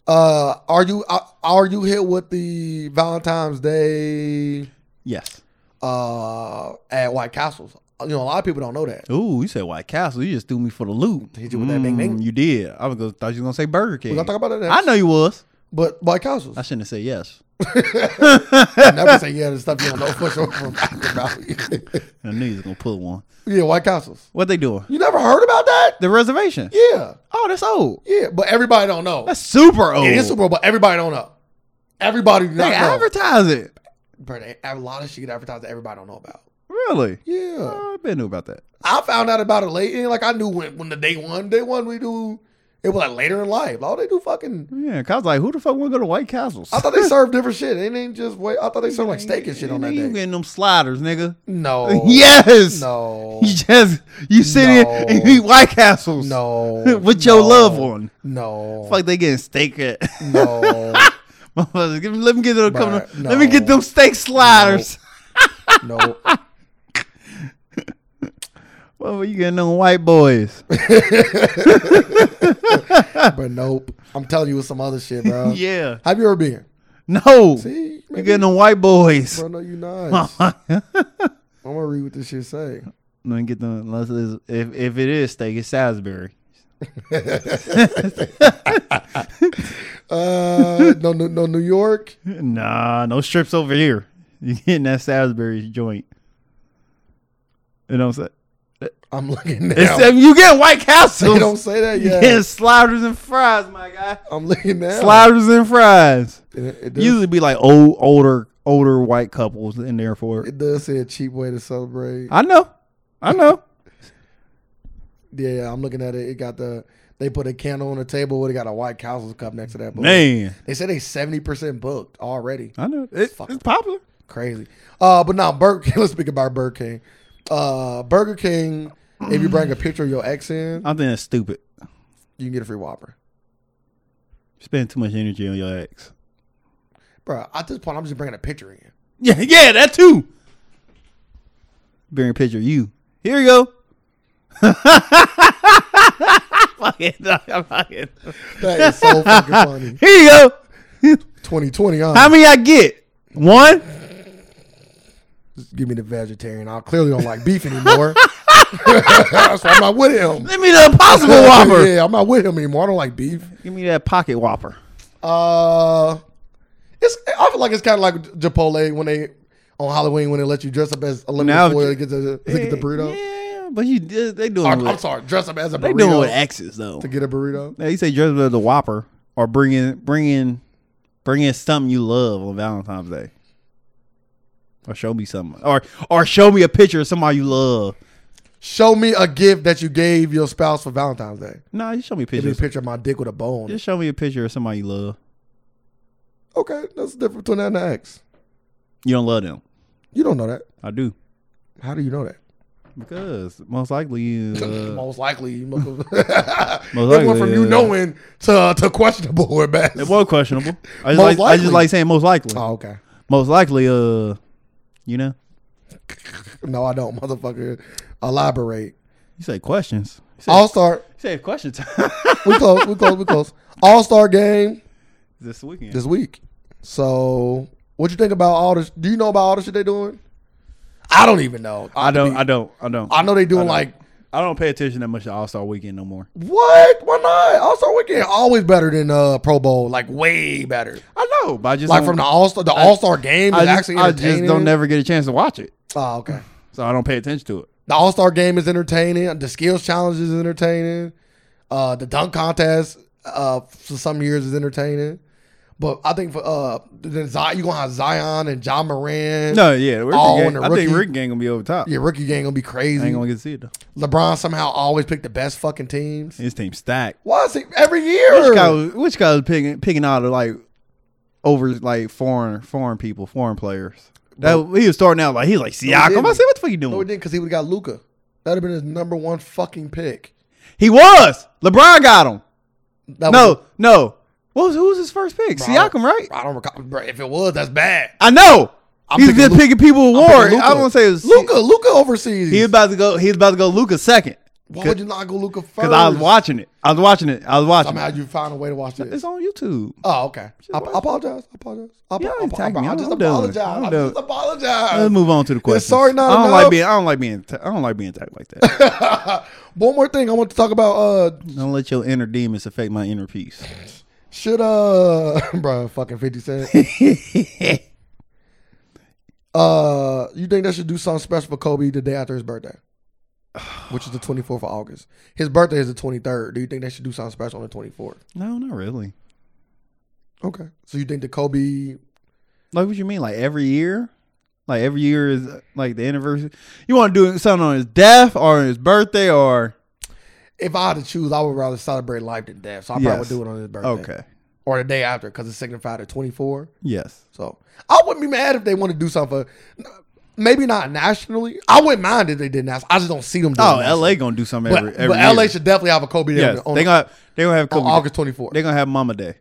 Uh, are you uh, are you hit with the Valentine's Day Yes. uh at White Castles? You know, a lot of people don't know that. Ooh, you said White Castle. You just threw me for the loop. Mm, Hit you with that bing bing. You did. I was gonna, thought you was gonna say Burger King. We're gonna talk about that. Next. I know you was. but White Castles. I shouldn't have said yes. never say yeah to stuff you don't know for sure from about. I knew you was gonna pull one. yeah, White Castles. What they doing? You never heard about that? The reservation. Yeah, Oh, that's old. yeah, but everybody don't know. That's super old. it is Super Bowl, but everybody don't know. Everybody do They not know. advertise it. Bro, they have a lot of shit advertised that everybody don't know about. Really? Yeah. Oh, I bet knew about that. I found out about it late. and, Like I knew when, when the day one, day one we do it was like later in life. All they do fucking. Yeah, 'cause I was like, who the fuck want to go to White Castles? I thought they served different shit. They didn't just wait. I thought they served like steak and shit on that You day. getting them sliders, nigga? No. yes. No. You just you sit in No. and you eat White Castles. No. With your No. loved one. No. Fuck, they getting steak at. No. Motherfuckers, give me- let me get them. Bruh, come- Let me get no. them steak sliders. no. Well, you getting them white boys? Uh, But nope. I'm telling you with some other shit, bro. yeah. Have you ever been? No. See, you maybe, getting them white boys. bro. No, you not. Let I'm gonna read what this shit say. me get them. Unless it's, if if it is steak, it's Salisbury. Uh, no, no, no, New York. Nah, no strips over here. You getting that Salisbury joint? You know what I'm saying? I'm looking now. It's, I mean, you getting White they don't Castles? say that You yet. getting sliders and fries, my guy. I'm looking now. Sliders and fries. It, it does, Usually be like old, older, older white couples in there for it. it does say a cheap way to celebrate. I know, I know. yeah, I'm looking at it. It got the they put a candle on the table. It got a White Castle's cup next to that. Book. Man, They said they seventy percent booked already. I know It- Fuck. it's popular. Crazy. Uh, but now Burger King. Let's speak about Burger King. Uh, Burger King. If you bring a picture of your ex in, I think it's stupid. you can get a free Whopper. Spend too much energy on your ex. Bro, at this point, I'm just bringing a picture in. Yeah, yeah, that too. Bearing picture of you. Here you go. Fuck it, dog, fuck it. That is so fucking funny. uh, Here you go. 2020, huh? How many I get? One. Just give me the vegetarian. I clearly don't like beef anymore. That's why I'm not with him. Give me the Impossible Whopper. yeah, I'm not with him anymore. I don't like beef. Give me that pocket Whopper. Uh, it's. I feel like it's kind of like Chipotle when they on Halloween when they let you dress up as a lemon Now- foil to get the to get the burrito. Yeah, but you did- they doing Or, I'm with, sorry, dress up as a they doing with burrito exes though. to get a burrito. They say dress up as a Whopper or bring in bring in bring in something you love on Valentine's Day. Or show me something. Or or show me a picture of somebody you love. Show me a gift that you gave your spouse for Valentine's Day. Nah, just show me Give me a pictures. picture of my dick with a bow on it. Just show me a picture of somebody you love. Okay, that's different between that and the ex. You don't love them. You don't know that. I do. How do you know that? Because most likely you uh, most likely, you must- it went likely, from you yeah. knowing to to questionable at best. it was questionable. I just, like, Most I just likely. like saying most likely. Oh, okay. Most likely, uh you know. No, I don't, motherfucker. Elaborate. You say questions. You say, All star. you say question time. We close. We close. We close. All star game this weekend. this week. So, what you think about all this? Do you know about all the shit they doing? I don't even know. I don't. I don't. I don't. I know they doing like I don't pay attention that much to All Star Weekend no more. what? Why not? All star weekend always better than uh Pro Bowl. Like way better. I know, but I just Like don't- from the all star the all star game is I just, actually I entertaining. just don't never get a chance to watch it, Oh, okay. so I don't pay attention to it. The All Star Game is entertaining. The skills challenge is entertaining. Uh, the dunk contest uh, for some years is entertaining. But I think for uh, then Zion, you gonna have Zion and John Moran. No, yeah, Rick Oh, gang, and the I think rookie- Rick gang gonna be over top. your rookie game gonna be I crazy. ain't gonna get to see it though. LeBron somehow always picked the best fucking teams. His team stacked. Why is he every year? Which guy? was- Which guy was picking picking out of like over like foreign foreign people, foreign players? That he was starting out like he was like Siakam. I didn't. said, what the fuck you no, he doing? didn't because he would have got Luca. That'd have been his number one fucking pick. he was. LeBron got him. That was- No, no. What was who was his first pick? Siakam, right? I don't recall. Bro, if it was, that's bad. I know. I'm He's picking been Lu- picking people with war. I want to say it was Luca. Luca overseas. He was about to go. He was about to go Luca second Why would you not go Luca first? because I was watching it. I was watching it. I was watching. Somehow you found a way to watch it. this. It's on YouTube. Oh, okay. I, I watch it. apologize. I apologize. I, Yeah, I, you I, tag me. I I'm- just I'm done with apologize. it. I'm I done just with it. apologize. Let's move on to the question. Uh, sorry, not I don't enough. like being. I don't like being. ta- I don't like being attacked like that. One more thing I want to talk about. Uh, don't let your inner demons affect my inner peace. should uh, bro, fucking Fifty Cent. uh, you think they should do something special for Kobe the day after his birthday, which is the twenty fourth of August. His birthday is the twenty third. Do you think they should do something special on the twenty fourth? no, not really. Okay. So you think the Kobe? Like what you mean? Like every year? Like every year is uh, like the anniversary. You want to do something on his death or his birthday or If I had to choose, I would rather celebrate life than death. So I Yes. probably would do it on his birthday. okay. Or the day after because it signified at 24. Yes. So I wouldn't be mad if they want to do something. For, maybe not nationally. I wouldn't mind if they did nationally. I just don't see them doing Oh, nationally. LA gonna do something But, every every but year. LA should definitely have a Kobe Day yes. on, They gonna they gonna have on Kobe. Day. August 24th. They gonna have Mama Day.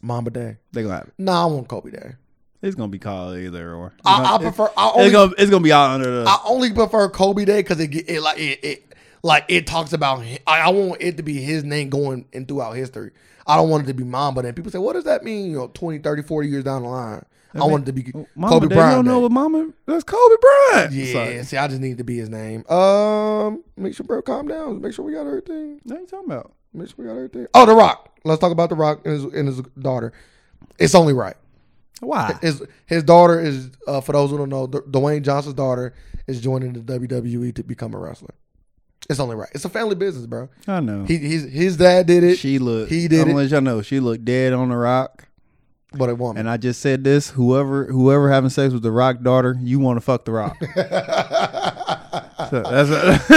Mama Day. They gonna have it. Nah, I want Kobe Day. It's gonna be called either or. I, I It's prefer. I gonna- only, it's gonna it's gonna be out under the. I only prefer Kobe Day because it, get- it like it, it like it talks about. hi- I, I want it to be his name going in throughout history. I don't want it to be Mamba Day. People say, what does that mean? You know, 20, 30, 40 years down the line. I, want it to be oh, Mama Kobe Day, Bryant. You don't know Day. what Mama? That's Kobe Bryant. Yeah, Sorry. see, I just need to be his name. Um, make sure, bro, calm down. Make sure we got everything. What are you talking about? Make sure we got everything. Oh, The Rock. Let's talk about The Rock and his, and his daughter. It's only right. Why? His his daughter is, uh, for those who don't know, D- Dwayne Johnson's daughter is joining the WWE to become a wrestler. It's only right. It's a family business, bro. I know. He his his dad did it, she looked. he did I'm it. gonna let y'all know. She looked dead on the rock. but it won't. And I just said this. Whoever whoever having sex with the rock daughter, you want to fuck the rock. so that's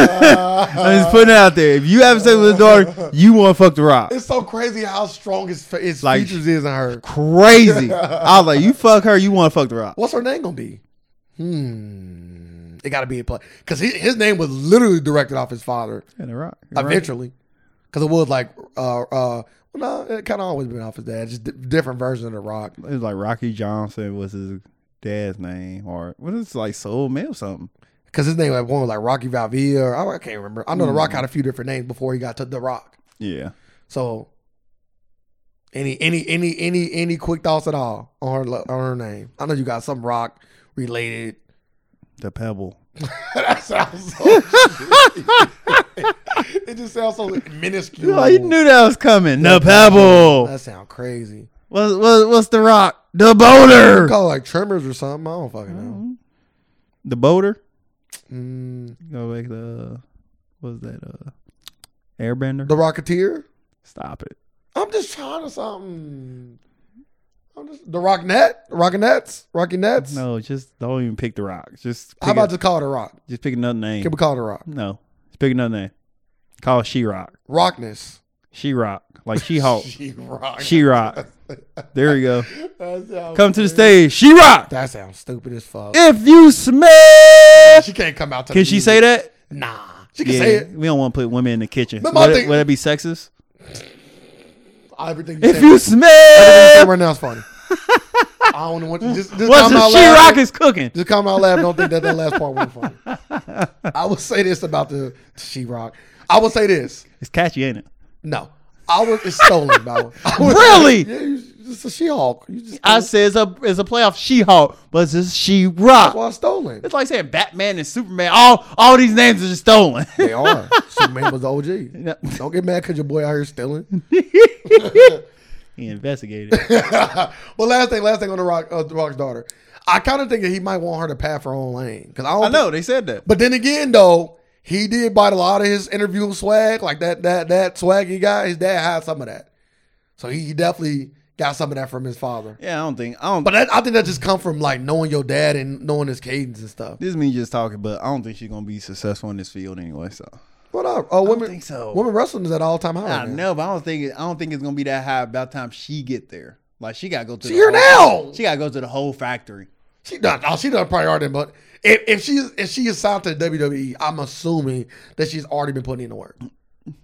I'm just putting it out there. If you having sex with his daughter, you want to fuck the rock. It's so crazy how strong his fa- his Like- features is in her. Crazy. I was like, you fuck her, you want to fuck the rock. What's her name gonna be? Hmm. It got to be a play because his name was literally directed off his father. And the rock. Eventually, because it was like, uh, uh, well, no, it kind of always been off his dad, just di different version of the Rock. It was like Rocky Johnson was his dad's name, or what is it, like Soul Man or something. Because his name at one was like Rocky Valvia. Or, I, I can't remember. I know the Rock had a few different names before he got to the Rock. Yeah. So, any any any any any quick thoughts at all on her lo- on her name? I know you got some Rock related. The Pebble. that sounds so. it just sounds so minuscule. Oh, you knew that was coming. The Pebble. That sound crazy. What's, what's, what's the rock? The boulder. Call it like tremors or something. I don't fucking know. The boulder. Mm, Go back the what was that uh Airbender? the Rocketeer. Stop it. I'm just trying to something. I'm just the Rock Net, Rocky Nets, Rocky Nets. No, just don't even pick the rock. Just pick How about a- just call it a Rock? just pick another name. Can we call it a Rock? no. Just pick another name. Call it She Rock. Rockness. She Rock. Like She Hulk. She Rock. Oh. she Rock. There you go. That sounds- Come to the stage. She Rock. That sounds stupid as fuck. If you smell She can't come out. To Can the she music. say that? Nah. She can Yeah. say it. We don't want to put women in the kitchen. But Would, my it, thing- would it be sexist? Everything you If say, you everything you say smell right now is funny. I don't want you just just what come the out She Rock laughing. is cooking. Just come out laughing. Don't think that that last part was funny. I would say this about the She Rock. I would say this. It's catchy, ain't it? No, I was it's stolen, bro. I was- Really? Yeah, you, it's a She Hulk. You just I say it's a it's a playoff She Hulk, but it's just She Rock. well, stolen. It's like saying Batman and Superman. All all these names are just stolen. They are. Superman was the OG. he Don't get mad because your boy out here stealing. investigated. well, last thing, last thing on the Rock, uh, the Rock's daughter. I kind of think that he might want her to path her own lane because I don't. I know they said that. But then again, though, he did bite a lot of his interview swag, like that that that swag he got. His dad had some of that, so he definitely got some of that from his father. Yeah, I don't think I don't. But that, I think that just come from like knowing your dad and knowing his cadence and stuff. this is me just talking, but I don't think she's gonna be successful in this field anyway. So What up? Oh, women. think so. Women wrestling is at all time high. I man. know, but I don't think it, I don't think it's gonna be that high by the time she get there. Like she gotta go to She the here whole- now. She gotta go to the whole factory. She done. Oh, she done priority, but if, if she if she is signed to WWE, I'm assuming that she's already been putting in the work.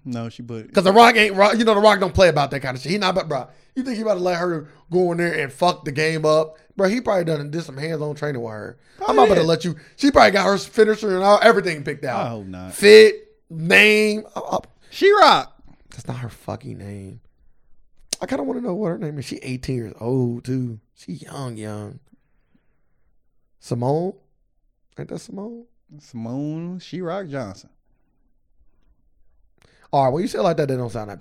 No, she put. Cause the Rock ain't Rock. You know the Rock don't play about that kind of shit. He not, but bro, you think he about to let her go in there and fuck the game up, bro? He probably done did some hands on training with her. I'm not about to Oh, yeah. let you. She probably got her finisher and all, everything picked out. I hope not. Fit name. I- I- She Rock. That's not her fucking name. I kind of want to know what her name is. She 18 years old too. She young, young. Simone, ain't that Simone? Simone She Rock Johnson. All right, when you say it like that, that don't sound that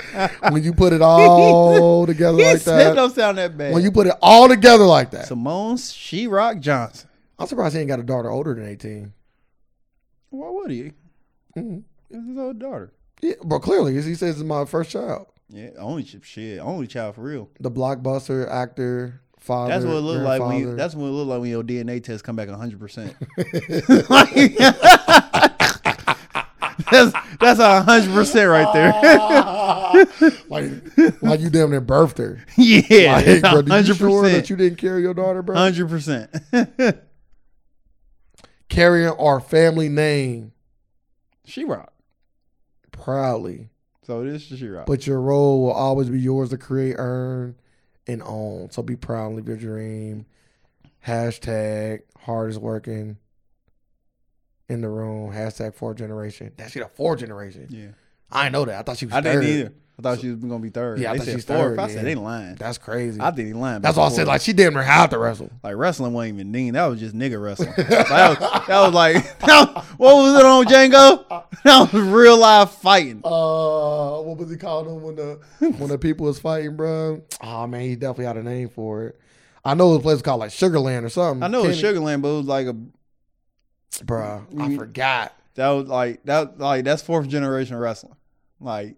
bad. when you put it all together He like said that, don't sound that bad. when you put it all together like that, Simone She Rock Johnson. I'm surprised he ain't got a daughter older than 18. Why would he? Mhm. It's his old daughter. Yeah, but clearly, he says it's my first child. Yeah, only ch- shit, only child for real. The blockbuster actor father. That's what it looked like when you, grandfather. that's what it looked like when your DNA test come back 100%. that's that's a 100% right there. like, like you damn near birthed her. yeah. Like, it's bro, you sure 100%. that you didn't carry your daughter, bro? 100%. Carrying our family name she rock. proudly, So it is she rock. but your role will always be yours to create, earn, and own. So be proud and live your dream. Hashtag hardest working in the room. Hashtag four generation. That shit a four generation. yeah. I didn't know that. I thought she was I third. didn't either. I thought she was going to be third. Yeah, I they thought said she was fourth. third, I yeah. said they lying. That's crazy. I think he lying. That's about all I said. fourth. Like she damn near had to wrestle. Like wrestling wasn't even mean. That was just nigga wrestling. Like, that, was, that was like, that was- what was it on Django? That was real live fighting. uh what was he called him when the when the people was fighting, bro? Oh man, he definitely had a name for it. I know it was a place called like Sugarland or something. I know it was Kenny- Sugarland, but it was like a bro. I Mm. forgot. that was like that like that's fourth generation wrestling. Like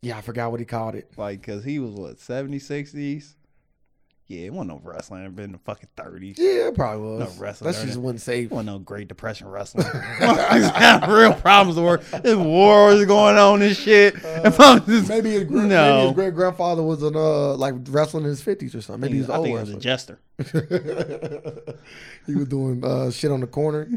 Yeah, I forgot what he called it. like because he was what 70, 60s? Yeah, it wasn't no wrestling. It been in the fucking thirties. Yeah, it probably was. No wrestling, That's ain't just it? one It safe. wasn't no Great Depression wrestling. Had real problems to work. There's wars going on and shit. And I'm just- Uh, Maybe his, no. gran- maybe his great grandfather was an uh like wrestling in his fifties or something. Maybe he was an I old think it was a wrestler. jester. he was doing uh shit on the corner.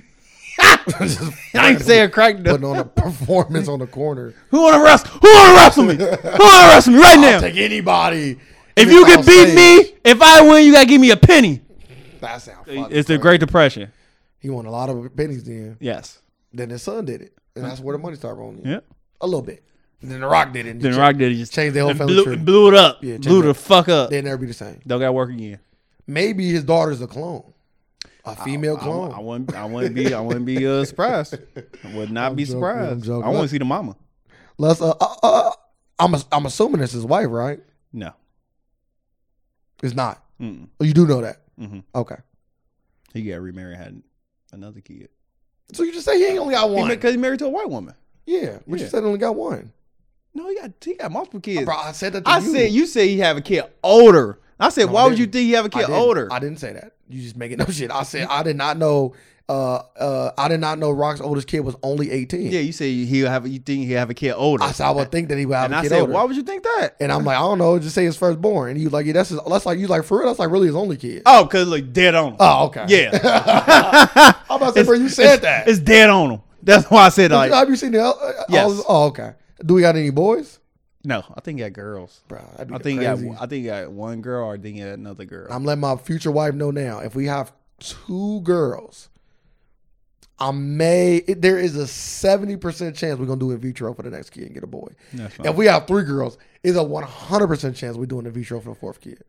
Just I ain't saying crack. though. putting on a performance on the corner. Who wanna wrestle? Who wanna wrestle me? Who wanna wrestle me right now? I'll take anybody. if it's you on can beat stage. me, if I win, you gotta give me a penny. That sound fucking It's the crazy. Great Depression. He won a lot of pennies then. Yes. Then his son did it. And that's where the money started rolling. in. Yep. A little bit. And then The Rock did it. and Then cha- Rock did it. Just changed the whole and family blew, tree. blew it up. Yeah, blew changed the it. fuck up. They'll never be the same. Don't got to work again. Maybe his daughter's a clone. A female I, clone. I wouldn't. I wouldn't be. I wouldn't be uh, surprised. I would not be joking, I'm surprised. joking. I want to see the mama. Let's uh, uh, uh I'm ass- I'm assuming it's his wife, right? No. It's not. Mm-mm. Oh, you do know that. Mhm. Okay. He got remarried, had another kid. So you just say he ain't only got one. Because he, married to a white woman. yeah, but Yeah. you said he only got one. No, he got. He got multiple kids. Bro, I said that to I you. said you said he have a kid older. I said, No, I why would you didn't. think he have a I kid didn't- older? I didn't say that. You just making up shit. I said I did not know. Uh, uh, I did not know Rock's oldest kid was only eighteen. yeah, you say he'll have. You think he have a kid older? I said I would think that he would have and a I kid said, older. why would you think that? and I'm like, I don't know. Just say his firstborn. And you like, yeah, that's his, that's like you like for real. That's like really his only kid. Oh, because like dead on. Him. Oh, okay. Yeah. I'm about to say, bro, you said that. It's dead on him. That's why I said like have you seen the? Uh, Yes. all- oh, okay. Do we got any boys? no. I think he got girls. Bro, that'd be I think he got crazy. I think he got one girl or I think he got another girl. I'm letting my future wife know now. If we have two girls, I may. It, there is a seventy percent chance we're gonna do in vitro for the next kid and get a boy. That's fine. If we have three girls, it's a one hundred percent chance we're doing in vitro for the fourth kid.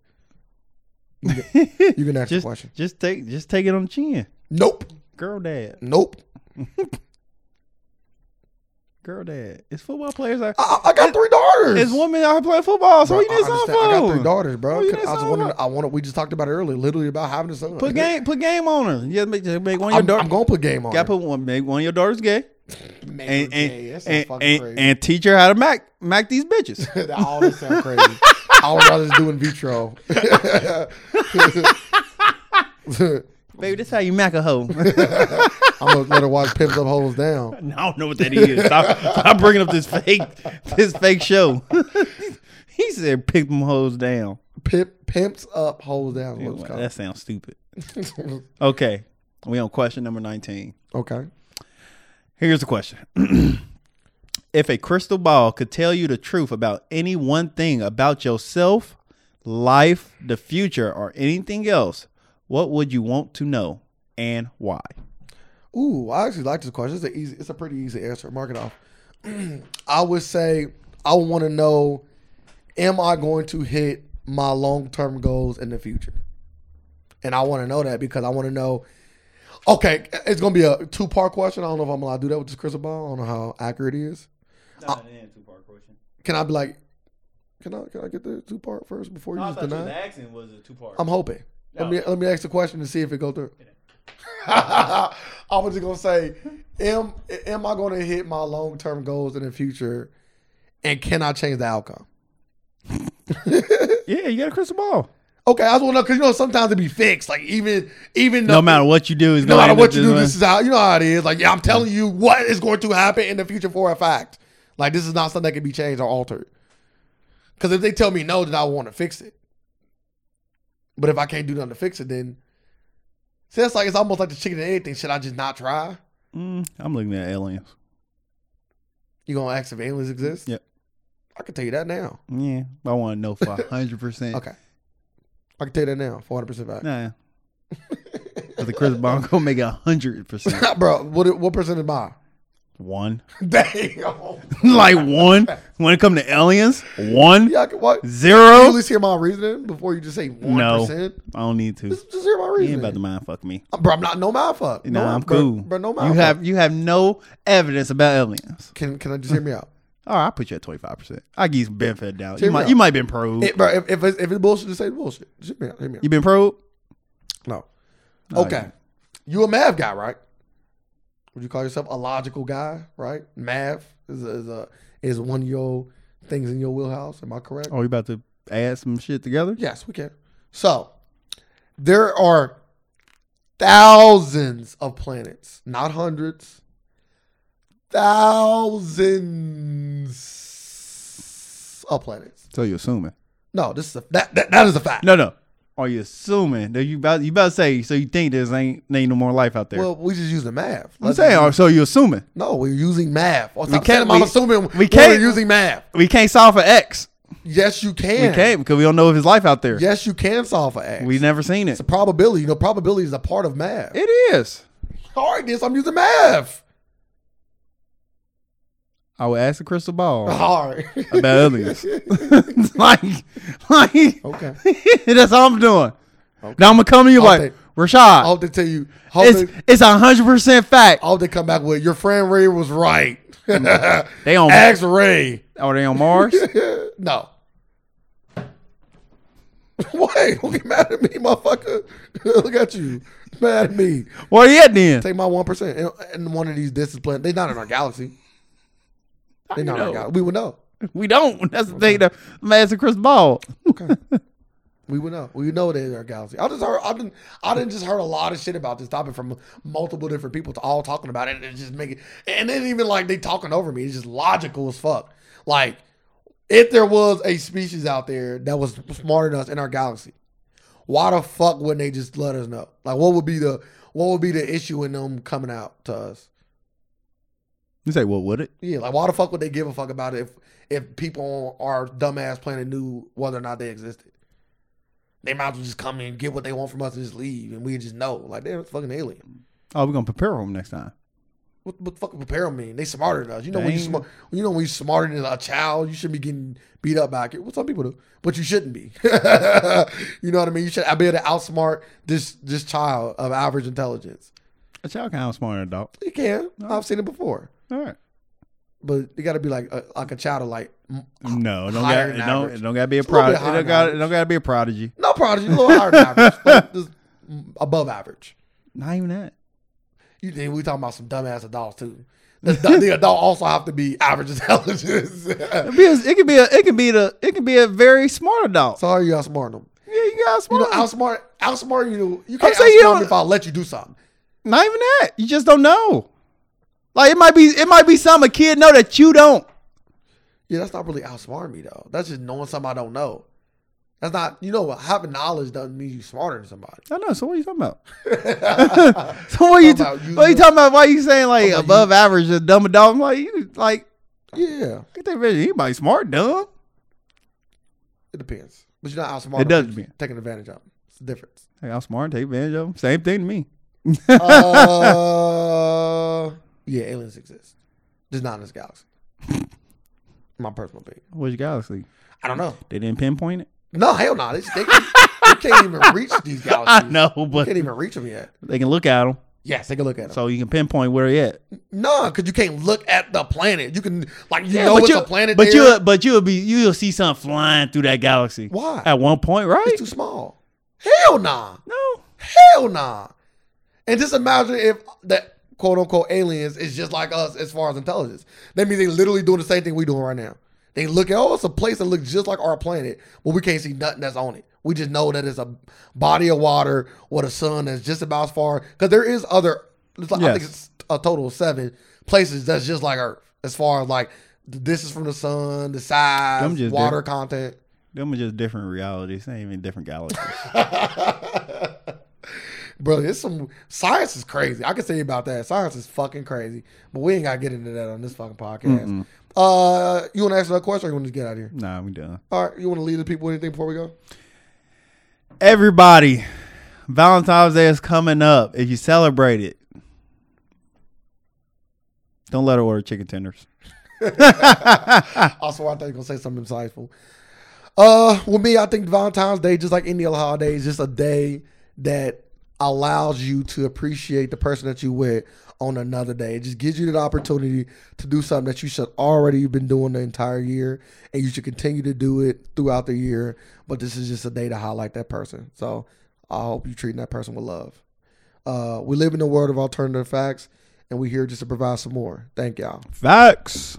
You can, you can ask the just question. just take just take it on the chin. Nope. Girl dad. Nope. Girl dad. It's football players are I, I- I got three daughters. it's women out here playing football, so Bro, you I need something understand. I got three for daughters, bro. What you Could- I need was something wondering. for? I wanted. We just talked about it earlier, literally about having a son. Put game put game on her. Yeah, make, just make one of I'm, your daughters. I'm gonna put game on. Gotta it. put one make one of your daughters gay. Man, And gay. and, That sounds and, fucking and, crazy. and teach her how to mac mac these bitches. that all this sound crazy. I would rather just do in vitro. Baby, this how you mac a hoe. I'm gonna let her watch pimps up holes down. I don't know what that is. Stop, stop bringing up this fake, this fake show. he said, "Pick them hoes down." Pimp, pimps up holes down. is what that sounds stupid. it's called. Okay, we on question number nineteen. okay. Here's the question: If a crystal ball could tell you the truth about any one thing about yourself, life, the future, or anything else, what would you want to know and why? Ooh, I actually like this question. It's a easy. It's a pretty easy answer. Mark it off. I would say I want to know: Am I going to hit my long-term goals in the future? And I want to know that because I want to know. Okay, it's gonna be a two-part question. I don't know if I'm allowed to do that with this crystal ball. I don't know how accurate it is. Uh, Can I be like, can I can I get the two-part first before you just deny? it? accent was a two part. I'm hoping. Let me let me ask the question and see if it go through. I was just gonna say, am am I gonna hit my long term goals in the future, and can I change the outcome? Yeah, you got a crystal ball. Okay, I was wondering because you know sometimes it be fixed. Like even even No though- matter what you do, is no matter what you do, this is how you know how it is. Like yeah, I'm telling you what is going to happen in the future for a fact. Like this is not something that can be changed or altered. Because if they tell me no, then I want to fix it. But if I can't do nothing to fix it, then see that's like it's almost like the chicken and egg thing. Should I just not try? Mm, I'm looking at aliens. You gonna ask if aliens exist? Yep. I can tell you that now. Yeah, I want to know for hundred percent. Okay. I can tell you that now, four hundred percent fact. Nah. But the Chris Bongo make it hundred percent. Bro, what what percent am I? One, Damn. like one. When it come to aliens, one, Yeah, I can, what? Can you at zero. least hear my reasoning before you just say one No. percent? I don't need to. Just, just hear my You ain't reasoning. about to mind fuck me. Uh, bro, I'm not no mind fuck. No, no, I'm bro, cool. Bro, no mind you fuck. have you have no evidence about aliens. Can can I just hear me out? All right, I put you at twenty five percent. I give you some benefit of the doubt. Hear You me might out. you might been probed. It, bro, if if it's, if it's bullshit, just say it's bullshit. Just hear me out. Hear me out. you been probed? No. Oh, Okay. yeah. You a math guy, right? Would you call yourself a logical guy, right? Math is a, is a is one of your things in your wheelhouse. Am I correct? Oh, you about to add some shit together? Yes, we can. So there are thousands of planets, not hundreds. Thousands of planets. So you assuming? No, this is a, that, that that is a fact. No, no. Are you assuming that you about you about to say so you think there's ain't ain't no more life out there? Well, we just using math. I'm Let's saying, just- or so you assuming no, we're using math. Or We I'm, saying can't- I'm we- assuming we we can't- can't using math. we can't solve for X. Yes, you We can. can't because we don't know if it's life out there. Yes, you can solve for x. We never seen it. it's a probability. You know, probability is a part of math. It is. Sorry, this I'm using math. I would ask the crystal ball Hard. about aliens. like, like Okay. that's all I'm doing. Okay. Now I'm gonna come to you I'll like take- I Rashad. hope they tell you. Hope it's they, it's a hundred percent fact. I hope they come back with your friend Ray was right. They on Ask Ray. are they on Mars? no. Wait, don't get mad at me, motherfucker. Look at you, mad at me. Where you at then? Take my one percent and, and one of these distant planets. They not in our galaxy. They not in our know. galaxy. We would know. We don't. That's the thing. That, I'm asking Chris Ball. We would know. We know they're in our galaxy. I just heard. I didn't. I didn't just heard a lot of shit about this topic from multiple different people, to all talking about it, and it just making. And then even like they talking over me. It's just logical as fuck. Like, if there was a species out there that was smarter than us in our galaxy, why the fuck wouldn't they just let us know? Like, what would be the what would be the issue in them coming out to us? You say, well, would it? Yeah, like why the fuck would they give a fuck about it if if people on our dumbass planet knew whether or not they existed? They might as well just come in and get what they want from us and just leave, and we just know. Like they're a fucking alien. Oh, we're gonna prepare them next time. What, what the fuck prepare me? They smarter than us. You know when you Dang. smart, you know when you smarter than a child, you shouldn't be getting beat up back. Well, some people do, but you shouldn't be. you know what I mean? You should I be able to outsmart this this child of average intelligence. A child kind of smart than an adult. You can. I've seen it before, All right. but you got to be like a, like a child of like No, it don't got Higher it than don't, average. it don't got to be a little bit prodigy. It higher don't got than it don't got to be a prodigy. No prodigy, a little higher than average, like, just above average. Not even that. You think we talking about some dumbass adults too? The, the, the adult also have to be average intelligence. It, be a, it could be a it could be the it could be a very smart adult. Sorry, you outsmart them. yeah, you got You smart. know, outsmart, outsmart you. You can't saying you outsmart don't- me if I let you do something. Not even that. You just don't know. Like it might be it might be something a kid know that you don't. Yeah, that's not really outsmart me though. That's just knowing something I don't know. That's not, you know, having knowledge doesn't mean you smarter than somebody. I know. So what are you talking about? so what are you, Talking ta- about you- what are you talking about? Why are you saying like Talking about above average a dumb adult? I'm like you like Yeah, get that vision. Anybody smart dumb? it depends. But you're not outsmart. It does depend. taking advantage of them. It's the difference. Hey, I'm smart. Take advantage of them. Same thing to me. uh, yeah, aliens exist. Just not in this galaxy. My personal opinion. Which galaxy? I don't know. They didn't pinpoint it. No, hell no. They, they, they can't even reach these I galaxies. know, They but can't even reach them yet. they can look at them, Yes, take a look at them. so you can pinpoint where they at. no, because you can't look at the planet. You can, like, you Yeah, know but it's you, a planet but there. you, uh, but you'll be, you'll see something flying through that galaxy. Why? At one point, right? It's too small. Hell nah. No, Hell nah. And just imagine if that quote unquote aliens is just like us as far as intelligence. That means they literally doing the same thing we doing right now. They look at oh, it's a place that looks just like our planet, but we can't see nothing that's on it. We just know that it's a body of water with a sun that's just about as far. Because there is other, it's like, I think Yes. it's a total of seven places that's just like Earth as far as like the distance from the sun, the Them size, just water content. Them are just different realities. They ain't even different galaxies. Bro, it's some science is crazy. I can tell you about that. Science is fucking crazy, but we ain't gotta get into that on this fucking podcast. Uh, you want to ask another question, or you want to get out of here? nah, we done. All right, you want to leave the people with anything before we go? Everybody, Valentine's Day is coming up. If you celebrate it, don't let her order chicken tenders. Also, I thought you were gonna say something insightful. Uh, with me, I think Valentine's Day, just like any other holiday, is just a day that allows you to appreciate the person that you with on another day. It just gives you the opportunity to do something that you should already been doing the entire year, and you should continue to do it throughout the year. But this is just a day to highlight that person. So I hope you're treating that person with love. Uh, we live in a world of alternative facts, and we're here just to provide some more. Thank y'all. Facts.